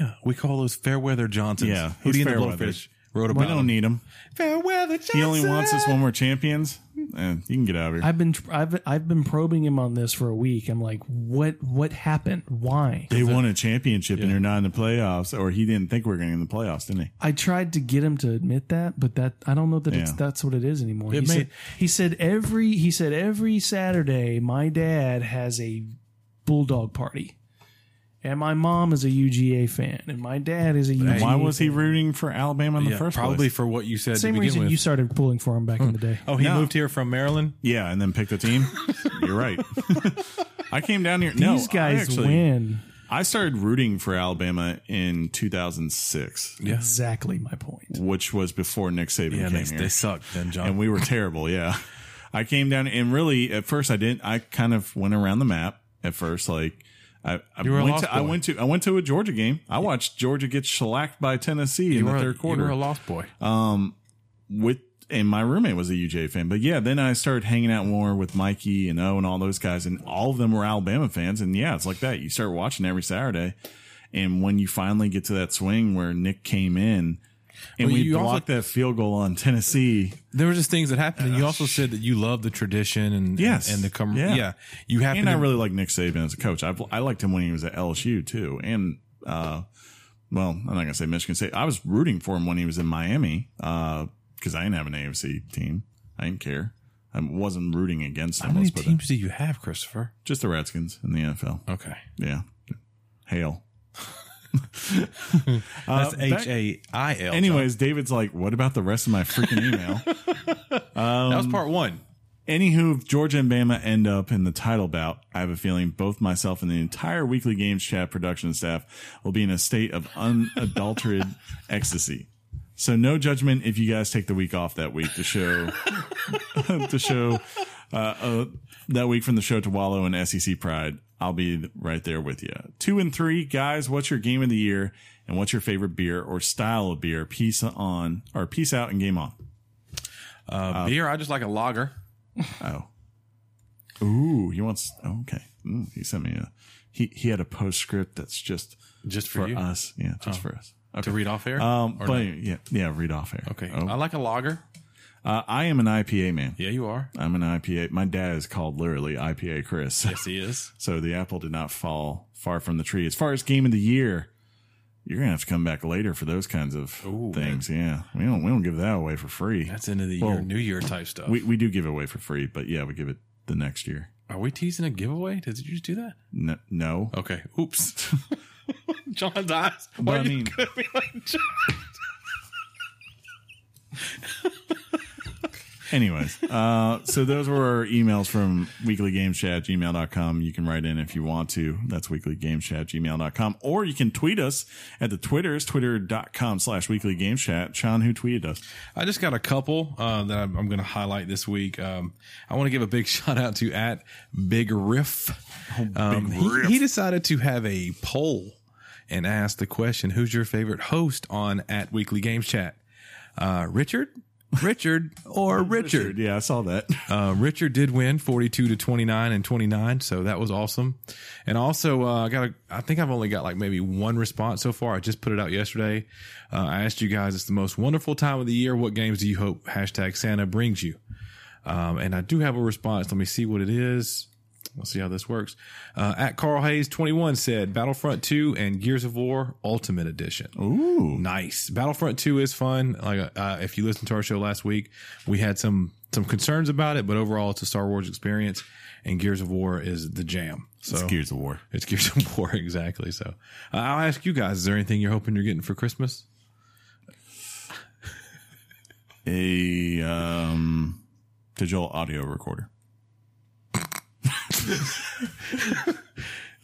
yeah, we call those fair weather Johnsons. Yeah, Hootie he's and the fair weather. Blowfish wrote That. We about don't need him. fair weather Johnson. He only wants us when we're champions. Eh, you can get out of here. I've been tr- I've I've been probing him on this for a week. I'm like, what what happened? Why? they won a championship and they're not in the playoffs, or he didn't think we were going to in the playoffs, didn't he? I tried to get him to admit that, but that I don't know that it's Yeah. that's what it is anymore. It he, may- said, he said every he said every Saturday my dad has a bulldog party, and my mom is a UGA fan, and my dad is a UGA. Why was he rooting for Alabama in the Yeah, first probably place? for what you said same to begin reason with. you started pulling for him back in the day? oh, he No. moved here from Maryland. Yeah, and then picked a team. You're right. I came down here. no, These guys I actually, win. I started rooting for Alabama in 2006, Yeah. Exactly my point. which was before Nick Saban Yeah, came they, here. they sucked. Then John, and we were terrible. Yeah, I came down and really at first I didn't. I kind of went around the map at first. Like I, I were a went lost to I boy. went to I went to a Georgia game. I watched Georgia get shellacked by Tennessee in the were- third quarter You were a lost boy. with and my roommate was a UJ fan. But yeah, then I started hanging out more with Mikey and O and all those guys, and all of them were Alabama fans. And yeah, it's like that. You start watching every Saturday, and when you finally get to that swing where Nick came in. And Well, we you also- blocked that field goal on Tennessee. there were just things that happened. And you also said that you love the tradition and Yes. and, the com- yeah. Yeah. You happen And I to really like Nick Saban as a coach. I I liked him when he was at LSU too, and uh, well, I'm not gonna say Michigan State. I was rooting for him when he was in Miami because I didn't have an AFC team. I didn't care. I wasn't rooting against him. how many let's put it- teams do you have, Christopher? Just the Redskins in the NFL. Okay, Yeah, hail. that's back- H A I L. Anyways, David's like, what about the rest of my freaking email? that Um, was part one. Anywho, if Georgia and Bama end up in the title bout, I have a feeling both myself and the entire weekly games chat production staff will be in a state of unadulterated ecstasy. So no judgment if you guys take the week off that week to show to show uh, uh, that week from the show to wallow in SEC E pride. I'll be right there with you. Two and three guys. What's your game of the year and what's your favorite beer or style of beer? Peace on or peace out and game on. Uh, beer, I just like a lager. Oh. Ooh, he wants. Oh, okay. Mm, he sent me a. He he had a postscript that's just Just for for you? us. Yeah, just for us. To Okay. read off air? Um, Or but not? yeah, yeah. Read off here. okay. Oh. I like a lager. Uh, I am an IPA man. Yeah, you are. I'm an IPA. My dad is called literally IPA Chris. Yes, he is. So the apple did not fall far from the tree. As far as game of the year, you're gonna have to come back later for those kinds of Ooh, things. Yeah, we don't we don't give that away for free. That's end of the year, Well, New Year type stuff. we we do give it away for free, but yeah, we give it the next year. are we teasing a giveaway? Did you just do that? No, no. Okay. Oops. John's eyes. Why But I are you mean- gonna be like John? Anyways, uh, so those were our emails from weeklygameschat gmail.com. You can write in if you want to. That's weeklygameschat gmail.com. Or you can tweet us at the Twitters, twitter.com slash weeklygameschat. Sean, who tweeted us? I just got a couple uh, that I'm, I'm going to highlight this week. Um, I want to give a big shout out to at Big Riff. Um, he- He, decided to have a poll and ask the question: Who's your favorite host on at Weekly Games Chat? Uh, Richard, Richard, or Richard? Yeah, I saw that. Uh, Richard did win 42 to 29 and 29, so that was awesome. And also, uh, I got a, I think I've only got like maybe one response so far. I just put it out yesterday. Uh, I asked you guys, it's the most wonderful time of the year. What games do you hope hashtag Santa brings you? Um, and I do have a response. Let me see what it is. We'll see how this works. Uh, at Carl Hayes 21 said Battlefront 2 and Gears of War Ultimate Edition. Ooh. Nice. Battlefront 2 is fun. Like uh, if you listened to our show last week, we had some some concerns about it, but overall it's a Star Wars experience and Gears of War is the jam. So It's Gears of War. it's Gears of War exactly. So uh, I'll ask you guys, is there anything you're hoping you're getting for Christmas? A um, digital audio recorder.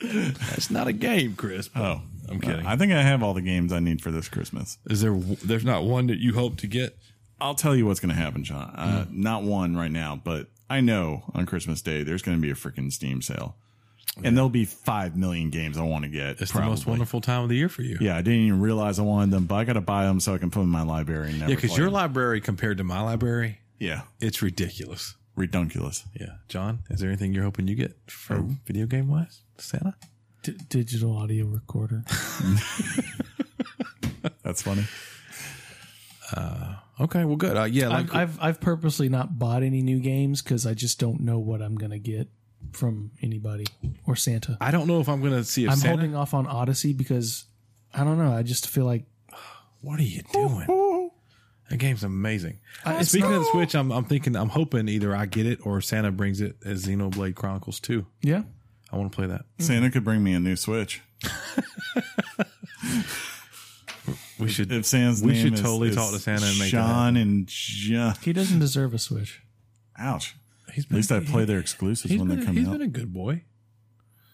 That's not a game, Chris. Oh, I'm kidding. I think I have all the games I need for this Christmas. Is there there's not one that you hope to get? I'll tell you what's going to happen, John. Uh, Hmm. Not one right now, but I know on Christmas Day there's going to be a freaking Steam sale, and there'll be five million games I want to get. It's the most probably. wonderful time of the year for you. Yeah, I didn't even realize I wanted them, but I got to buy them so I can put them in my library. And never Yeah, because play your them. library compared to my library, yeah, it's ridiculous. redunculous. Yeah. John, is there anything you're hoping you get from video game wise? Santa? D- digital audio recorder. That's funny. Okay, well good. Uh, yeah, like I've, I've I've purposely not bought any new games because I just don't know what I'm gonna get from anybody or Santa. I don't know if I'm gonna see if I'm Santa holding off on Odyssey because I don't know. I just feel like What are you doing? That game's amazing. I- Uh, it's Speaking not- of the Switch, I'm, I'm thinking, I'm hoping either I get it or Santa brings it as Xenoblade Chronicles 2. yeah. I want to play that. Santa could bring me a new Switch We should. if Santa's We name should is- totally is talk to Santa and make that Sean and John. He doesn't deserve a Switch. Ouch. he's At least I play there. their exclusives He's when been, they a- come he's out. been a good boy.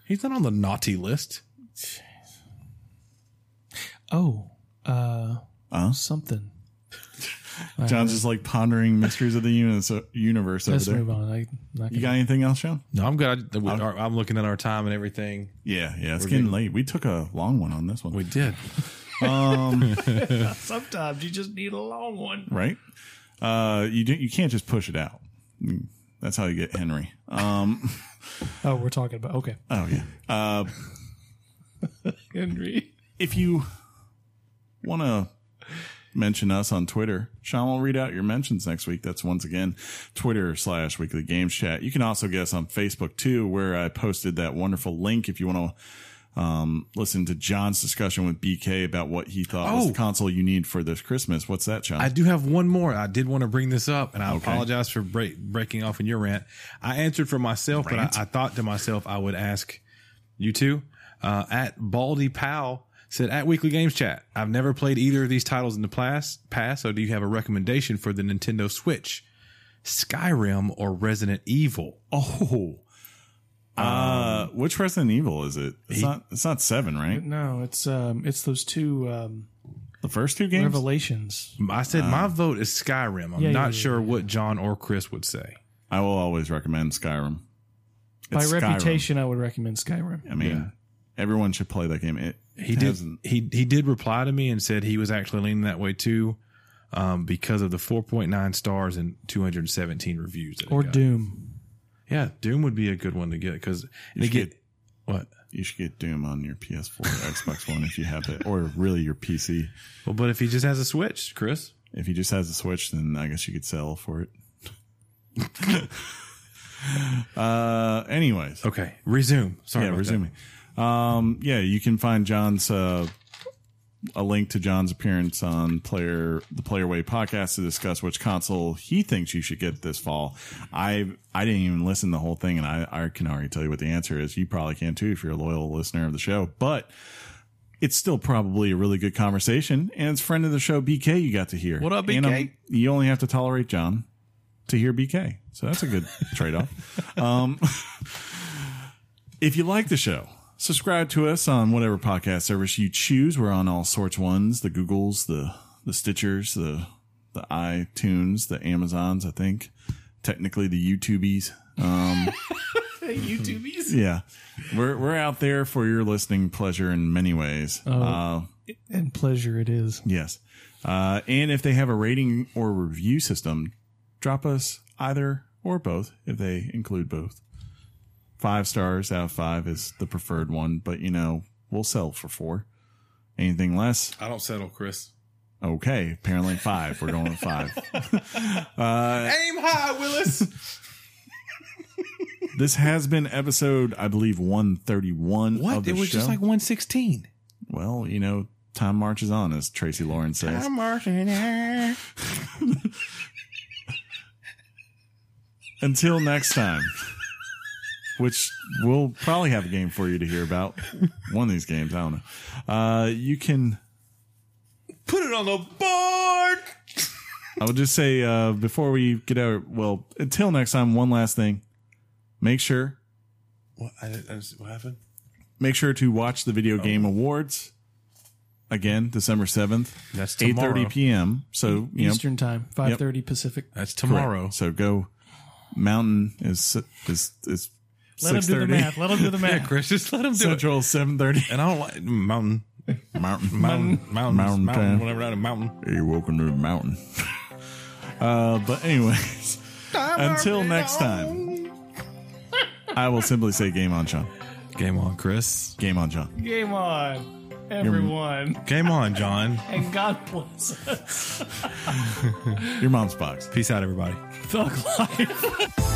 He's not on the naughty list. Oh, uh, Huh? something. John's just like pondering mysteries of the unis- universe over Let's there. move on. I, not You got anything else, Sean? No, I'm good. I, I'm, I'm looking at our time and everything. Yeah, yeah. It's getting late. We took a long one on this one, We did. Sometimes you just need a long one. right? Uh, you do, you can't just push it out. Mm, That's how you get Henry. Um, Oh, we're talking about okay, oh yeah. Uh, Henry. if you want to mention us on Twitter, Sean will read out your mentions next week. That's once again Twitter slash Weekly Games Chat. You can also get us on Facebook too, where I posted that wonderful link if you want to um, listen to John's discussion with BK about what he thought was Oh. the console you need for this Christmas. What's that, Sean? I do have one more. I did want to bring this up, and I Okay. apologize for break, breaking off in your rant. I answered for myself, Rant? but I, I thought to myself I would ask you two. Uh, at Baldy Powell said at Weekly Games Chat, I've never played either of these titles in the past. Past, so do you have a recommendation for the Nintendo Switch, Skyrim, or Resident Evil? oh. Uh, which Resident Evil is it? It's not. It's not seven, right? No, it's um, it's those two um, The first two games. revelations. I said my vote is Skyrim. I'm Uh, Yeah, not yeah, yeah, sure what John or Chris would say. I will always recommend Skyrim. By It's Skyrim. reputation, I would recommend Skyrim. I mean, everyone should play that game. It he it did hasn't- he he did reply to me and said he was actually leaning that way too um, because of the 4.9 stars and 217 reviews that it Or got. Doom. yeah doom would be a good one to get because they should get what You should get Doom on your PS4 or Xbox One if you have it, or really your PC. well but if he just has a switch chris If he just has a Switch, then I guess you could sell for it. uh, anyways, okay resume sorry yeah, about resuming. Um, yeah, you can find John's uh, a link to John's appearance on player the Playerway podcast to discuss which console he thinks you should get this fall. I I didn't even listen to the whole thing, and I I can already tell you what the answer is. You probably can too if you're a loyal listener of the show, but. It's still probably a really good conversation, and it's friend of the show BK you got to hear. What up, BK? You only have to tolerate John to hear BK, so that's a good trade off. Um, if you like the show, subscribe to us on whatever podcast service you choose. We're on all sorts ones, the Googles, the the Stitchers, the the iTunes, the Amazons, I think. Technically the YouTubies. Um YouTubies? Yeah. We're we're out there for your listening pleasure in many ways. Uh And pleasure it is. Yes. Uh, and if they have a rating or review system, drop us either or both if they include both. Five stars out of five is the preferred one, but you know, we'll sell for four. Anything less, that. i don't settle chris okay. Apparently five. Uh, We're going with five. aim high willis This has been episode, I believe, 131 What? of the it was show. just like 116. well, you know, time marches on, as Tracy Lawrence says. Until next time, which we'll probably have a game for you to hear about. One of these games, I don't know. Uh, you can. Put it on the board. I would just say uh, before we get out, well, until next time, one last thing. Make sure, What, I, didn't- I, just- what happened? make sure to watch the Video Game Oh. Awards again, December 7th, That's tomorrow. 8.30 p.m. So, you know, Eastern time, five thirty Pacific. That's correct. tomorrow. So go, Mountain is, is, is Let him do the 6.30 math. Let him do the math. Chris, just let him do it. Central, 7.30. And I don't like mountain, Mountain. mountain, mountain, Mountain mountain, time. whatever that is, mountain. You're welcome to the mountain. uh, but anyways, until next time, I will simply say game on, John. Game on, Chris. Game on, John. Game on, everyone, Game on, John. and God bless us. Your mom's box. Peace out, everybody. Thug life.